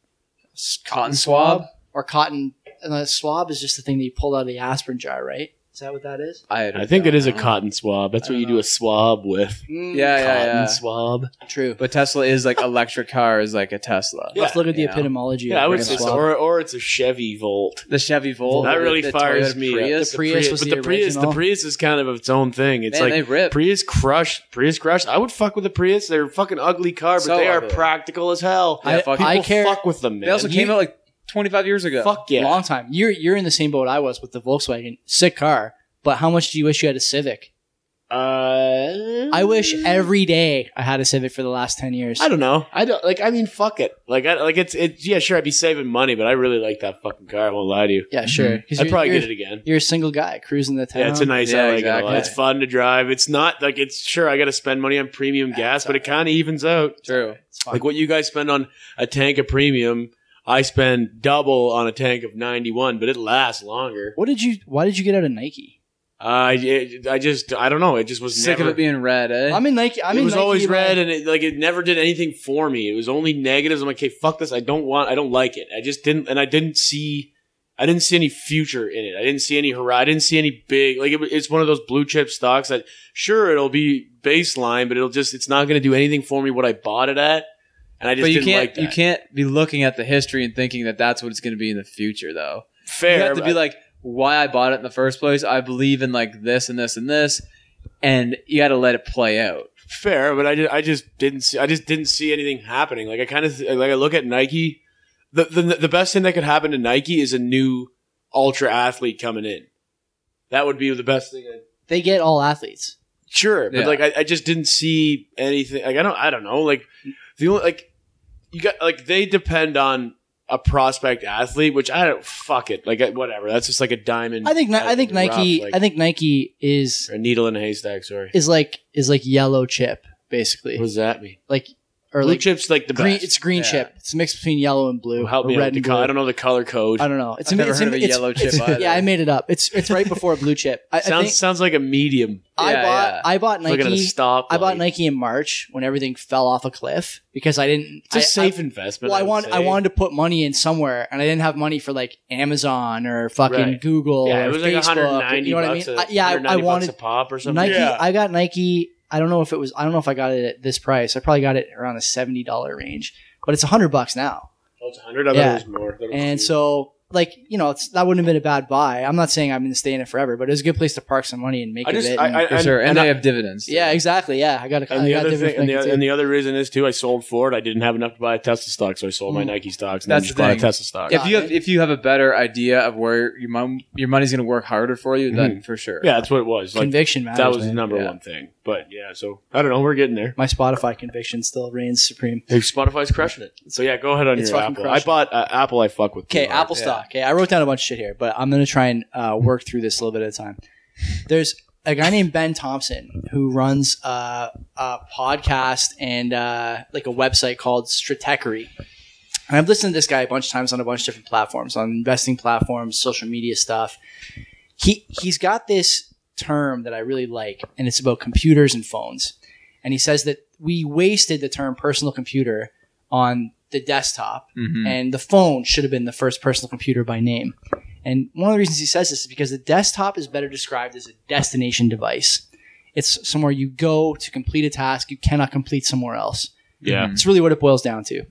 [SPEAKER 2] Cotton swab.
[SPEAKER 1] or cotton. And a swab is just the thing that you pull out of the aspirin jar, right? Is that what that is?
[SPEAKER 2] I,
[SPEAKER 3] I think it is a
[SPEAKER 2] cotton.
[SPEAKER 3] cotton swab. That's
[SPEAKER 1] I
[SPEAKER 3] what
[SPEAKER 1] don't
[SPEAKER 3] you do
[SPEAKER 1] know.
[SPEAKER 3] a swab with.
[SPEAKER 1] Mm,
[SPEAKER 2] Yeah, yeah,
[SPEAKER 3] cotton
[SPEAKER 2] yeah.
[SPEAKER 3] swab.
[SPEAKER 1] true.
[SPEAKER 2] But Tesla is like electric car is like a Tesla.
[SPEAKER 3] Yeah.
[SPEAKER 1] Let's look at the
[SPEAKER 2] you know.
[SPEAKER 1] epitomology.
[SPEAKER 3] Yeah, I
[SPEAKER 1] of
[SPEAKER 3] would
[SPEAKER 1] brand
[SPEAKER 3] say so.
[SPEAKER 1] swap.
[SPEAKER 3] Or, or it's a Chevy Volt.
[SPEAKER 2] The Chevy Volt.
[SPEAKER 3] That
[SPEAKER 2] the-
[SPEAKER 3] really
[SPEAKER 2] the
[SPEAKER 3] fires
[SPEAKER 2] Toyota
[SPEAKER 3] me up.
[SPEAKER 2] Prius.
[SPEAKER 1] The Prius was
[SPEAKER 3] but
[SPEAKER 1] the
[SPEAKER 3] the Prius, the
[SPEAKER 1] original.
[SPEAKER 3] Prius is kind of its own thing. It's
[SPEAKER 2] Man,
[SPEAKER 3] like
[SPEAKER 2] they rip.
[SPEAKER 3] Prius crush, Prius crush. I would fuck with the Prius. They're a fucking ugly car, but
[SPEAKER 2] So
[SPEAKER 3] they are
[SPEAKER 2] ugly.
[SPEAKER 3] practical as hell.
[SPEAKER 2] Yeah,
[SPEAKER 1] I-
[SPEAKER 2] fuck
[SPEAKER 3] People
[SPEAKER 1] I care-
[SPEAKER 3] fuck with them, man.
[SPEAKER 2] They also
[SPEAKER 1] You-
[SPEAKER 2] came out like 25 years ago.
[SPEAKER 3] fuck yeah.
[SPEAKER 1] Long time. You're you're in the same boat I was with the Volkswagen. Sick car. But how much do you wish you had a Civic?
[SPEAKER 3] Uh,
[SPEAKER 1] I wish every day I had a Civic for the last ten years.
[SPEAKER 3] I don't know. I don't like. I mean, fuck it. Like, I, like it's it. Yeah, sure. I'd be saving money, but I really like that fucking car. I won't lie to you.
[SPEAKER 1] yeah, sure. 'Cause
[SPEAKER 3] Mm-hmm. I'd
[SPEAKER 1] you're-
[SPEAKER 3] probably
[SPEAKER 1] you're,
[SPEAKER 3] get it again.
[SPEAKER 1] You're a single guy cruising the town.
[SPEAKER 3] Yeah, it's a nice.
[SPEAKER 2] Yeah,
[SPEAKER 3] I like it. a lot.
[SPEAKER 2] exactly.
[SPEAKER 3] It's fun to drive. It's not like it's sure. I got to spend money on premium gas, but it kind of evens out.
[SPEAKER 2] True.
[SPEAKER 1] It's fine.
[SPEAKER 3] Like what you guys spend on a tank of premium, I spend double on a tank of ninety one, but it lasts longer.
[SPEAKER 1] what did you? Why did you get out of Nike?
[SPEAKER 3] I it, I just I don't know. It just was
[SPEAKER 2] Sick
[SPEAKER 3] never-
[SPEAKER 2] of it being red, eh?
[SPEAKER 1] I'm in Nike. I'm
[SPEAKER 3] it
[SPEAKER 1] in
[SPEAKER 3] was
[SPEAKER 1] Nike,
[SPEAKER 3] always
[SPEAKER 1] but-
[SPEAKER 3] red, and it like it never did anything for me. It was only negatives. I'm like, okay, fuck this. I don't want. I don't like it. I just didn't, and I didn't see. I didn't see any future in it. I didn't see any hurrah. I didn't see any big like. It, wa- it's one of those blue chip stocks that sure it'll be baseline, but it'll just it's not going to do anything for me what I bought it at. And I just
[SPEAKER 2] but you
[SPEAKER 3] didn't
[SPEAKER 2] can't
[SPEAKER 3] like that.
[SPEAKER 2] you can't be looking at the history and thinking that that's what it's going to be in the future, though.
[SPEAKER 3] Fair.
[SPEAKER 2] you have to
[SPEAKER 3] but
[SPEAKER 2] be like, why I bought it in the first place. I believe in like this and this and this, and you got to let it play out.
[SPEAKER 3] Fair, but I just, I just didn't see I just didn't see anything happening. Like I kind of th- like I look at Nike. The, the the best thing that could happen to Nike is a new ultra athlete coming in. That would be the best thing. I-
[SPEAKER 1] They get all athletes.
[SPEAKER 3] sure, but
[SPEAKER 2] Yeah.
[SPEAKER 3] like I, I just didn't see anything. Like I don't I don't know. Like the only like you got like they depend on a prospect athlete, which I don't fuck it. Like I- whatever. That's just like a diamond.
[SPEAKER 1] I think Ni- I
[SPEAKER 3] out
[SPEAKER 1] think
[SPEAKER 3] in the
[SPEAKER 1] Nike
[SPEAKER 3] rough, like-
[SPEAKER 1] I think Nike is
[SPEAKER 3] or a needle in a haystack. Sorry.
[SPEAKER 1] is like is like yellow chip
[SPEAKER 3] What
[SPEAKER 1] basically
[SPEAKER 3] does that mean?
[SPEAKER 1] like or
[SPEAKER 3] Blue
[SPEAKER 1] like
[SPEAKER 3] chips like the
[SPEAKER 1] green
[SPEAKER 3] best.
[SPEAKER 1] it's green
[SPEAKER 2] Yeah.
[SPEAKER 1] chip it's a mix between yellow and blue
[SPEAKER 3] Ooh, help
[SPEAKER 1] or
[SPEAKER 3] me out
[SPEAKER 1] red
[SPEAKER 3] with the
[SPEAKER 1] and
[SPEAKER 3] color.
[SPEAKER 1] blue
[SPEAKER 3] I don't know the color code.
[SPEAKER 1] I don't know it's
[SPEAKER 2] I've never
[SPEAKER 1] it's
[SPEAKER 2] heard of a
[SPEAKER 1] it's-
[SPEAKER 2] yellow chip
[SPEAKER 1] it's-
[SPEAKER 2] either.
[SPEAKER 1] yeah I made it up it's it's right before a blue chip I, I
[SPEAKER 3] sounds
[SPEAKER 1] think
[SPEAKER 3] sounds like a medium.
[SPEAKER 1] I
[SPEAKER 2] yeah,
[SPEAKER 1] bought
[SPEAKER 2] yeah.
[SPEAKER 1] I bought
[SPEAKER 3] Looking at a
[SPEAKER 1] Nike
[SPEAKER 3] stop.
[SPEAKER 1] I bought
[SPEAKER 3] light.
[SPEAKER 1] Nike in March when everything fell off a cliff because I didn't
[SPEAKER 3] It's a
[SPEAKER 1] I-
[SPEAKER 3] safe
[SPEAKER 1] I,
[SPEAKER 3] investment.
[SPEAKER 1] well, I
[SPEAKER 3] would
[SPEAKER 1] want I
[SPEAKER 3] say.
[SPEAKER 1] wanted to put money in somewhere, and I didn't have money for like Amazon or fucking
[SPEAKER 3] Right.
[SPEAKER 1] Google
[SPEAKER 3] Yeah, it
[SPEAKER 1] or
[SPEAKER 3] was like
[SPEAKER 1] Facebook.
[SPEAKER 3] 190
[SPEAKER 1] you know what I mean?
[SPEAKER 3] bucks. A,
[SPEAKER 1] I- yeah, I- I,
[SPEAKER 3] 190 bucks
[SPEAKER 1] wanted
[SPEAKER 3] a pop or something.
[SPEAKER 1] Nike.
[SPEAKER 4] Yeah.
[SPEAKER 1] I got Nike. I don't know if it was. I don't know if I got it at this price. I probably got it around the seventy dollar range, but it's hundred bucks now.
[SPEAKER 3] Oh, it's 100. I
[SPEAKER 1] Yeah.
[SPEAKER 3] it was more.
[SPEAKER 1] And so, like you know, it's, that wouldn't have been a bad buy. I'm not saying I'm going to stay in it forever, but it was a good place to park some money and make
[SPEAKER 3] I
[SPEAKER 1] a
[SPEAKER 3] just
[SPEAKER 1] bit. and-
[SPEAKER 3] I, I,
[SPEAKER 2] For sure. And,
[SPEAKER 3] and
[SPEAKER 2] they
[SPEAKER 3] I-
[SPEAKER 2] have dividends. too.
[SPEAKER 1] yeah, exactly. Yeah, I got a.
[SPEAKER 3] and
[SPEAKER 1] I
[SPEAKER 3] the
[SPEAKER 1] got
[SPEAKER 3] other
[SPEAKER 1] different
[SPEAKER 3] thing, and the,
[SPEAKER 1] things,
[SPEAKER 3] other-
[SPEAKER 1] too.
[SPEAKER 3] and the other reason is too, I sold Ford. I didn't have enough to buy a Tesla stock, so I sold my
[SPEAKER 1] Mm.
[SPEAKER 3] Nike stocks. And
[SPEAKER 2] That's
[SPEAKER 3] then just
[SPEAKER 2] the
[SPEAKER 3] bought a
[SPEAKER 2] thing.
[SPEAKER 3] Tesla stock.
[SPEAKER 2] If you have if you have a better idea of where your mom your money's gonna work harder for you, then for sure.
[SPEAKER 3] Mm-hmm. Yeah, that's what it was. Like
[SPEAKER 1] conviction matters.
[SPEAKER 3] that was the
[SPEAKER 1] man.
[SPEAKER 3] number
[SPEAKER 2] Yeah.
[SPEAKER 3] one thing. But yeah, so I don't know. We're getting there.
[SPEAKER 1] my Spotify conviction still reigns supreme.
[SPEAKER 3] Spotify's crushing it. So yeah, go ahead on
[SPEAKER 1] It's
[SPEAKER 3] your
[SPEAKER 1] fucking
[SPEAKER 3] Apple.
[SPEAKER 1] crushing
[SPEAKER 3] I bought uh, Apple. I fuck with.
[SPEAKER 1] Okay,
[SPEAKER 3] too hard.
[SPEAKER 1] Apple
[SPEAKER 2] yeah.
[SPEAKER 1] stock. Okay, I wrote down a bunch of shit here, but I'm gonna try and uh, work through this a little bit at a time. There's a guy named Ben Thompson who runs uh, a podcast and uh, like a website called Stratechery. And I've listened to this guy a bunch of times on a bunch of different platforms, on investing platforms, social media stuff. He he's got this term that I really like, and it's about computers and phones. And he says that we wasted the term personal computer on the desktop
[SPEAKER 2] Mhm.
[SPEAKER 1] and the phone should have been the first personal computer by name. And one of the reasons he says this is because the desktop is better described as a destination device. It's somewhere you go to complete a task you cannot complete somewhere else.
[SPEAKER 3] Yeah,
[SPEAKER 2] Mhm.
[SPEAKER 1] It's really what it boils down to.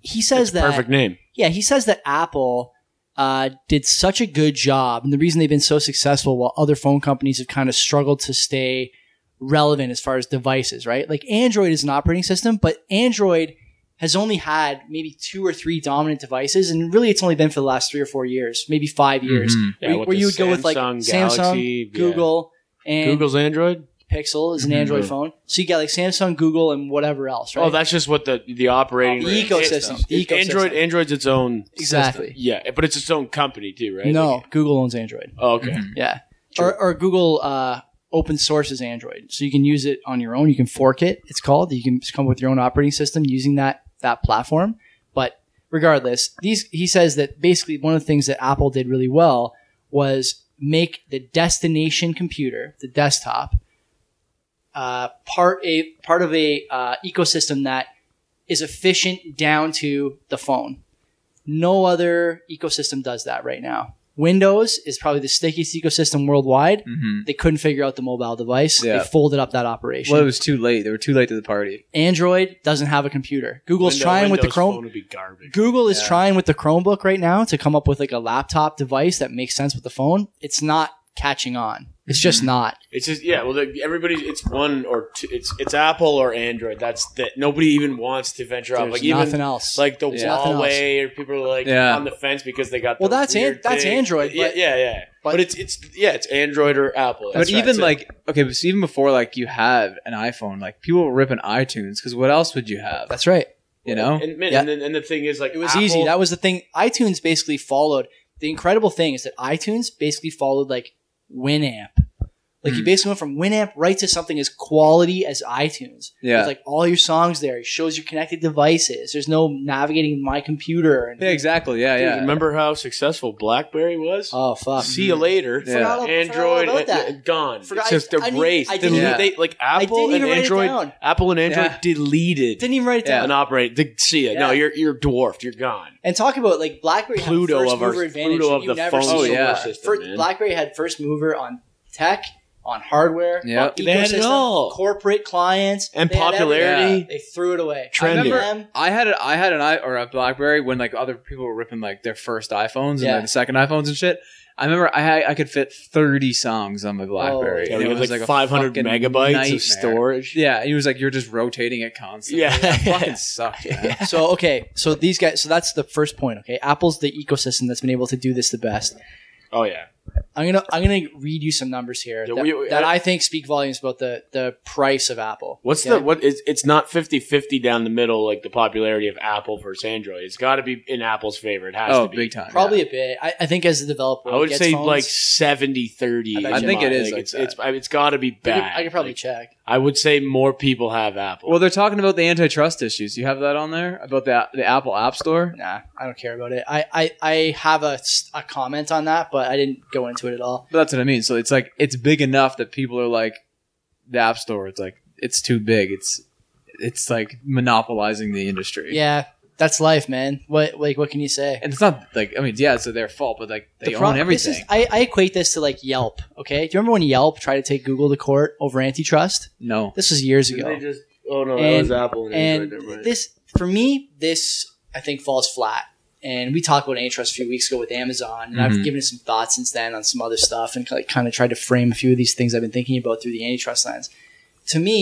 [SPEAKER 1] He says that
[SPEAKER 3] perfect name.
[SPEAKER 1] yeah, he says that Apple uh, did such a good job, and the reason they've been so successful while other phone companies have kind of struggled to stay relevant as far as devices, right? Like Android is an operating system, but Android has only had maybe two or three dominant devices, and really it's only been for the last three or four years, maybe five
[SPEAKER 3] Mm-hmm.
[SPEAKER 1] years,
[SPEAKER 2] Mhm.
[SPEAKER 3] Yeah,
[SPEAKER 1] where,
[SPEAKER 3] with
[SPEAKER 1] where
[SPEAKER 3] the
[SPEAKER 1] you would go with like
[SPEAKER 3] Samsung,
[SPEAKER 1] Samsung,
[SPEAKER 3] Galaxy, yeah.
[SPEAKER 1] Google, and
[SPEAKER 3] Google's Android.
[SPEAKER 1] Pixel is an
[SPEAKER 2] Mhm.
[SPEAKER 1] Android phone. So you got like Samsung, Google, and whatever else, right?
[SPEAKER 3] Oh, that's just what the the operating
[SPEAKER 1] The ecosystem. The
[SPEAKER 3] It- Android
[SPEAKER 1] ecosystem.
[SPEAKER 3] Android's its own
[SPEAKER 1] exactly.
[SPEAKER 3] system. Yeah, but it's its own company too, right?
[SPEAKER 1] No, Mm-hmm.
[SPEAKER 3] Like-
[SPEAKER 1] Google owns Android.
[SPEAKER 3] oh, okay.
[SPEAKER 1] Yeah. Or, or Google uh, open sources Android. So you can use it on your own. You can fork it, it's called. You can come up with your own operating system using that that platform. But regardless, these he says that basically one of the things that Apple did really well was make the destination computer, the desktop, uh, part a part of a uh, ecosystem that is efficient down to the phone. No other ecosystem does that right now. Windows is probably the stickiest ecosystem worldwide.
[SPEAKER 2] Mhm.
[SPEAKER 1] They couldn't figure out the mobile device.
[SPEAKER 2] Yeah.
[SPEAKER 1] They folded up that operation.
[SPEAKER 2] Well, it was too late. They were too late to the party.
[SPEAKER 1] Android doesn't have a computer. Google's
[SPEAKER 3] Window-
[SPEAKER 1] trying with the
[SPEAKER 3] Windows
[SPEAKER 1] Chrome.
[SPEAKER 3] Phone would be garbage.
[SPEAKER 1] Google is
[SPEAKER 2] Yeah.
[SPEAKER 1] trying with the Chromebook right now to come up with like a laptop device that makes sense with the phone. It's not catching on. It's just
[SPEAKER 2] Mm-hmm.
[SPEAKER 1] not.
[SPEAKER 3] It's just yeah. Well, the, everybody, it's one or two. It's it's Apple or Android. That's that. Nobody even wants to venture out.
[SPEAKER 1] There's
[SPEAKER 3] Like even
[SPEAKER 1] nothing else.
[SPEAKER 3] like the
[SPEAKER 1] There's nothing else.
[SPEAKER 3] Huawei or people are like
[SPEAKER 2] Yeah.
[SPEAKER 3] on the fence because they got.
[SPEAKER 1] Well,
[SPEAKER 3] the
[SPEAKER 1] that's an-
[SPEAKER 3] weird
[SPEAKER 1] that's
[SPEAKER 3] thing.
[SPEAKER 1] Android,
[SPEAKER 3] Yeah,
[SPEAKER 1] but-
[SPEAKER 3] yeah, yeah. But,
[SPEAKER 1] but-
[SPEAKER 3] it's it's yeah, it's Android or Apple.
[SPEAKER 2] but even like okay, but so even before like you had an iPhone, like people were ripping iTunes because what else would you have?
[SPEAKER 1] That's right.
[SPEAKER 2] you know.
[SPEAKER 3] and, man,
[SPEAKER 1] Yeah.
[SPEAKER 3] and, then, and the thing is like
[SPEAKER 1] It was
[SPEAKER 3] Apple-
[SPEAKER 1] easy. That was the thing. iTunes basically followed. The incredible thing is that iTunes basically followed like Winamp. Like you
[SPEAKER 2] Mhm.
[SPEAKER 1] basically went from Winamp right to something as quality as iTunes.
[SPEAKER 2] Yeah.
[SPEAKER 1] With like all your songs there. It shows your connected devices. There's no navigating my computer. And,
[SPEAKER 2] yeah, exactly. Yeah,
[SPEAKER 3] Dude,
[SPEAKER 2] yeah. Uh,
[SPEAKER 3] Remember how successful BlackBerry was?
[SPEAKER 1] Oh fuck.
[SPEAKER 3] See you later.
[SPEAKER 2] mm-hmm. Yeah.
[SPEAKER 1] Forgot all- forgot all
[SPEAKER 3] Android
[SPEAKER 1] about
[SPEAKER 3] and,
[SPEAKER 1] that.
[SPEAKER 3] and gone.
[SPEAKER 1] Forgot-
[SPEAKER 3] it's just
[SPEAKER 1] I- I need-
[SPEAKER 3] erased.
[SPEAKER 1] I
[SPEAKER 3] They-
[SPEAKER 2] didn't-
[SPEAKER 3] they- like Apple
[SPEAKER 1] didn't
[SPEAKER 3] and
[SPEAKER 1] even write it
[SPEAKER 3] Android.
[SPEAKER 1] down.
[SPEAKER 3] Apple and Android
[SPEAKER 2] Yeah.
[SPEAKER 3] deleted
[SPEAKER 1] Didn't even write it
[SPEAKER 2] Yeah.
[SPEAKER 1] down.
[SPEAKER 3] an operating. They, see it. No,
[SPEAKER 1] Yeah.
[SPEAKER 3] you're you're dwarfed. You're gone.
[SPEAKER 1] And talk about like BlackBerry
[SPEAKER 3] Pluto
[SPEAKER 1] had first
[SPEAKER 3] of our-
[SPEAKER 1] mover advantage.
[SPEAKER 3] Pluto
[SPEAKER 1] that
[SPEAKER 3] of
[SPEAKER 1] you
[SPEAKER 3] the
[SPEAKER 1] never
[SPEAKER 3] phone
[SPEAKER 1] see
[SPEAKER 2] Oh,
[SPEAKER 1] before.
[SPEAKER 2] yeah.
[SPEAKER 3] system,
[SPEAKER 1] Fir-
[SPEAKER 3] man.
[SPEAKER 1] BlackBerry had first mover on tech, on hardware,
[SPEAKER 2] Yeah.
[SPEAKER 1] on
[SPEAKER 3] They had it
[SPEAKER 1] ecosystem,
[SPEAKER 3] all.
[SPEAKER 1] corporate clients,
[SPEAKER 3] And
[SPEAKER 1] They had
[SPEAKER 3] popularity.
[SPEAKER 1] everything. They threw it away.
[SPEAKER 3] Trendy.
[SPEAKER 1] IBM,
[SPEAKER 2] I had a, I had an i or a BlackBerry when like other people were ripping like their first iPhones and
[SPEAKER 1] Yeah.
[SPEAKER 2] then the second iPhones and shit. I remember I I could fit thirty songs on my BlackBerry.
[SPEAKER 1] Yeah,
[SPEAKER 2] and
[SPEAKER 3] we
[SPEAKER 2] it
[SPEAKER 3] had
[SPEAKER 2] was
[SPEAKER 3] like,
[SPEAKER 2] a
[SPEAKER 3] 500
[SPEAKER 2] fucking
[SPEAKER 3] megabytes
[SPEAKER 2] nightmare.
[SPEAKER 3] of storage.
[SPEAKER 2] Yeah, he was like, "You're just rotating it constantly."
[SPEAKER 3] Yeah.
[SPEAKER 2] It fucking sucked. Man.
[SPEAKER 1] So okay, so these guys. So that's the first point. Okay, Apple's the ecosystem that's been able to do this the best.
[SPEAKER 3] Oh yeah.
[SPEAKER 1] I'm gonna I'm gonna read you some numbers here
[SPEAKER 3] Yeah,
[SPEAKER 1] that,
[SPEAKER 3] we- we-
[SPEAKER 1] that
[SPEAKER 3] I-
[SPEAKER 1] I, think speak volumes about the the price of Apple.
[SPEAKER 3] What's
[SPEAKER 1] Okay?
[SPEAKER 3] the what is it's not 50-50 down the middle like the popularity of Apple versus Android. It's got to be in Apple's favor. It has
[SPEAKER 2] Oh,
[SPEAKER 3] to be.
[SPEAKER 2] big time.
[SPEAKER 1] probably a bit? I, I think as a developer,
[SPEAKER 3] I would
[SPEAKER 1] gets
[SPEAKER 3] say
[SPEAKER 1] phones-
[SPEAKER 3] like 70
[SPEAKER 1] I
[SPEAKER 3] 30.
[SPEAKER 1] bet I you
[SPEAKER 2] think it
[SPEAKER 3] Like,
[SPEAKER 2] is like
[SPEAKER 3] it's
[SPEAKER 2] that.
[SPEAKER 3] it's I- it's got to be
[SPEAKER 1] I
[SPEAKER 3] bad.
[SPEAKER 1] could, I could probably
[SPEAKER 3] Like,
[SPEAKER 1] check.
[SPEAKER 3] I would say more people have Apple.
[SPEAKER 2] Well, they're talking about the antitrust issues. You have that on there about the the Apple App Store.
[SPEAKER 1] Nah, I don't care about it. I I, I have a, s- a comment on that, but I didn't go into it at all.
[SPEAKER 2] But that's what I mean. So it's like it's big enough that people are like the App Store. It's like it's too big. It's it's like monopolizing the industry.
[SPEAKER 1] Yeah, that's life, man. What like what can you say?
[SPEAKER 2] and it's not like I mean, yeah, it's their fault, but like they
[SPEAKER 1] The
[SPEAKER 2] own
[SPEAKER 1] prob- this
[SPEAKER 2] everything.
[SPEAKER 1] is- I, I equate this to like Yelp. Okay, do you remember when Yelp tried to take Google to court over antitrust?
[SPEAKER 2] no,
[SPEAKER 1] This was years
[SPEAKER 4] Didn't
[SPEAKER 1] ago.
[SPEAKER 4] they just, oh no, that
[SPEAKER 1] And-
[SPEAKER 4] was Apple and,
[SPEAKER 1] and
[SPEAKER 4] Android. never mind.
[SPEAKER 1] this for me this i think falls flat and we talked about antitrust a few weeks ago with amazon and
[SPEAKER 2] Mhm.
[SPEAKER 1] i've given it some thought since then on some other stuff and like, kind of tried to frame a few of these things i've been thinking about through the antitrust lens to me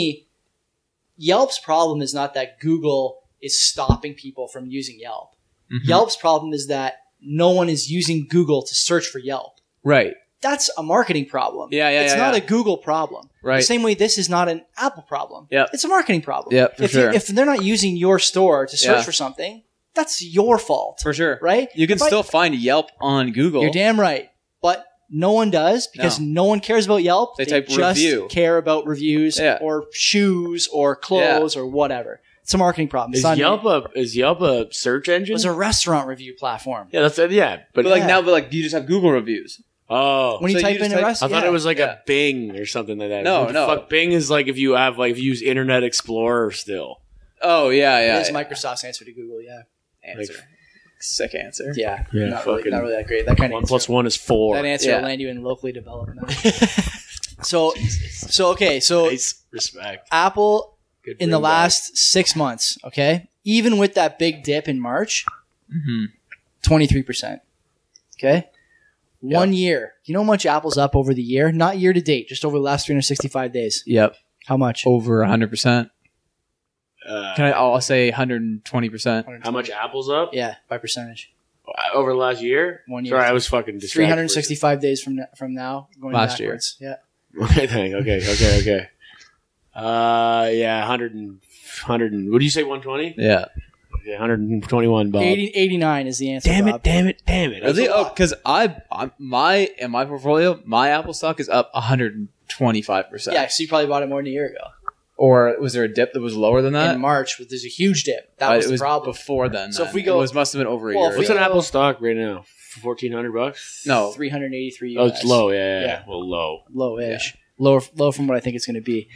[SPEAKER 1] yelp's problem is not that google is stopping people from using yelp
[SPEAKER 2] Mhm.
[SPEAKER 1] yelp's problem is that no one is using google to search for yelp
[SPEAKER 2] right?
[SPEAKER 1] that's a marketing problem
[SPEAKER 2] Yeah, yeah,
[SPEAKER 1] it's
[SPEAKER 2] yeah,
[SPEAKER 1] not
[SPEAKER 2] yeah.
[SPEAKER 1] a google problem
[SPEAKER 2] Right.
[SPEAKER 1] the same way this is not an Apple problem.
[SPEAKER 2] Yep.
[SPEAKER 1] It's a marketing problem.
[SPEAKER 2] Yep, for
[SPEAKER 1] if you-
[SPEAKER 2] sure.
[SPEAKER 1] if they're not using your store to search
[SPEAKER 2] Yeah.
[SPEAKER 1] for something, that's your fault,
[SPEAKER 2] For sure,
[SPEAKER 1] right?
[SPEAKER 2] you can
[SPEAKER 1] If I-
[SPEAKER 2] still find Yelp on Google.
[SPEAKER 1] You're damn right. But no one does because no, one cares about Yelp.
[SPEAKER 2] They type
[SPEAKER 1] just
[SPEAKER 2] review.
[SPEAKER 1] care about reviews
[SPEAKER 2] Yeah.
[SPEAKER 1] or shoes or clothes or whatever. It's a marketing problem. It's
[SPEAKER 3] Is
[SPEAKER 1] not-
[SPEAKER 3] Yelp a is Yelp a search
[SPEAKER 1] it
[SPEAKER 3] engine?
[SPEAKER 1] was a restaurant review platform.
[SPEAKER 3] yeah, that's yeah, but,
[SPEAKER 2] but like
[SPEAKER 1] Yeah.
[SPEAKER 2] now, but like you just have Google reviews.
[SPEAKER 3] oh,
[SPEAKER 1] When you
[SPEAKER 2] So you
[SPEAKER 1] type
[SPEAKER 2] just
[SPEAKER 1] in a
[SPEAKER 2] type-
[SPEAKER 3] I
[SPEAKER 1] restaurant,
[SPEAKER 3] thought it was like
[SPEAKER 2] yeah.
[SPEAKER 3] a Bing or something like that.
[SPEAKER 2] No,
[SPEAKER 3] What the
[SPEAKER 2] no.
[SPEAKER 3] Fuck, Bing is like if you have like if you use Internet Explorer still.
[SPEAKER 2] Oh yeah, yeah.
[SPEAKER 1] It is
[SPEAKER 2] yeah.
[SPEAKER 1] Microsoft's answer to Google. Yeah,
[SPEAKER 2] answer. Sick answer.
[SPEAKER 1] yeah,
[SPEAKER 3] Yeah,
[SPEAKER 1] not, really,
[SPEAKER 3] fucking-
[SPEAKER 1] not really that great. That kind of
[SPEAKER 3] One
[SPEAKER 1] answer.
[SPEAKER 3] plus one is four.
[SPEAKER 1] That answer
[SPEAKER 2] Yeah.
[SPEAKER 1] will land you in locally developed. now. so, so okay, so
[SPEAKER 3] Nice respect.
[SPEAKER 1] Apple
[SPEAKER 3] Good
[SPEAKER 1] in the
[SPEAKER 3] bring back.
[SPEAKER 1] last six months, okay, even with that big dip in March,
[SPEAKER 2] Mm-hmm.
[SPEAKER 1] twenty three percent. Okay,
[SPEAKER 2] Yeah.
[SPEAKER 1] one year. You know how much Apple's up over the year? Not year to date, just over the last three hundred sixty five days.
[SPEAKER 2] Yep,
[SPEAKER 1] How much?
[SPEAKER 2] over hundred percent.
[SPEAKER 3] Uh,
[SPEAKER 2] Can I? I'll say hundred and twenty percent.
[SPEAKER 3] how much Apple's up
[SPEAKER 1] Yeah, by percentage.
[SPEAKER 3] Uh, over the last year?
[SPEAKER 1] One year.
[SPEAKER 3] Sorry, I was fucking distracted.
[SPEAKER 1] Three hundred sixty five days from n- from now. Going
[SPEAKER 2] Last year.
[SPEAKER 1] backwards. year. Yeah.
[SPEAKER 3] Okay, thank- okay, okay, okay. Uh, yeah, 100 and 100 and what do you say 120?
[SPEAKER 2] Yeah.
[SPEAKER 3] Yeah, 121 Bob.
[SPEAKER 1] 80, 89 is the answer. Bob.
[SPEAKER 3] damn it, damn it.
[SPEAKER 2] Really?
[SPEAKER 1] a
[SPEAKER 2] Oh,
[SPEAKER 1] lot.
[SPEAKER 2] because I, I my in my portfolio, my Apple stock is up 125 percent.
[SPEAKER 1] Yeah, so you probably bought it more than a year ago.
[SPEAKER 2] Or was there a dip that was lower than that?
[SPEAKER 1] in March, but there's a huge dip. That
[SPEAKER 2] Uh,
[SPEAKER 1] was
[SPEAKER 2] it
[SPEAKER 1] the
[SPEAKER 2] Uh, was
[SPEAKER 1] problem.
[SPEAKER 2] before then.
[SPEAKER 1] So if
[SPEAKER 2] then.
[SPEAKER 1] we go-
[SPEAKER 2] it was must have been over a
[SPEAKER 1] Well,
[SPEAKER 2] year.
[SPEAKER 3] What's
[SPEAKER 2] ago.
[SPEAKER 3] an Apple stock right now? 1400 bucks?
[SPEAKER 2] No,
[SPEAKER 1] 383
[SPEAKER 3] Oh, it's
[SPEAKER 1] US.
[SPEAKER 3] low. Yeah, yeah, yeah.
[SPEAKER 1] Yeah.
[SPEAKER 3] Well, low.
[SPEAKER 1] low-ish, lower, low from what I think it's going to be.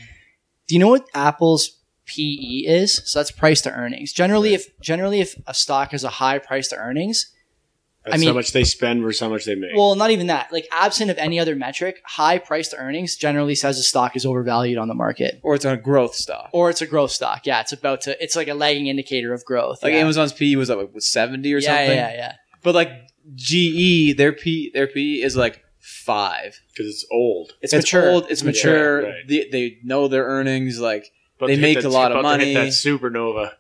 [SPEAKER 1] Do you know what Apple's PE is? So that's price to earnings. Generally, if generally if a stock has a high price to earnings,
[SPEAKER 3] That's
[SPEAKER 1] mean-
[SPEAKER 3] how much they spend versus how much they make.
[SPEAKER 1] well, not even that. Like absent of any other metric, high price to earnings generally says a stock is overvalued on the market.
[SPEAKER 2] or it's on a growth stock.
[SPEAKER 1] Or it's a growth stock. Yeah, it's about to. It's like a lagging indicator of growth.
[SPEAKER 2] Like
[SPEAKER 1] yeah.
[SPEAKER 2] Amazon's PE was up like what, 70 or
[SPEAKER 1] yeah,
[SPEAKER 2] something.
[SPEAKER 1] yeah, yeah.
[SPEAKER 2] But like GE, their P their PE is like five.
[SPEAKER 3] because it's old.
[SPEAKER 1] It's, mature.
[SPEAKER 2] old. It's
[SPEAKER 1] Yeah.
[SPEAKER 2] mature.
[SPEAKER 3] Right.
[SPEAKER 2] They, they know their earnings. Like
[SPEAKER 3] But
[SPEAKER 2] They
[SPEAKER 3] hit
[SPEAKER 2] make a lot of
[SPEAKER 3] about to
[SPEAKER 2] money.
[SPEAKER 3] Hit that supernova.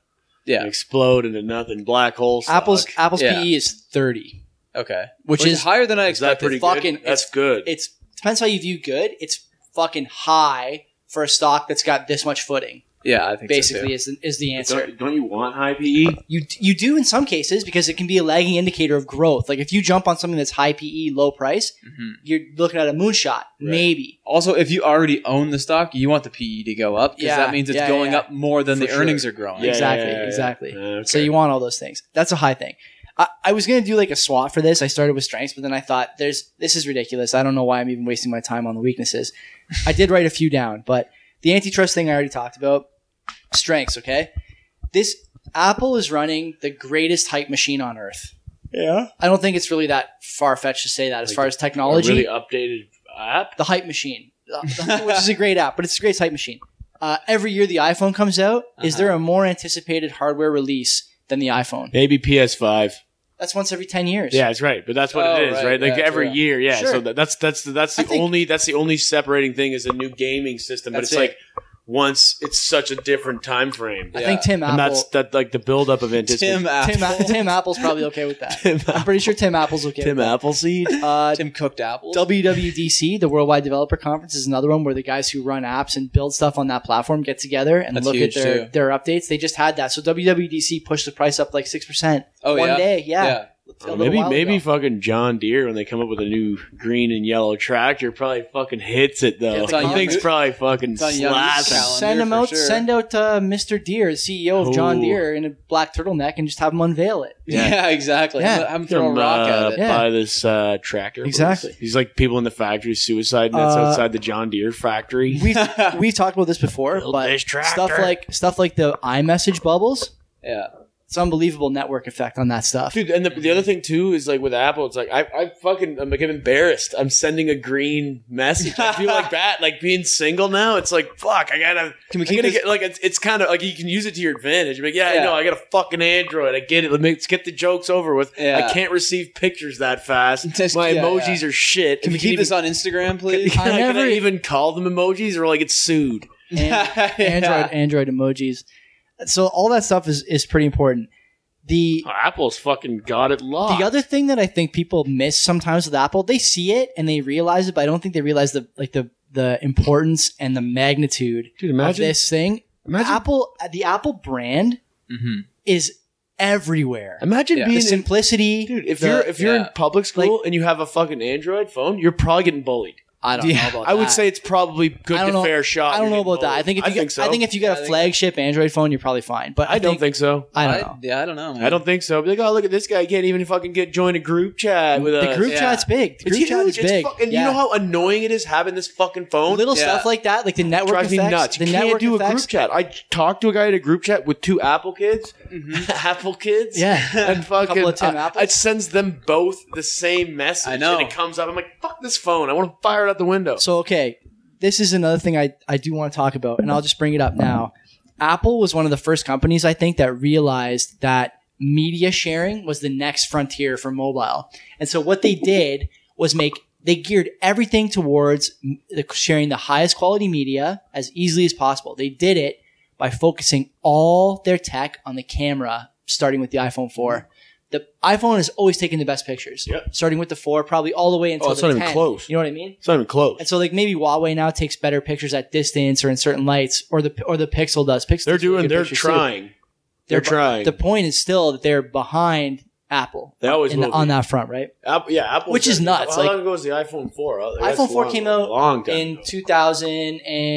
[SPEAKER 2] Yeah.
[SPEAKER 3] and explode into nothing. Black hole. Stock.
[SPEAKER 1] Apple's Apple's
[SPEAKER 2] Yeah.
[SPEAKER 1] PE is thirty,
[SPEAKER 2] okay,
[SPEAKER 1] which is
[SPEAKER 2] higher than I
[SPEAKER 3] Is that
[SPEAKER 2] expected.
[SPEAKER 3] pretty
[SPEAKER 1] fucking-
[SPEAKER 3] good? That's good.
[SPEAKER 1] it's depends how you view good. It's fucking high for a stock that's got this much footing.
[SPEAKER 2] yeah, I think so, too.
[SPEAKER 1] Basically, is the, is the answer.
[SPEAKER 3] Don't, don't you want high E? PE?
[SPEAKER 1] You you do in some cases because it can be a lagging indicator of growth. Like if you jump on something that's high PE, low price,
[SPEAKER 2] Mhm.
[SPEAKER 1] you're looking at a moonshot, maybe.
[SPEAKER 2] Also, if you already own the stock, you want the PE to go up because
[SPEAKER 1] Yeah,
[SPEAKER 2] that means it's
[SPEAKER 1] yeah,
[SPEAKER 2] going
[SPEAKER 1] yeah.
[SPEAKER 2] up more than
[SPEAKER 1] For
[SPEAKER 2] the
[SPEAKER 1] sure.
[SPEAKER 2] earnings are growing.
[SPEAKER 1] Yeah. Exactly, exactly.
[SPEAKER 3] Uh, okay.
[SPEAKER 1] So you want all those things. That's a high thing. I, I was gonna do like a SWOT for this. I started with strengths, but then I thought there's this is ridiculous. I don't know why I'm even wasting my time on the weaknesses. I did write a few down, but the antitrust thing I already talked about. Strengths, okay? This Apple is running the greatest hype machine on earth.
[SPEAKER 3] yeah,
[SPEAKER 1] I don't think it's really that far fetched to say that as
[SPEAKER 3] Like
[SPEAKER 1] far as
[SPEAKER 3] a
[SPEAKER 1] technology
[SPEAKER 3] really updated app.
[SPEAKER 1] the hype machine, uh, which is a great app, but it's a great hype machine. Uh, every year the iPhone comes out. Is
[SPEAKER 2] Uh-huh.
[SPEAKER 1] there a more anticipated hardware release than the iPhone?
[SPEAKER 3] Maybe PS5.
[SPEAKER 1] That's once every ten years.
[SPEAKER 3] Yeah, that's right. But that's what
[SPEAKER 2] Oh,
[SPEAKER 3] it is,
[SPEAKER 2] right.
[SPEAKER 3] right? Like
[SPEAKER 2] Yeah,
[SPEAKER 3] every
[SPEAKER 2] true.
[SPEAKER 3] year, yeah.
[SPEAKER 1] Sure.
[SPEAKER 3] So that, that's that's the, that's the
[SPEAKER 1] I think-
[SPEAKER 3] only that's the only separating thing is a new gaming system.
[SPEAKER 2] That's
[SPEAKER 3] but
[SPEAKER 2] it.
[SPEAKER 3] it's like once it's such a different time frame,
[SPEAKER 1] I
[SPEAKER 2] Yeah.
[SPEAKER 1] think Tim
[SPEAKER 3] and
[SPEAKER 1] Apple.
[SPEAKER 3] that's that like the buildup of it.
[SPEAKER 2] Tim Apple.
[SPEAKER 1] Tim, A- Tim Apple's probably okay with that.
[SPEAKER 3] Tim,
[SPEAKER 1] I'm pretty sure Tim Apple's okay. with that.
[SPEAKER 3] Appleseed.
[SPEAKER 1] Uh,
[SPEAKER 2] Tim cooked apples.
[SPEAKER 1] WWDC, the Worldwide Developer Conference, is another one where the guys who run apps and build stuff on that platform get together and
[SPEAKER 2] That's
[SPEAKER 1] look at
[SPEAKER 2] huge,
[SPEAKER 1] their,
[SPEAKER 2] too.
[SPEAKER 1] their updates. They just had that. So WWDC pushed the price up like 6%
[SPEAKER 2] oh
[SPEAKER 1] one
[SPEAKER 2] yeah.
[SPEAKER 1] day. Yeah.
[SPEAKER 2] yeah.
[SPEAKER 1] A little
[SPEAKER 3] maybe
[SPEAKER 1] while
[SPEAKER 3] maybe
[SPEAKER 1] ago.
[SPEAKER 3] fucking John Deere when they come up with a new green and yellow tractor probably fucking hits it though.
[SPEAKER 1] Yeah, it's on
[SPEAKER 3] I
[SPEAKER 1] Yahoo.
[SPEAKER 3] think's probably fucking
[SPEAKER 2] It's on Yahoo's
[SPEAKER 3] slapping.
[SPEAKER 2] calendar
[SPEAKER 1] Send them
[SPEAKER 2] for
[SPEAKER 1] out.
[SPEAKER 2] sure.
[SPEAKER 1] Send out uh, Mr. Deere, CEO E of John
[SPEAKER 3] Ooh.
[SPEAKER 1] Deere, in a black turtleneck, and just have him unveil it.
[SPEAKER 2] Yeah, exactly.
[SPEAKER 1] Yeah.
[SPEAKER 2] I'm throwing a
[SPEAKER 3] Come
[SPEAKER 2] rock
[SPEAKER 3] uh,
[SPEAKER 2] at it.
[SPEAKER 1] Yeah.
[SPEAKER 3] buy this uh, tractor. please.
[SPEAKER 1] Exactly.
[SPEAKER 3] He's like people in the factory suicide nets
[SPEAKER 1] Uh,
[SPEAKER 3] outside the John Deere factory.
[SPEAKER 1] We've we talked about this before,
[SPEAKER 3] Build
[SPEAKER 1] but
[SPEAKER 3] this tractor.
[SPEAKER 1] stuff like stuff like the iMessage bubbles.
[SPEAKER 2] yeah.
[SPEAKER 1] It's unbelievable network effect on that stuff.
[SPEAKER 3] Dude, and the, the other thing too is like with Apple, it's like I, I fucking I'm like embarrassed. I'm sending a green message. I feel like that, like being single now. It's like fuck, I gotta,
[SPEAKER 2] Can we
[SPEAKER 3] I
[SPEAKER 2] keep
[SPEAKER 3] gotta
[SPEAKER 2] this?
[SPEAKER 3] get like it's, it's kind of like you can use it to your advantage. You're like, yeah,
[SPEAKER 2] Yeah.
[SPEAKER 3] I know, I got a fucking Android. I get it. Let me let's get the jokes over with.
[SPEAKER 2] Yeah.
[SPEAKER 3] I can't receive pictures that fast.
[SPEAKER 2] Just-
[SPEAKER 3] My
[SPEAKER 2] yeah,
[SPEAKER 3] emojis are shit.
[SPEAKER 2] Can
[SPEAKER 3] And
[SPEAKER 2] we
[SPEAKER 3] you
[SPEAKER 2] keep
[SPEAKER 3] even-
[SPEAKER 2] this on Instagram, please?
[SPEAKER 3] Can,
[SPEAKER 1] I
[SPEAKER 3] I, can I
[SPEAKER 1] never-
[SPEAKER 3] even call them emojis or like it's sued?
[SPEAKER 1] And-
[SPEAKER 2] Yeah.
[SPEAKER 1] Android Android emojis. So all that stuff is is pretty important. The
[SPEAKER 3] Oh, Apple's fucking got it locked.
[SPEAKER 1] the other thing that I think people miss sometimes with Apple, they see it and they realize it, but I don't think they realize the like the the importance and the magnitude
[SPEAKER 3] dude,
[SPEAKER 1] of this thing. Apple the Apple brand
[SPEAKER 2] Mhm.
[SPEAKER 3] Mm-hmm.
[SPEAKER 1] is everywhere.
[SPEAKER 3] imagine
[SPEAKER 2] Yeah.
[SPEAKER 1] The
[SPEAKER 3] being in
[SPEAKER 1] simplicity,
[SPEAKER 3] Dude, if
[SPEAKER 1] the-
[SPEAKER 3] you're if you're
[SPEAKER 2] yeah.
[SPEAKER 3] in public school and you have a fucking Android phone, you're probably getting bullied.
[SPEAKER 1] I don't
[SPEAKER 2] Yeah,
[SPEAKER 1] know about
[SPEAKER 3] I would
[SPEAKER 1] that.
[SPEAKER 3] say it's probably good
[SPEAKER 1] I don't
[SPEAKER 3] to
[SPEAKER 1] know-
[SPEAKER 3] fair shot.
[SPEAKER 1] I don't
[SPEAKER 3] you're
[SPEAKER 1] know
[SPEAKER 3] getting
[SPEAKER 1] about that. I
[SPEAKER 3] bullied.
[SPEAKER 1] think if
[SPEAKER 3] I
[SPEAKER 1] you,
[SPEAKER 3] think so.
[SPEAKER 1] I think if you
[SPEAKER 2] I
[SPEAKER 1] got a
[SPEAKER 2] think-
[SPEAKER 1] flagship Android phone, you're probably fine. But I,
[SPEAKER 3] I, don't think, so.
[SPEAKER 1] I don't know.
[SPEAKER 2] Yeah, I don't know. man.
[SPEAKER 3] I don't think so. Be like, oh look at this guy. He can't even fucking get join a group chat with
[SPEAKER 1] the
[SPEAKER 3] us.
[SPEAKER 1] group
[SPEAKER 2] yeah.
[SPEAKER 1] chat's big. The
[SPEAKER 3] It's
[SPEAKER 1] group chat
[SPEAKER 3] huge.
[SPEAKER 1] is big.
[SPEAKER 3] It's fucking,
[SPEAKER 1] Yeah.
[SPEAKER 3] You know how annoying it is having this fucking phone.
[SPEAKER 1] little
[SPEAKER 2] Yeah.
[SPEAKER 1] stuff like that, like the network
[SPEAKER 3] drives
[SPEAKER 1] effects.
[SPEAKER 3] me nuts.
[SPEAKER 1] The
[SPEAKER 3] you can't
[SPEAKER 1] network
[SPEAKER 3] do a
[SPEAKER 1] effects.
[SPEAKER 3] group chat. I talked to a guy in a group chat with two Apple kids,
[SPEAKER 2] Mhm.
[SPEAKER 3] Apple kids,
[SPEAKER 1] Mm-hmm. Yeah,
[SPEAKER 3] and fucking
[SPEAKER 1] Couple of Tim
[SPEAKER 3] uh,
[SPEAKER 1] Apples.
[SPEAKER 3] it sends them both the same message.
[SPEAKER 2] I know.
[SPEAKER 3] and it comes up. I'm like, fuck this phone. I want to fire it out the window.
[SPEAKER 1] So okay, this is another thing I, I do want to talk about, and I'll just bring it up now. Apple was one of the first companies I think that realized that media sharing was the next frontier for mobile. And so what they did was make they geared everything towards m- the- sharing the highest quality media as easily as possible. They did it by focusing all their tech on the camera, starting with the iPhone 4. The iPhone has always taken the best pictures,
[SPEAKER 3] Yep. Oh,
[SPEAKER 1] starting with the 4, probably all the way until
[SPEAKER 3] it's
[SPEAKER 1] the
[SPEAKER 3] not even
[SPEAKER 1] 10.
[SPEAKER 3] close.
[SPEAKER 1] You know what I mean?
[SPEAKER 3] It's not even close.
[SPEAKER 1] And so like maybe Huawei now takes better pictures at distance or in certain lights, or the or the Pixel does. Pixel
[SPEAKER 3] They're
[SPEAKER 1] takes really
[SPEAKER 3] doing.
[SPEAKER 1] good
[SPEAKER 3] They're
[SPEAKER 1] pictures, too.
[SPEAKER 3] trying. They're,
[SPEAKER 1] They're bu-
[SPEAKER 3] trying.
[SPEAKER 1] The point is still that they're behind Apple
[SPEAKER 3] they always
[SPEAKER 1] in
[SPEAKER 3] will
[SPEAKER 1] the, on
[SPEAKER 3] be.
[SPEAKER 1] that front, right?
[SPEAKER 3] Apple, yeah, Apple.
[SPEAKER 1] Which is nuts,
[SPEAKER 3] How
[SPEAKER 1] like-
[SPEAKER 3] long ago was the iPhone four? Oh, that's
[SPEAKER 1] iPhone 4
[SPEAKER 3] long-
[SPEAKER 1] came out
[SPEAKER 3] long time
[SPEAKER 1] In
[SPEAKER 3] ago.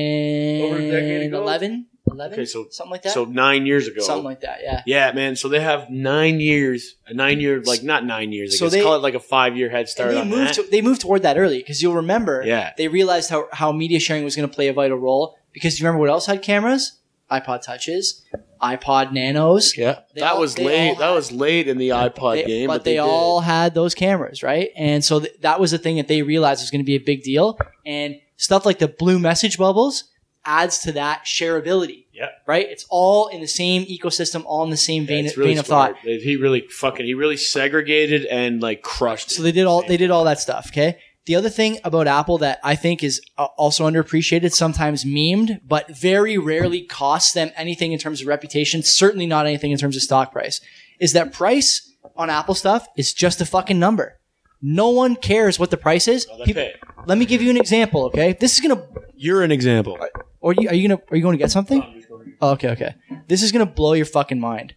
[SPEAKER 1] 2011, 11,
[SPEAKER 3] Okay, so-
[SPEAKER 1] something like that,
[SPEAKER 3] So nine years ago.
[SPEAKER 1] something like that, yeah.
[SPEAKER 3] yeah, man. So they have nine years, a nine year, like not nine years. I
[SPEAKER 1] So
[SPEAKER 3] guess.
[SPEAKER 1] they-
[SPEAKER 3] call it like a five year head start.
[SPEAKER 1] And they
[SPEAKER 3] on
[SPEAKER 1] moved
[SPEAKER 3] that.
[SPEAKER 1] to, they moved toward that early because you'll remember
[SPEAKER 3] Yeah.
[SPEAKER 1] they realized how how media sharing was going to play a vital role because you remember what else had cameras? iPod touches, iPod Nanos.
[SPEAKER 3] Yeah,
[SPEAKER 1] They
[SPEAKER 3] that
[SPEAKER 1] all-
[SPEAKER 3] was
[SPEAKER 1] they all
[SPEAKER 3] late. That
[SPEAKER 1] had-
[SPEAKER 3] was late in the iPod
[SPEAKER 1] They-
[SPEAKER 3] game,
[SPEAKER 1] but, they, all had those cameras, right? And so th- that was the thing that they realized was going to be a big deal. And stuff like the blue message bubbles adds to that shareability.
[SPEAKER 3] Yeah.
[SPEAKER 1] Right. It's all in the same ecosystem, all in the same vein, vein of thought.
[SPEAKER 3] He really fucking. He really segregated and like crushed.
[SPEAKER 1] So
[SPEAKER 3] it.
[SPEAKER 1] they did all they did all that stuff. Okay. The other thing about Apple that I think is uh, also underappreciated, sometimes memed, but very rarely costs them anything in terms of reputation. Certainly not anything in terms of stock price. Is that price on Apple stuff is just a fucking number. No one cares what the price is.
[SPEAKER 3] Oh, that's
[SPEAKER 1] People-
[SPEAKER 3] it.
[SPEAKER 1] let me give you an example. Okay, this is gonna.
[SPEAKER 3] You're an example.
[SPEAKER 1] Or you, are you gonna? Are you going to get something? Oh, okay, okay. This is gonna blow your fucking mind.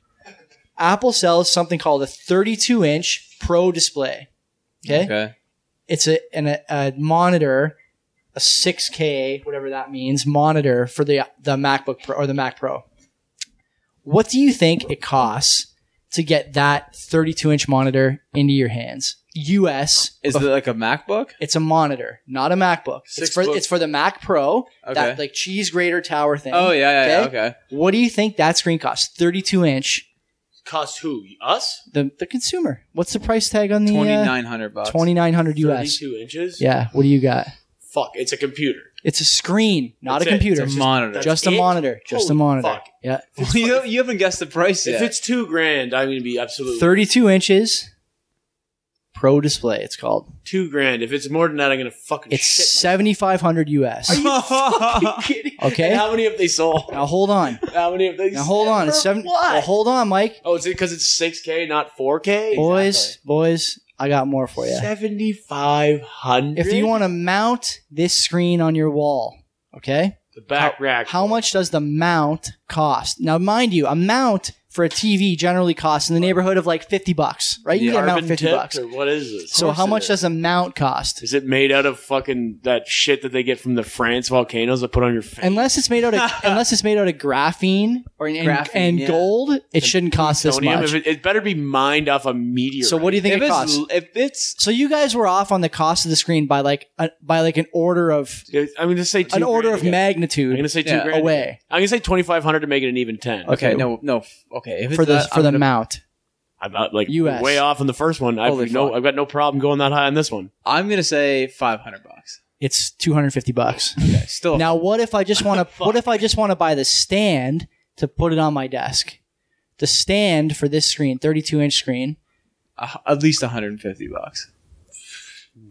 [SPEAKER 1] Apple sells something called a 32 inch Pro display. Okay
[SPEAKER 2] Okay.
[SPEAKER 1] it's a, an, a, a monitor, a 6K, whatever that means, monitor for the the MacBook Pro or the Mac Pro. What do you think it costs to get that 32 inch monitor into your hands? US.
[SPEAKER 2] Is it like a MacBook?
[SPEAKER 1] It's a monitor, not a MacBook. It's
[SPEAKER 3] Six
[SPEAKER 1] for
[SPEAKER 3] book-
[SPEAKER 1] it's for the Mac Pro,
[SPEAKER 2] Okay.
[SPEAKER 1] that like cheese grater tower thing.
[SPEAKER 2] oh yeah, yeah, yeah.
[SPEAKER 1] Okay?
[SPEAKER 2] Okay.
[SPEAKER 1] What do you think that screen costs? 32 inch.
[SPEAKER 3] Cost who? Us?
[SPEAKER 1] The the consumer. What's the price tag on the
[SPEAKER 2] Twenty
[SPEAKER 1] uh,
[SPEAKER 2] nine hundred bucks.
[SPEAKER 1] 2900 US?
[SPEAKER 3] Thirty-two inches.
[SPEAKER 1] Yeah, what do you got?
[SPEAKER 3] Fuck. It's a computer.
[SPEAKER 1] It's a screen, not
[SPEAKER 3] That's
[SPEAKER 1] a
[SPEAKER 3] it.
[SPEAKER 1] computer.
[SPEAKER 2] It's a monitor.
[SPEAKER 3] that's
[SPEAKER 1] just a
[SPEAKER 3] it?
[SPEAKER 1] monitor. Just a
[SPEAKER 3] Holy
[SPEAKER 1] monitor.
[SPEAKER 3] fuck.
[SPEAKER 1] Yeah.
[SPEAKER 2] you, you haven't guessed the price yet.
[SPEAKER 3] If it's two grand, I'm gonna be absolutely.
[SPEAKER 1] 32 inches, Pro Display. It's called.
[SPEAKER 3] Two grand. If it's more than that, I'm gonna fucking.
[SPEAKER 1] It's
[SPEAKER 3] shit myself.
[SPEAKER 1] seventy five hundred US.
[SPEAKER 3] And
[SPEAKER 1] Okay.
[SPEAKER 3] how many have they sold?
[SPEAKER 1] Now hold on.
[SPEAKER 3] How many have they?
[SPEAKER 1] Now hold on. It's seven. Well, hold on, Mike.
[SPEAKER 3] Oh, is it because it's six k, not four k?
[SPEAKER 1] Boys, boys, I got more for you.
[SPEAKER 3] Seventy five hundred.
[SPEAKER 1] If you want to mount this screen on your wall, okay?
[SPEAKER 3] the back rack,
[SPEAKER 1] How much does the mount cost? Now, mind you, a mount for a TV generally costs in the neighborhood of like fifty bucks, right? You can
[SPEAKER 3] the
[SPEAKER 1] get a mount
[SPEAKER 3] carbon
[SPEAKER 1] fifty
[SPEAKER 3] tipped,
[SPEAKER 1] bucks.
[SPEAKER 3] or what is this?
[SPEAKER 1] So,
[SPEAKER 3] Of
[SPEAKER 1] how
[SPEAKER 3] course
[SPEAKER 1] much
[SPEAKER 3] it is.
[SPEAKER 1] does a mount cost?
[SPEAKER 3] Is it made out of fucking that shit that they get from the France volcanoes that put on your face?
[SPEAKER 1] unless it's made out of unless it's made out of graphene or and,
[SPEAKER 2] Graphene,
[SPEAKER 1] and
[SPEAKER 2] yeah.
[SPEAKER 1] gold, it shouldn't cost this
[SPEAKER 3] Plutonium?
[SPEAKER 1] much.
[SPEAKER 3] If it, it better be mined off a meteor.
[SPEAKER 1] So what do you think
[SPEAKER 2] if
[SPEAKER 1] it
[SPEAKER 2] it's
[SPEAKER 1] costs?
[SPEAKER 2] if it's
[SPEAKER 1] so you guys were off on the cost of the screen by like a, by like an order of
[SPEAKER 3] you? I'm gonna say two
[SPEAKER 1] an order
[SPEAKER 3] grand
[SPEAKER 1] of
[SPEAKER 3] again. I'm
[SPEAKER 1] magnitude
[SPEAKER 3] gonna say two
[SPEAKER 2] Yeah.
[SPEAKER 3] grand again.
[SPEAKER 1] away
[SPEAKER 3] I'm gonna say twenty five hundred to make it an even ten.
[SPEAKER 1] Okay,
[SPEAKER 2] okay, no no f- okay if it's
[SPEAKER 1] for the
[SPEAKER 2] that,
[SPEAKER 1] for
[SPEAKER 2] I'm
[SPEAKER 1] the
[SPEAKER 2] gonna-
[SPEAKER 1] mount.
[SPEAKER 3] I'm out, uh, like
[SPEAKER 1] US.
[SPEAKER 3] way off on the first one.
[SPEAKER 2] Holy
[SPEAKER 3] I've no,
[SPEAKER 2] fuck.
[SPEAKER 3] I've got no problem going that high on this one.
[SPEAKER 2] I'm gonna say five hundred bucks.
[SPEAKER 1] It's two hundred fifty bucks.
[SPEAKER 2] Okay, still
[SPEAKER 1] Now what if I just want to what if I just want to buy the stand to put it on my desk? The stand for this screen, thirty-two inch screen,
[SPEAKER 2] uh, at least one hundred and fifty bucks.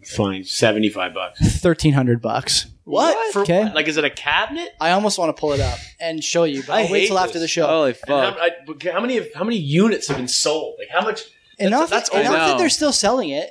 [SPEAKER 3] Fine, seventy five bucks.
[SPEAKER 1] thirteen hundred bucks.
[SPEAKER 3] What? For,
[SPEAKER 1] Okay.
[SPEAKER 3] Like, is it a cabinet?
[SPEAKER 1] I almost want to pull it up and show you, but
[SPEAKER 3] I
[SPEAKER 1] I'll wait
[SPEAKER 3] hate
[SPEAKER 1] till after
[SPEAKER 3] this. Oh,
[SPEAKER 1] the show.
[SPEAKER 2] Holy
[SPEAKER 3] And
[SPEAKER 2] fuck!
[SPEAKER 3] How, I, but how many? How many units have been sold? Like, how much?
[SPEAKER 1] enough
[SPEAKER 3] that's
[SPEAKER 1] enough
[SPEAKER 2] all-
[SPEAKER 1] that they're still selling it.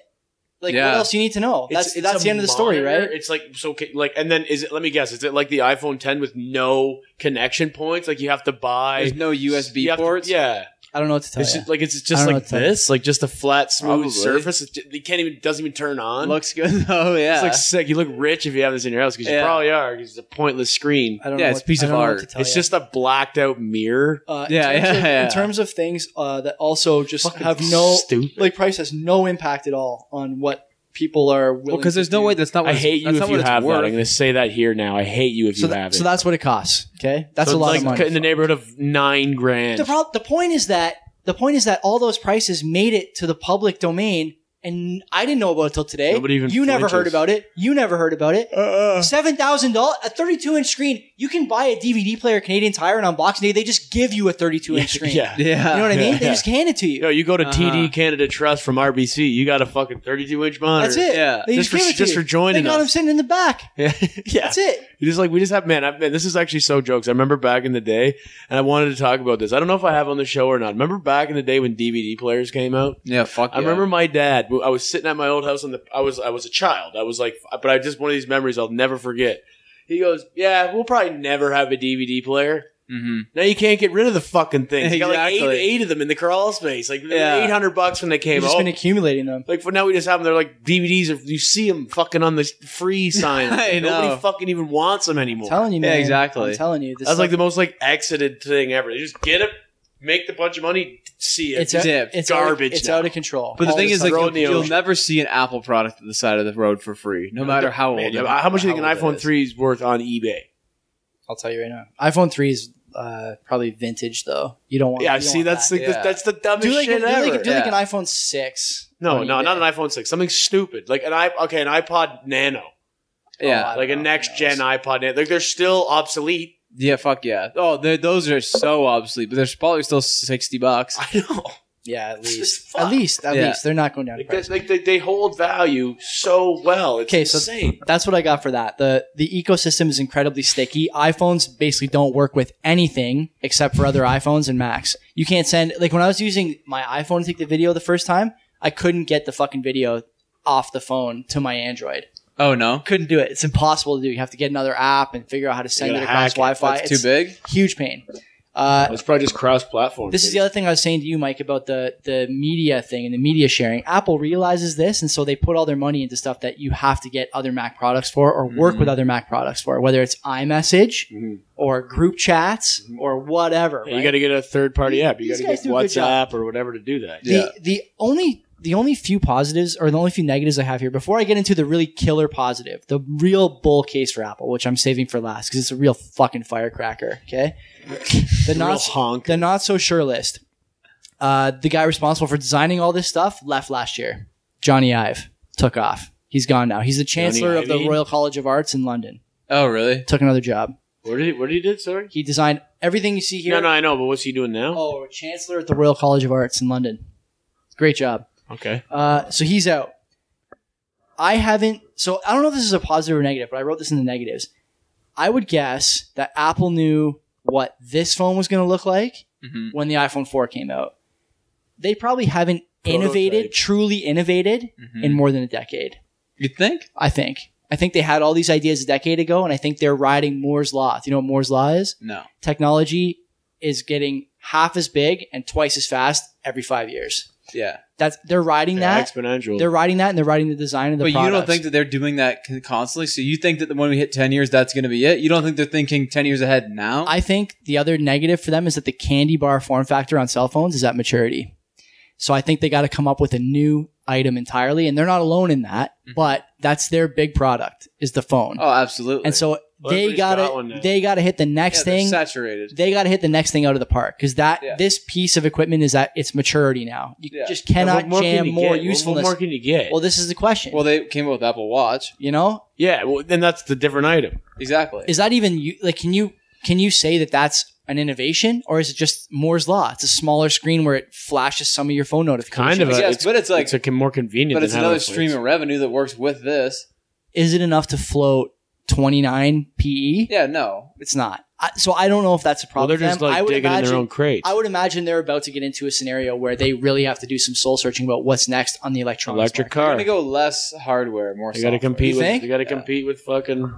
[SPEAKER 1] Like what
[SPEAKER 2] Yeah.
[SPEAKER 1] else you need to know?
[SPEAKER 3] It's-
[SPEAKER 1] that's
[SPEAKER 3] it's
[SPEAKER 1] that's
[SPEAKER 3] a
[SPEAKER 1] the end of the story,
[SPEAKER 3] monitor.
[SPEAKER 1] right?
[SPEAKER 3] It's like so, okay, like, and then is it? Let me guess. Is it like the iPhone 10 with no connection points? Like you have to buy
[SPEAKER 2] There's no USB
[SPEAKER 3] you have to-
[SPEAKER 2] ports.
[SPEAKER 3] yeah,
[SPEAKER 1] I don't know what to tell
[SPEAKER 3] it's
[SPEAKER 1] you.
[SPEAKER 3] just, like it's
[SPEAKER 1] I
[SPEAKER 3] just
[SPEAKER 1] don't know
[SPEAKER 3] like
[SPEAKER 1] what to tell
[SPEAKER 3] this, like just a flat, smooth
[SPEAKER 2] Probably.
[SPEAKER 3] surface. It, j- it can't even doesn't even turn on.
[SPEAKER 2] looks good. Oh yeah,
[SPEAKER 3] It's like sick. You look rich if you have this in your house because you
[SPEAKER 2] Yeah.
[SPEAKER 3] probably are. 'cause it's a pointless screen.
[SPEAKER 1] I don't
[SPEAKER 2] yeah,
[SPEAKER 1] know
[SPEAKER 2] it's
[SPEAKER 1] what-
[SPEAKER 2] a piece
[SPEAKER 1] I
[SPEAKER 2] of
[SPEAKER 1] don't know what
[SPEAKER 2] art.
[SPEAKER 1] to tell
[SPEAKER 3] It's
[SPEAKER 1] you.
[SPEAKER 3] just a blacked out mirror.
[SPEAKER 1] uh,
[SPEAKER 2] Yeah,
[SPEAKER 1] in terms
[SPEAKER 2] yeah,
[SPEAKER 1] of,
[SPEAKER 2] yeah.
[SPEAKER 1] In terms of things uh, that also just have
[SPEAKER 3] Fucking
[SPEAKER 1] no
[SPEAKER 3] stupid.
[SPEAKER 1] like price has no impact at all on what people are willing.
[SPEAKER 2] well because there's
[SPEAKER 1] to
[SPEAKER 2] no
[SPEAKER 1] do.
[SPEAKER 2] way that's not. What
[SPEAKER 3] I
[SPEAKER 2] it's-
[SPEAKER 3] hate you
[SPEAKER 2] that's not
[SPEAKER 3] if you
[SPEAKER 2] what it's
[SPEAKER 3] have that. I'm
[SPEAKER 2] worth.
[SPEAKER 3] going to say that here now. I hate you if
[SPEAKER 1] So,
[SPEAKER 3] you have
[SPEAKER 1] that,
[SPEAKER 3] it.
[SPEAKER 1] so that's what it costs. Okay, that's a
[SPEAKER 3] So
[SPEAKER 1] lot
[SPEAKER 3] it's
[SPEAKER 1] of
[SPEAKER 3] like
[SPEAKER 1] money.
[SPEAKER 3] in the neighborhood of nine grand.
[SPEAKER 1] The problem, the point is that the point is that all those prices made it to the public domain, and I didn't know about it till today.
[SPEAKER 3] Nobody even
[SPEAKER 1] you never
[SPEAKER 3] flinches.
[SPEAKER 1] heard about it. You never heard about it.
[SPEAKER 2] Uh,
[SPEAKER 1] Seven thousand dollars, a thirty-two inch screen. You can buy a DVD player, Canadian Tire, and on Boxing Day they just give you a thirty-two inch screen.
[SPEAKER 3] yeah.
[SPEAKER 2] yeah,
[SPEAKER 1] you know what I mean.
[SPEAKER 3] Yeah.
[SPEAKER 1] They just hand it to you.
[SPEAKER 3] Yo, you go to
[SPEAKER 2] Uh-huh.
[SPEAKER 3] TD Canada Trust from RBC, you got a fucking 32 inch monitor.
[SPEAKER 1] That's it.
[SPEAKER 2] Yeah.
[SPEAKER 1] They just,
[SPEAKER 3] Just for-
[SPEAKER 1] give it to
[SPEAKER 3] just
[SPEAKER 1] you.
[SPEAKER 3] for joining
[SPEAKER 1] They got
[SPEAKER 3] us.
[SPEAKER 1] him sitting in the back.
[SPEAKER 3] yeah.
[SPEAKER 1] That's it.
[SPEAKER 3] You just like, we just have, man, I've been, this is actually so jokes. I remember back in the day, and I wanted to talk about this. I don't know if I have on the show or not. Remember back in the day when DVD players came out?
[SPEAKER 2] Yeah, fuck.
[SPEAKER 3] I
[SPEAKER 2] yeah.
[SPEAKER 3] remember my dad. I was sitting at my old house on the. I was I was a child. I was like, but I just one of these memories I'll never forget. He goes, "Yeah, we'll probably never have a DVD player.
[SPEAKER 2] Mhm.
[SPEAKER 3] Now you can't get rid of the fucking things. You got like
[SPEAKER 2] Exactly.
[SPEAKER 3] eight, eight of them in the crawl space. Like
[SPEAKER 2] Yeah.
[SPEAKER 3] eight hundred bucks when they
[SPEAKER 1] They've
[SPEAKER 3] came
[SPEAKER 1] just
[SPEAKER 3] out.
[SPEAKER 1] been accumulating them.
[SPEAKER 3] Like for now, we just have them. They're like DVDs. Or you see them fucking on the free sign.
[SPEAKER 2] I know.
[SPEAKER 3] Nobody fucking even wants them
[SPEAKER 1] I'm
[SPEAKER 3] anymore.
[SPEAKER 1] telling you,
[SPEAKER 2] Yeah,
[SPEAKER 1] man.
[SPEAKER 2] exactly.
[SPEAKER 1] I'm telling you. This
[SPEAKER 3] That's like
[SPEAKER 1] stuff-
[SPEAKER 3] the most like exited thing ever. They just get it, make the bunch of money, see it.
[SPEAKER 1] it's out-
[SPEAKER 2] dipped.
[SPEAKER 1] it's out of-
[SPEAKER 3] Garbage
[SPEAKER 1] It's
[SPEAKER 3] now.
[SPEAKER 1] out of control.
[SPEAKER 2] But the
[SPEAKER 1] All
[SPEAKER 2] thing
[SPEAKER 1] this
[SPEAKER 2] is, like,
[SPEAKER 1] stuff-
[SPEAKER 3] throw it in
[SPEAKER 2] you'll,
[SPEAKER 3] the
[SPEAKER 2] you'll
[SPEAKER 3] ocean.
[SPEAKER 2] never see an Apple product at the side of the road for free, no matter how
[SPEAKER 3] Man,
[SPEAKER 2] old. it-
[SPEAKER 3] how much do you think
[SPEAKER 2] how
[SPEAKER 3] an
[SPEAKER 2] old it
[SPEAKER 3] iPhone
[SPEAKER 2] is.
[SPEAKER 3] 3 is Oh, worth on eBay?
[SPEAKER 1] I'll tell you right now. iPhone three is uh, probably vintage though. You don't want.
[SPEAKER 3] Yeah,
[SPEAKER 1] you don't
[SPEAKER 3] see,
[SPEAKER 1] want
[SPEAKER 3] that's
[SPEAKER 1] that.
[SPEAKER 3] like the,
[SPEAKER 2] Yeah.
[SPEAKER 3] that's the dumbest
[SPEAKER 1] do like,
[SPEAKER 3] shit
[SPEAKER 1] do
[SPEAKER 3] ever.
[SPEAKER 1] like, do like
[SPEAKER 2] Yeah.
[SPEAKER 1] an iPhone six.
[SPEAKER 3] no,
[SPEAKER 1] on
[SPEAKER 3] no,
[SPEAKER 1] eBay.
[SPEAKER 3] not an iPhone six. Something stupid like an i okay, an iPod Nano,
[SPEAKER 1] Oh, I
[SPEAKER 2] Yeah,
[SPEAKER 1] don't
[SPEAKER 3] like a
[SPEAKER 1] know.
[SPEAKER 3] next
[SPEAKER 1] Who
[SPEAKER 3] gen
[SPEAKER 1] knows?
[SPEAKER 3] iPod Nano. Like they're still obsolete.
[SPEAKER 2] yeah, fuck yeah. Oh, they're- those are so obsolete, but they're probably still sixty bucks.
[SPEAKER 3] I know.
[SPEAKER 1] Yeah, at
[SPEAKER 3] It's
[SPEAKER 1] least.
[SPEAKER 3] just
[SPEAKER 1] At
[SPEAKER 3] fuck.
[SPEAKER 1] least, at
[SPEAKER 2] Yeah.
[SPEAKER 1] least they're not going down. in
[SPEAKER 3] Like,
[SPEAKER 1] price.
[SPEAKER 3] that's- like, they, they hold value so well. It's
[SPEAKER 1] Okay, so-
[SPEAKER 3] insane.
[SPEAKER 1] That's what I got for that. the The ecosystem is incredibly sticky. iPhones basically don't work with anything except for other iPhones and Macs. You can't send like when I was using my iPhone to take the video the first time, I couldn't get the fucking video off the phone to my Android.
[SPEAKER 2] Oh no,
[SPEAKER 1] Couldn't do it. It's impossible to do. You have to get another app and figure out how to send it
[SPEAKER 3] gotta
[SPEAKER 1] across
[SPEAKER 3] hack it.
[SPEAKER 1] Wi-Fi.
[SPEAKER 2] that's
[SPEAKER 1] it's
[SPEAKER 2] too big.
[SPEAKER 1] Huge pain. Uh,
[SPEAKER 3] it's probably just cross platform.
[SPEAKER 1] this is the other thing I was saying to you, Mike, about the the media thing and the media sharing. Apple realizes this, and so they put all their money into stuff that you have to get other Mac products for, or work
[SPEAKER 2] Mhm.
[SPEAKER 1] with other Mac products for, whether it's iMessage
[SPEAKER 3] Mhm.
[SPEAKER 1] or group chats or whatever.
[SPEAKER 3] You
[SPEAKER 1] right?
[SPEAKER 3] got to get a third party app. You
[SPEAKER 1] These
[SPEAKER 3] got to
[SPEAKER 1] guys
[SPEAKER 3] get
[SPEAKER 1] do a good job.
[SPEAKER 3] WhatsApp or whatever to do that.
[SPEAKER 1] the
[SPEAKER 2] Yeah.
[SPEAKER 1] the only the only few positives or the only few negatives I have here before I get into the really killer positive, the real bull case for Apple, which I'm saving for last because it's a real fucking firecracker. Okay, the
[SPEAKER 3] Real
[SPEAKER 1] not
[SPEAKER 3] honk.
[SPEAKER 1] the not so sure list. Uh, the guy responsible for designing all this stuff left last year. Johnny Ive took off. He's gone now. He's the chancellor of the
[SPEAKER 3] Ive?
[SPEAKER 1] Royal College of Arts in London.
[SPEAKER 2] Oh really?
[SPEAKER 1] Took another job.
[SPEAKER 3] What did he, what did he did? Sorry.
[SPEAKER 1] He designed everything you see here.
[SPEAKER 3] Oh, No, no, I know, but what's he doing now?
[SPEAKER 1] Oh, chancellor at the Royal College of Arts in London. Great job.
[SPEAKER 3] Okay.
[SPEAKER 1] Uh, so he's out. I haven't. So I don't know if this is a positive or negative, but I wrote this in the negatives. I would guess that Apple knew what this phone was going to look like
[SPEAKER 2] Mm-hmm.
[SPEAKER 1] when the iPhone 4 came out. They probably haven't innovated,
[SPEAKER 4] Prototype.
[SPEAKER 1] truly innovated,
[SPEAKER 2] Mm-hmm.
[SPEAKER 1] in more than a decade.
[SPEAKER 2] you think?
[SPEAKER 1] I think. I think they had all these ideas a decade ago, and I think they're riding Moore's law. Do you know what Moore's law is?
[SPEAKER 2] No.
[SPEAKER 1] Technology is getting half as big and twice as fast every five years.
[SPEAKER 2] Yeah.
[SPEAKER 1] That's they're riding
[SPEAKER 3] Yeah,
[SPEAKER 1] that.
[SPEAKER 3] exponential.
[SPEAKER 1] They're riding that, and they're riding the design of the.
[SPEAKER 2] but you don't
[SPEAKER 1] products.
[SPEAKER 2] think that they're doing that con- constantly? So you think that the- when we hit 10 years, that's going to be it? You don't think they're thinking 10 years ahead now?
[SPEAKER 1] I think the other negative for them is that the candy bar form factor on cell phones is at maturity. So I think they got to come up with a new item entirely, and they're not alone in that.
[SPEAKER 2] Mhm.
[SPEAKER 1] But that's their big product is the phone,
[SPEAKER 2] oh, absolutely.
[SPEAKER 1] and so
[SPEAKER 3] Well,
[SPEAKER 1] they
[SPEAKER 3] everybody's
[SPEAKER 1] gotta
[SPEAKER 3] got one now.
[SPEAKER 1] they gotta hit the
[SPEAKER 2] yeah,
[SPEAKER 1] next
[SPEAKER 2] they're
[SPEAKER 1] thing.
[SPEAKER 2] saturated.
[SPEAKER 1] They gotta hit the next thing out of the park because that
[SPEAKER 2] Yeah.
[SPEAKER 1] this piece of equipment is at its maturity now. You
[SPEAKER 2] Yeah.
[SPEAKER 1] just
[SPEAKER 3] And
[SPEAKER 1] cannot
[SPEAKER 3] what more can
[SPEAKER 1] jam
[SPEAKER 3] you
[SPEAKER 1] more
[SPEAKER 3] get? What-
[SPEAKER 1] usefulness.
[SPEAKER 3] What more can you get?
[SPEAKER 1] well, this is the question.
[SPEAKER 2] Well, they came up with Apple Watch.
[SPEAKER 1] you know,
[SPEAKER 3] yeah, well, then that's the different item.
[SPEAKER 2] Exactly.
[SPEAKER 1] is that even you like can you can you say that that's an innovation or is it just moore's law it's a smaller screen where it flashes some of your phone notifications
[SPEAKER 3] Kind of a-
[SPEAKER 2] yes,
[SPEAKER 3] it's-
[SPEAKER 2] but it's like,
[SPEAKER 3] it's a con- more convenient.
[SPEAKER 2] but
[SPEAKER 3] than
[SPEAKER 2] it's
[SPEAKER 3] having
[SPEAKER 2] another
[SPEAKER 3] a place.
[SPEAKER 2] stream of revenue that works with this.
[SPEAKER 1] is it enough to float 29 pe
[SPEAKER 2] Yeah, no.
[SPEAKER 1] it's not I, so i don't know if that's a
[SPEAKER 3] Well,
[SPEAKER 1] problem
[SPEAKER 3] they're
[SPEAKER 1] for
[SPEAKER 3] just
[SPEAKER 1] them. I
[SPEAKER 3] like
[SPEAKER 1] would
[SPEAKER 3] digging in
[SPEAKER 1] imagine-
[SPEAKER 3] their own crates.
[SPEAKER 1] i would imagine they're about to get into a scenario where they really have to do some soul searching about what's next on the electronics
[SPEAKER 3] Electric
[SPEAKER 1] market.
[SPEAKER 2] You're
[SPEAKER 3] car.
[SPEAKER 2] going to go less hardware, more
[SPEAKER 3] They got to
[SPEAKER 2] software.
[SPEAKER 3] compete
[SPEAKER 1] You
[SPEAKER 3] with.
[SPEAKER 1] think?
[SPEAKER 3] They got to
[SPEAKER 2] Yeah.
[SPEAKER 3] compete with fucking.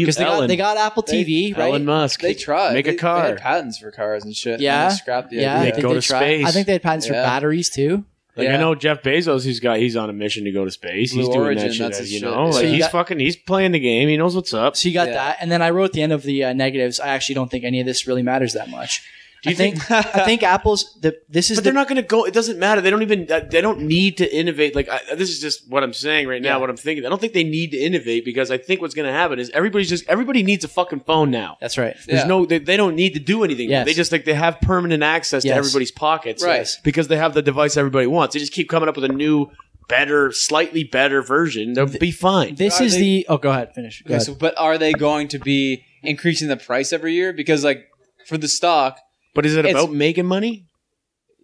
[SPEAKER 1] because they got,
[SPEAKER 3] Elon.
[SPEAKER 1] they got apple
[SPEAKER 2] They-
[SPEAKER 1] tv right
[SPEAKER 3] Elon Musk.
[SPEAKER 2] They tried.
[SPEAKER 3] Make a
[SPEAKER 2] They-
[SPEAKER 3] car.
[SPEAKER 2] They had patents for cars and shit. and
[SPEAKER 1] Yeah.
[SPEAKER 2] they scrapped the
[SPEAKER 1] yeah, I
[SPEAKER 2] idea.
[SPEAKER 3] Yeah,
[SPEAKER 1] think
[SPEAKER 3] go
[SPEAKER 1] they
[SPEAKER 3] to
[SPEAKER 1] tried.
[SPEAKER 3] space.
[SPEAKER 1] I think they had patents for
[SPEAKER 2] Yeah.
[SPEAKER 1] batteries too.
[SPEAKER 3] Like
[SPEAKER 2] Yeah.
[SPEAKER 3] I know Jeff Bezos, he's got he's on a mission to go to space.
[SPEAKER 2] Blue
[SPEAKER 3] he's doing
[SPEAKER 2] Origin,
[SPEAKER 3] that shit,
[SPEAKER 2] that's
[SPEAKER 3] as
[SPEAKER 2] his
[SPEAKER 3] you
[SPEAKER 2] shit.
[SPEAKER 3] know.
[SPEAKER 2] So
[SPEAKER 3] Like
[SPEAKER 1] you
[SPEAKER 3] he's
[SPEAKER 1] got-
[SPEAKER 3] fucking, he's playing the game. He knows what's up.
[SPEAKER 1] So you got
[SPEAKER 2] Yeah.
[SPEAKER 1] that, and then I wrote the end of the uh, negatives. I actually don't think any of this really matters that much. Do
[SPEAKER 3] you
[SPEAKER 1] I think, I think Apple's the this is
[SPEAKER 3] But
[SPEAKER 1] the
[SPEAKER 3] they're not going to go. It doesn't matter. They don't even. uh, They don't need to innovate. Like I, this is just what I'm saying right
[SPEAKER 1] Yeah.
[SPEAKER 3] now. What I'm thinking. I don't think they need to innovate because I think what's going to happen is everybody's just everybody needs a fucking phone now.
[SPEAKER 1] That's right.
[SPEAKER 3] There's
[SPEAKER 2] Yeah.
[SPEAKER 3] no. They, they don't need to do anything.
[SPEAKER 1] Yes.
[SPEAKER 3] They just like they have permanent access
[SPEAKER 1] Yes.
[SPEAKER 3] to everybody's pockets.
[SPEAKER 2] Right.
[SPEAKER 3] Because they have the device everybody wants. They just keep coming up with a new, better, slightly better version. They'll be fine.
[SPEAKER 1] This
[SPEAKER 2] Are
[SPEAKER 1] is
[SPEAKER 2] they-
[SPEAKER 1] the. Oh, go ahead. Finish. Go
[SPEAKER 2] Okay,
[SPEAKER 1] ahead.
[SPEAKER 2] so, but are they going to be increasing the price every year? Because like for the stock,
[SPEAKER 3] but is it
[SPEAKER 2] It's-
[SPEAKER 3] about making money?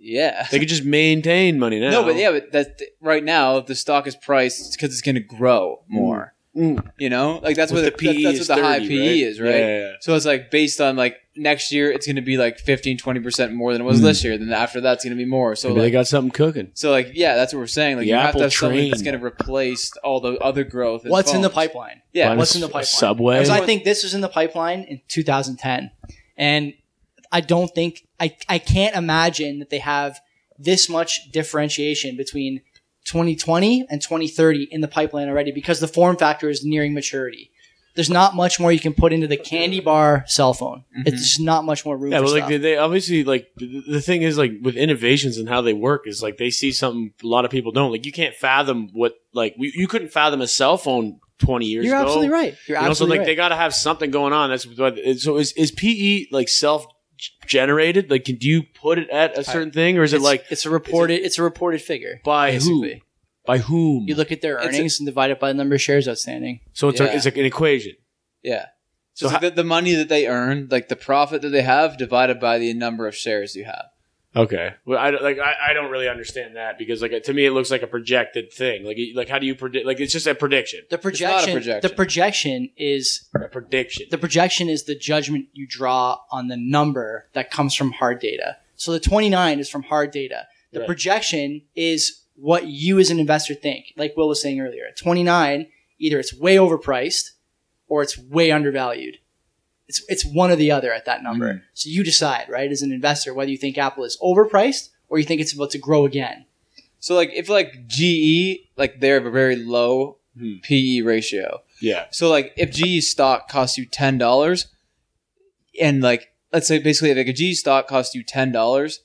[SPEAKER 2] yeah.
[SPEAKER 3] They could just maintain money now.
[SPEAKER 2] No, but yeah, but that right now the stock is priced because it's going to grow more.
[SPEAKER 3] Mm.
[SPEAKER 2] You know, like that's
[SPEAKER 3] With
[SPEAKER 2] what
[SPEAKER 3] the
[SPEAKER 2] the, that-
[SPEAKER 3] PE
[SPEAKER 2] that's
[SPEAKER 3] is
[SPEAKER 2] what the high
[SPEAKER 3] 30,
[SPEAKER 2] PE
[SPEAKER 3] right?
[SPEAKER 2] is, right?
[SPEAKER 3] Yeah.
[SPEAKER 2] So it's like based on like next year, it's going to be like 15, 20 percent more than it was
[SPEAKER 3] Mm.
[SPEAKER 2] this year. Then after that, it's going to be more. So
[SPEAKER 3] Maybe they
[SPEAKER 2] like,
[SPEAKER 3] got something cooking.
[SPEAKER 2] so like, yeah, that's what we're saying. Like
[SPEAKER 3] The
[SPEAKER 2] you have
[SPEAKER 3] Apple
[SPEAKER 2] to have something
[SPEAKER 3] train.
[SPEAKER 2] that's going to replace all the other growth.
[SPEAKER 1] What's in the
[SPEAKER 2] phones.
[SPEAKER 1] pipeline?
[SPEAKER 2] Yeah,
[SPEAKER 3] Buying a
[SPEAKER 1] what's
[SPEAKER 3] s-
[SPEAKER 1] in the
[SPEAKER 3] a
[SPEAKER 1] pipeline?
[SPEAKER 3] Subway.
[SPEAKER 1] Because
[SPEAKER 2] Everyone-
[SPEAKER 1] I think this was in the pipeline in 2010, and I don't think I I can't imagine that they have this much differentiation between 2020 and 2030 in the pipeline already because the form factor is nearing maturity. There's not much more you can put into the candy bar cell phone. It's
[SPEAKER 2] Mhm.
[SPEAKER 1] just not much more room.
[SPEAKER 3] Mm-hmm. Yeah,
[SPEAKER 1] for
[SPEAKER 3] but like
[SPEAKER 1] stuff.
[SPEAKER 3] they, they obviously like the, the thing is like with innovations and how they work is like they see something a lot of people don't. Like you can't fathom what like we, you couldn't fathom a cell phone twenty years
[SPEAKER 1] You're
[SPEAKER 3] ago.
[SPEAKER 1] absolutely right. You're
[SPEAKER 3] You know, so
[SPEAKER 1] absolutely
[SPEAKER 3] like
[SPEAKER 1] right.
[SPEAKER 3] they got to have something going on. That's what. it- So is is PE like self generated? Like, can do you put it at a certain thing, or is it
[SPEAKER 1] it's,
[SPEAKER 3] like
[SPEAKER 1] it's a reported it's a reported figure.
[SPEAKER 3] by
[SPEAKER 1] Basically.
[SPEAKER 3] who? By whom?
[SPEAKER 1] You look at their
[SPEAKER 2] It's a-
[SPEAKER 1] earnings and divide it by the number of shares outstanding.
[SPEAKER 3] so it's,
[SPEAKER 2] Yeah.
[SPEAKER 3] a, it's like an equation.
[SPEAKER 2] Yeah. So,
[SPEAKER 3] So
[SPEAKER 2] it's like the, the money that they earn, like the profit that they have, divided by the number of shares you have.
[SPEAKER 3] Okay. Well, I don't- like I, I don't really understand that because like to me it looks like a projected thing. Like it- like how do you predict? Like it's just a prediction.
[SPEAKER 1] The
[SPEAKER 2] not a
[SPEAKER 1] projection,
[SPEAKER 2] projection.
[SPEAKER 1] the projection is
[SPEAKER 3] A prediction.
[SPEAKER 1] the projection is the judgment you draw on the number that comes from hard data. So the 29 is from hard data. The
[SPEAKER 3] Right.
[SPEAKER 1] projection is what you as an investor think. Like Will was saying earlier, at 29 either it's way overpriced or it's way undervalued. It's it's one or the other at that number.
[SPEAKER 2] Mhm.
[SPEAKER 1] So you decide, right, as an investor whether you think Apple is overpriced or you think it's about to grow again.
[SPEAKER 2] So like if like GE, like they have a very low
[SPEAKER 3] Hmm.
[SPEAKER 2] PE ratio.
[SPEAKER 3] Yeah.
[SPEAKER 2] So like if GE stock costs you ten dollars, and like let's say basically like a GE stock costs you ten dollars,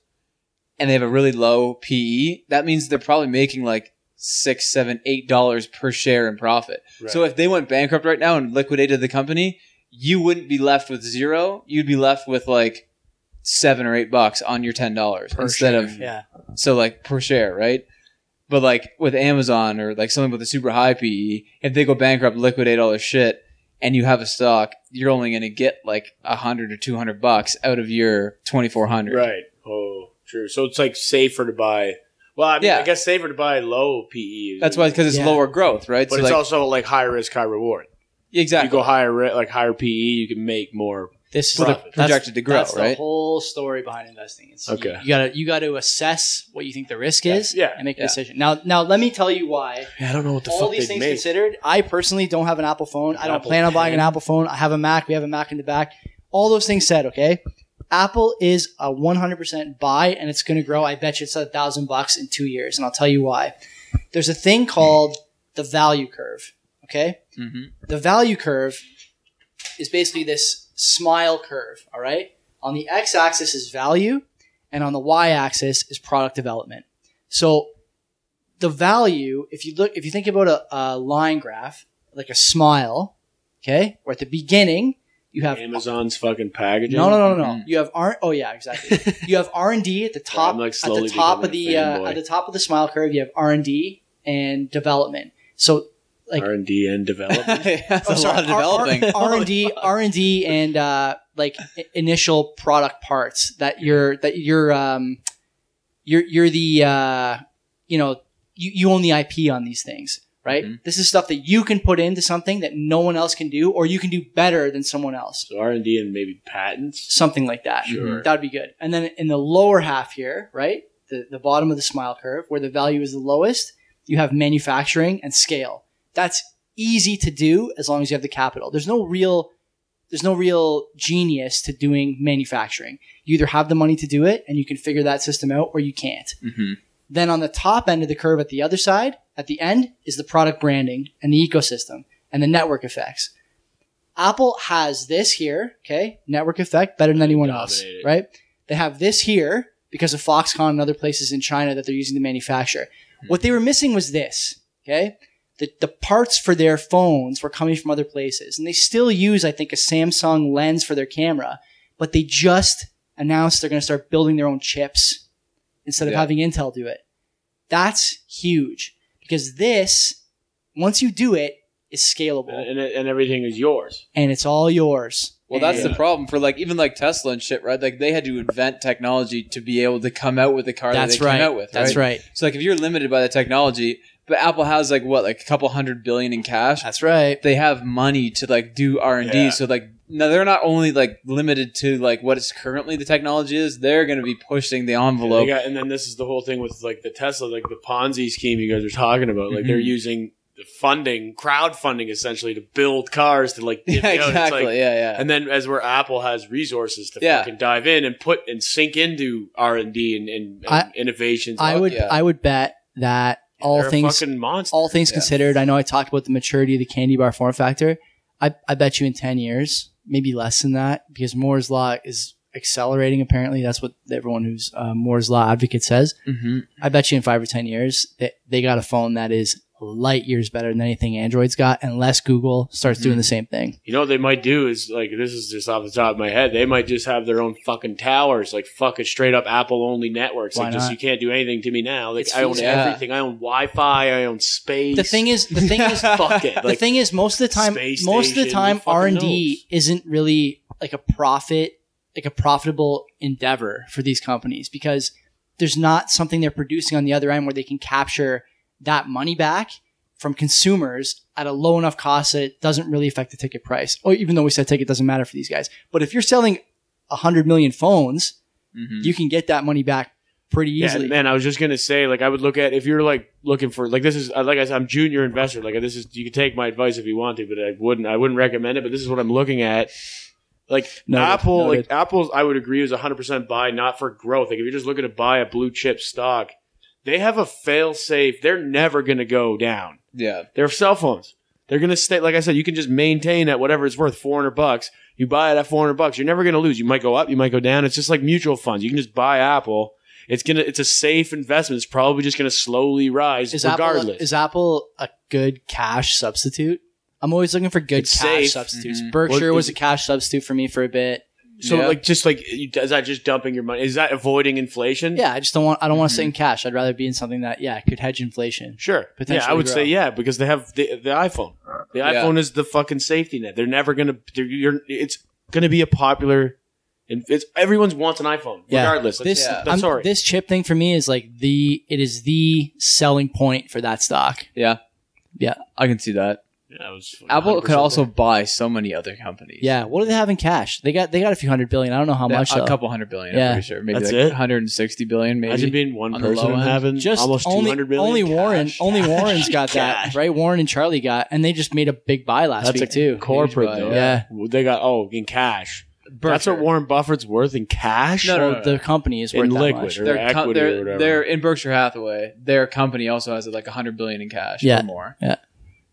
[SPEAKER 2] and they have a really low PE, that means they're probably making like six, seven, eight dollars per share in profit. So if they went bankrupt right now and liquidated the company, you wouldn't be left with zero. You'd be left with like seven or eight bucks on your ten dollars instead of
[SPEAKER 1] yeah.
[SPEAKER 2] so like per share, right? But like with Amazon or like something with a super high PE, if they go bankrupt, liquidate all their shit, and you have a stock, you're only going to get like a hundred or two hundred bucks out of your twenty four hundred.
[SPEAKER 3] Right. Oh, true. So it's like safer to buy. Well, I, mean,
[SPEAKER 2] Yeah.
[SPEAKER 3] I guess safer to buy low PE.
[SPEAKER 2] That's why because it's
[SPEAKER 1] Yeah.
[SPEAKER 2] lower growth, right?
[SPEAKER 3] but
[SPEAKER 2] so
[SPEAKER 3] it's
[SPEAKER 2] like,
[SPEAKER 3] also like high risk, high reward.
[SPEAKER 2] exactly
[SPEAKER 3] You go higher, ri- like higher PE, you can make more.
[SPEAKER 1] This is
[SPEAKER 2] Well,
[SPEAKER 1] the,
[SPEAKER 2] they're projected to grow,
[SPEAKER 1] that's the
[SPEAKER 2] right?
[SPEAKER 1] whole story behind investing. It's
[SPEAKER 3] Okay.
[SPEAKER 1] okay. You, gotta you gotta assess what you think the risk is,
[SPEAKER 3] Yeah.
[SPEAKER 1] and make a
[SPEAKER 2] Yeah.
[SPEAKER 1] decision. Now, now let me tell you why.
[SPEAKER 3] I don't know what
[SPEAKER 1] All these things considered, I personally don't have an Apple phone. I don't
[SPEAKER 3] Apple
[SPEAKER 1] plan on buying an
[SPEAKER 3] pen.
[SPEAKER 1] Apple phone. I have a Mac. We have a Mac in the back. All those things said, okay. Apple is a 100% buy, and it's going to grow. I bet you it's a thousand bucks in two years, and I'll tell you why. There's a thing called the value curve. Okay
[SPEAKER 2] Mhm.
[SPEAKER 1] the value curve is basically this smile curve, all right? On the x axis is value, and on the y axis is product development. So the value, if you look, if you think about a, a line graph, like a smile, okay, where at the beginning you have
[SPEAKER 3] Amazon's fucking packaging.
[SPEAKER 1] no, no, no, no, no.
[SPEAKER 2] Mhm.
[SPEAKER 1] You have R. Oh yeah,
[SPEAKER 2] mm-hmm.
[SPEAKER 1] exactly. you have R and D at the top,
[SPEAKER 3] Mm-hmm. I'm, like,
[SPEAKER 1] at the
[SPEAKER 3] slowly
[SPEAKER 1] top of
[SPEAKER 3] becoming
[SPEAKER 1] the
[SPEAKER 3] a
[SPEAKER 1] uh,
[SPEAKER 3] fanboy.
[SPEAKER 1] at the top of the smile curve. You have R and D and development. So Like-
[SPEAKER 3] R and D and development.
[SPEAKER 2] that's a
[SPEAKER 1] Oh,
[SPEAKER 2] lot of developing.
[SPEAKER 1] R and D, R and D, and uh, like i- initial product parts that you're that you're um, you're you're the uh, you know you, you own the IP on these things, right?
[SPEAKER 2] Mhm.
[SPEAKER 1] This is stuff that you can put into something that no one else can do, or you can do better than someone else,
[SPEAKER 3] so R and D and maybe patents.
[SPEAKER 1] something like that.
[SPEAKER 3] Sure.
[SPEAKER 1] That'd be good. And then in the lower half here, right, the the bottom of the smile curve where the value is the lowest, you have manufacturing and scale. That's easy to do as long as you have the capital. There's no real there's no real genius to doing manufacturing. You either have the money to do it and you can figure that system out or you can't.
[SPEAKER 2] Mhm.
[SPEAKER 1] Then on the top end of the curve at the other side, at the end is the product branding and the ecosystem and the network effects. Apple has this here, okay, network effect better than anyone else,
[SPEAKER 3] Dominate it.
[SPEAKER 1] right? They have this here because of Foxconn and other places in China that they're using to manufacture. What they were missing was this, okay? The, the parts for their phones were coming from other places. And they still use, I think, a Samsung lens for their camera, but they just announced they're going to start building their own chips instead of
[SPEAKER 2] Yeah.
[SPEAKER 1] having Intel do it. That's huge because this, once you do it, is scalable
[SPEAKER 3] And, and everything is yours.
[SPEAKER 1] and it's all yours.
[SPEAKER 2] Well, that's
[SPEAKER 1] And
[SPEAKER 2] the problem for like even like Tesla and shit, right? Like they had to invent technology to be able to come out with the car
[SPEAKER 1] that's
[SPEAKER 2] that they
[SPEAKER 1] right.
[SPEAKER 2] came out with.
[SPEAKER 1] That's
[SPEAKER 2] right.
[SPEAKER 1] right.
[SPEAKER 2] So like if you're limited by the technology, but Apple has like what like a couple hundred billion in cash.
[SPEAKER 1] That's right.
[SPEAKER 2] They have money to like do R and
[SPEAKER 3] Yeah.
[SPEAKER 2] D. So like no, they're not only like limited to like what is currently the technology is. They're going to be pushing the
[SPEAKER 3] And, they
[SPEAKER 2] envelope.
[SPEAKER 3] got- and then this is the whole thing with like the Tesla, like the Ponzi scheme you guys are talking about. Like
[SPEAKER 2] Mhm.
[SPEAKER 1] Mm-hmm.
[SPEAKER 3] they're using the funding, crowdfunding essentially to build cars to like
[SPEAKER 2] yeah,
[SPEAKER 3] you know, it's like-
[SPEAKER 2] exactly. yeah, yeah.
[SPEAKER 3] and then as where Apple has resources to
[SPEAKER 2] Yeah.
[SPEAKER 3] fucking dive in and put and sink into R and D and, and, and
[SPEAKER 1] I-
[SPEAKER 3] innovations.
[SPEAKER 1] I would
[SPEAKER 2] yeah.
[SPEAKER 1] I would bet that all
[SPEAKER 3] They're a
[SPEAKER 1] things
[SPEAKER 3] fucking monster.
[SPEAKER 1] all things
[SPEAKER 2] Yeah.
[SPEAKER 1] considered, I know I talked about the maturity of the candy bar form factor. I, I bet you in 10 years, maybe less than that, because Moore's Law is accelerating, apparently. That's what everyone who's a Moore's Law advocate says.
[SPEAKER 2] Mhm.
[SPEAKER 1] I bet you in five or 10 years, they, they got a phone that is light years better than anything Android's got, unless Google starts doing the same thing.
[SPEAKER 3] You know what they might do is like this is just off the top of my head. They might just have their own fucking towers, like fucking straight up Apple only networks.
[SPEAKER 1] Why
[SPEAKER 3] like just
[SPEAKER 1] not?
[SPEAKER 3] you can't do anything to me now. Like
[SPEAKER 1] It's
[SPEAKER 3] I own
[SPEAKER 1] feasible.
[SPEAKER 3] everything. I own Wi Fi. I own space.
[SPEAKER 1] The thing is, the thing is,
[SPEAKER 3] fuck it.
[SPEAKER 1] the
[SPEAKER 3] Like
[SPEAKER 1] thing is most of the time
[SPEAKER 3] space
[SPEAKER 1] most of the
[SPEAKER 3] station,
[SPEAKER 1] time
[SPEAKER 3] who fucking
[SPEAKER 1] r&d isn't really like a profit like a profitable endeavor for these companies because there's not something they're producing on the other end where they can capture that money back from consumers at a low enough cost that it doesn't really affect the ticket price or even though we said ticket doesn't matter for these guys but if you're selling 100 million phones
[SPEAKER 2] Mhm.
[SPEAKER 1] you can get that money back pretty
[SPEAKER 3] Mm. yeah,
[SPEAKER 1] easily
[SPEAKER 3] man, I was just gonna say, like, I would look at if you're like looking for, like, this is uh, like I said, I'm junior investor. Like, this is you can take my advice if you want to, but I wouldn't. I wouldn't recommend it. But this is what I'm looking at. Like
[SPEAKER 1] Noted,
[SPEAKER 3] Apple,
[SPEAKER 1] noted.
[SPEAKER 3] like Apple's, I would agree is 100 percent buy, not for growth. Like, if you're just looking to buy a blue chip stock, they have a fail safe. They're never gonna go down.
[SPEAKER 2] Yeah.
[SPEAKER 3] They're cell phones. They're gonna stay. Like I said, you can just maintain at whatever it's worth, four hundred bucks. You buy it at four hundred bucks. You're never gonna lose. You might go up, you might go down. It's just like mutual funds. You can just buy Apple. It's gonna. It's a safe investment. It's probably just gonna slowly rise,
[SPEAKER 1] is
[SPEAKER 3] regardless.
[SPEAKER 1] Apple is Apple a good cash substitute? I'm always looking for good
[SPEAKER 3] It's
[SPEAKER 1] cash
[SPEAKER 3] safe. Mm-hmm.
[SPEAKER 1] substitutes.
[SPEAKER 2] Mhm.
[SPEAKER 1] Berkshire
[SPEAKER 3] Well,
[SPEAKER 1] was
[SPEAKER 3] is-
[SPEAKER 1] a cash substitute for me for a bit.
[SPEAKER 3] so,
[SPEAKER 2] Yeah.
[SPEAKER 3] like, just like, you- is that just dumping your money? Is that avoiding inflation?
[SPEAKER 1] Yeah, I just don't want. I don't
[SPEAKER 3] Mm-hmm.
[SPEAKER 1] want to sit
[SPEAKER 2] Mhm.
[SPEAKER 1] in cash. I'd rather be in something that yeah could hedge inflation.
[SPEAKER 3] Sure. Yeah, I
[SPEAKER 1] Potentially
[SPEAKER 3] would
[SPEAKER 1] grow.
[SPEAKER 3] say yeah because they have the, the iPhone. The
[SPEAKER 2] Yeah.
[SPEAKER 3] iPhone is the fucking safety net. They're never gonna. They're, you're. It's gonna be a popular And it's everyone's wants an iPhone,
[SPEAKER 1] Yeah.
[SPEAKER 3] regardless.
[SPEAKER 1] This
[SPEAKER 2] Yeah.
[SPEAKER 3] I'm
[SPEAKER 1] I'm-
[SPEAKER 3] sorry.
[SPEAKER 1] this chip thing for me is like the it is the selling point for that stock.
[SPEAKER 2] I can see that.
[SPEAKER 3] Yeah, it was
[SPEAKER 2] Apple
[SPEAKER 3] 100%
[SPEAKER 2] could also buy so many other companies.
[SPEAKER 1] Yeah, what do they have in cash? They got they got a few hundred billion. I don't know how
[SPEAKER 2] That-
[SPEAKER 1] much
[SPEAKER 2] A
[SPEAKER 1] though.
[SPEAKER 2] couple hundred billion,
[SPEAKER 1] Yeah.
[SPEAKER 2] I'm pretty sure. Maybe
[SPEAKER 3] That's
[SPEAKER 2] like
[SPEAKER 3] it?
[SPEAKER 2] 160 billion, maybe.
[SPEAKER 3] Imagine being one
[SPEAKER 2] on the
[SPEAKER 3] person
[SPEAKER 2] low
[SPEAKER 3] and
[SPEAKER 2] end.
[SPEAKER 3] having
[SPEAKER 1] just
[SPEAKER 3] almost
[SPEAKER 1] only,
[SPEAKER 3] 200 million.
[SPEAKER 1] only
[SPEAKER 3] Cash.
[SPEAKER 1] Warren only
[SPEAKER 3] Cash.
[SPEAKER 1] Warren's got that
[SPEAKER 3] Cash.
[SPEAKER 1] right. Warren and Charlie got, and they just made a big buy last
[SPEAKER 3] That's a
[SPEAKER 1] week too.
[SPEAKER 3] corporate
[SPEAKER 2] Huge buy,
[SPEAKER 3] though.
[SPEAKER 1] yeah.
[SPEAKER 3] Well, they got oh in cash. That's
[SPEAKER 2] Berkshire.
[SPEAKER 3] what Warren Buffett's worth in cash.
[SPEAKER 2] No,
[SPEAKER 1] Well,
[SPEAKER 2] no, no.
[SPEAKER 1] the company is worth
[SPEAKER 3] in
[SPEAKER 1] that
[SPEAKER 3] liquid
[SPEAKER 1] much.
[SPEAKER 3] or
[SPEAKER 2] their
[SPEAKER 3] equity
[SPEAKER 2] co-
[SPEAKER 3] or
[SPEAKER 2] their,
[SPEAKER 3] whatever.
[SPEAKER 2] their in Berkshire Hathaway, their company also has like 100 billion in cash
[SPEAKER 1] Yeah.
[SPEAKER 2] or more.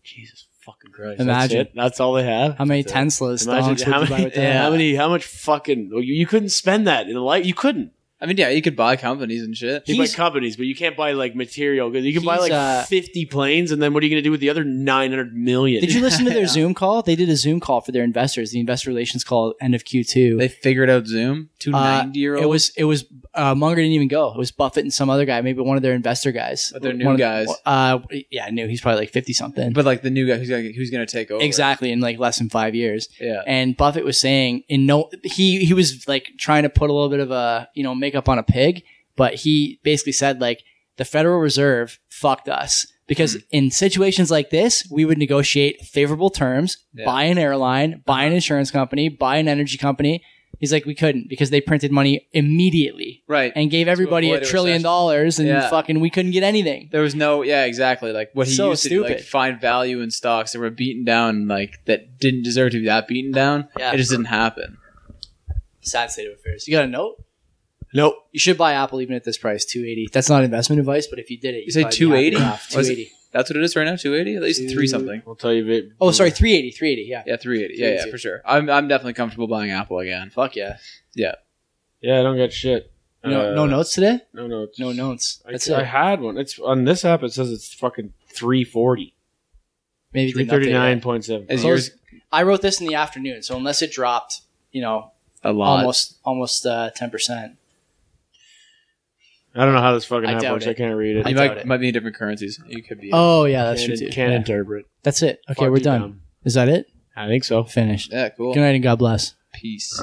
[SPEAKER 3] Jesus fucking Christ!
[SPEAKER 1] Imagine.
[SPEAKER 3] that's, it? That's all they have.
[SPEAKER 1] How many
[SPEAKER 3] That's it.
[SPEAKER 1] Teslas? stocks
[SPEAKER 3] Imagine
[SPEAKER 1] would
[SPEAKER 3] how
[SPEAKER 1] you buy
[SPEAKER 3] many,
[SPEAKER 1] with
[SPEAKER 3] yeah,
[SPEAKER 1] that?
[SPEAKER 3] how many, how much fucking well, you, you couldn't spend that in a life. You couldn't.
[SPEAKER 2] I mean, yeah, you could buy companies and shit.
[SPEAKER 3] You can buy
[SPEAKER 1] He's-
[SPEAKER 3] companies, but you can't buy like material goods. You can buy
[SPEAKER 1] He's,
[SPEAKER 3] like
[SPEAKER 1] uh,
[SPEAKER 3] fifty planes, and then what are you going to do with the other nine hundred million?
[SPEAKER 1] Did you listen to their
[SPEAKER 2] Yeah.
[SPEAKER 1] Zoom call? They did a Zoom call for their investors, the investor relations call end of Q2.
[SPEAKER 2] They figured out Zoom. Two
[SPEAKER 1] Uh,
[SPEAKER 2] 90 year
[SPEAKER 1] it
[SPEAKER 2] olds.
[SPEAKER 1] was it was uh, Munger didn't even go. It was Buffett and some other guy, maybe one of their investor guys.
[SPEAKER 2] But they're new
[SPEAKER 1] One of-
[SPEAKER 2] guys.
[SPEAKER 1] Uh, yeah, new. He's probably like fifty something.
[SPEAKER 2] But like the new guy who's gonna, who's gonna take over.
[SPEAKER 1] exactly in like less than five years.
[SPEAKER 2] Yeah.
[SPEAKER 1] And Buffett was saying in no he he was like trying to put a little bit of a you know makeup on a pig, but he basically said like the Federal Reserve fucked us because
[SPEAKER 2] Hmm.
[SPEAKER 1] in situations like this we would negotiate favorable terms,
[SPEAKER 2] Yeah. Uh-huh.
[SPEAKER 1] buy an airline, buy an insurance company, buy an energy company. He's like we couldn't because they printed money immediately
[SPEAKER 2] Right.
[SPEAKER 1] and gave everybody
[SPEAKER 2] avoid
[SPEAKER 1] a
[SPEAKER 2] a
[SPEAKER 1] trillion
[SPEAKER 2] recession.
[SPEAKER 1] dollars and
[SPEAKER 2] Yeah.
[SPEAKER 1] fucking we couldn't get anything.
[SPEAKER 2] There was no, yeah, exactly. Like what he
[SPEAKER 1] So
[SPEAKER 2] used to like
[SPEAKER 1] stupid.
[SPEAKER 2] find value in stocks that were beaten down, like that didn't deserve to be that beaten down.
[SPEAKER 1] Yeah.
[SPEAKER 2] It just didn't happen.
[SPEAKER 1] Sad state of affairs. You got a note?
[SPEAKER 3] nope.
[SPEAKER 1] You should buy Apple even at this price, two eighty. That's not investment advice, but if you did it,
[SPEAKER 2] You say 280?
[SPEAKER 1] Two eighty.
[SPEAKER 2] That's what it is right now. Two eighty, at least three something.
[SPEAKER 3] I'll tell you. Bit,
[SPEAKER 1] Oh, sorry, 380, 380, Yeah.
[SPEAKER 2] Yeah, three eighty. Yeah, yeah,
[SPEAKER 1] 380.
[SPEAKER 2] for sure. I'm, I'm definitely comfortable buying Apple again.
[SPEAKER 1] Fuck yeah.
[SPEAKER 3] Yeah, I don't get shit.
[SPEAKER 1] No,
[SPEAKER 3] Uh,
[SPEAKER 1] no notes today.
[SPEAKER 3] No notes.
[SPEAKER 1] No notes.
[SPEAKER 3] I,
[SPEAKER 1] That's
[SPEAKER 3] I
[SPEAKER 1] it.
[SPEAKER 3] had one. It's on this app. It says it's fucking three forty.
[SPEAKER 1] Maybe
[SPEAKER 3] Three
[SPEAKER 1] didn't update
[SPEAKER 3] thirty nine
[SPEAKER 1] it.
[SPEAKER 3] point seven.
[SPEAKER 2] Is
[SPEAKER 1] Close-
[SPEAKER 2] yours
[SPEAKER 1] I wrote this in the afternoon, so unless it dropped, you know,
[SPEAKER 2] a lot?
[SPEAKER 1] almost almost uh, ten percent.
[SPEAKER 3] I don't know how this fucking
[SPEAKER 1] I
[SPEAKER 3] app
[SPEAKER 1] doubt
[SPEAKER 3] works.
[SPEAKER 1] it.
[SPEAKER 3] I can't read it.
[SPEAKER 1] I
[SPEAKER 2] you
[SPEAKER 1] doubt
[SPEAKER 2] might,
[SPEAKER 1] it.
[SPEAKER 2] might be in different currencies. You could be.
[SPEAKER 1] Oh yeah, that's true
[SPEAKER 3] can't,
[SPEAKER 1] too.
[SPEAKER 3] can't
[SPEAKER 1] Yeah.
[SPEAKER 3] interpret.
[SPEAKER 1] That's it. Okay,
[SPEAKER 3] Fuck
[SPEAKER 1] we're
[SPEAKER 3] you,
[SPEAKER 1] done.
[SPEAKER 3] dumb.
[SPEAKER 1] Is that it?
[SPEAKER 3] I think so.
[SPEAKER 1] Finished.
[SPEAKER 2] yeah, cool.
[SPEAKER 1] Good night and God bless.
[SPEAKER 2] Peace.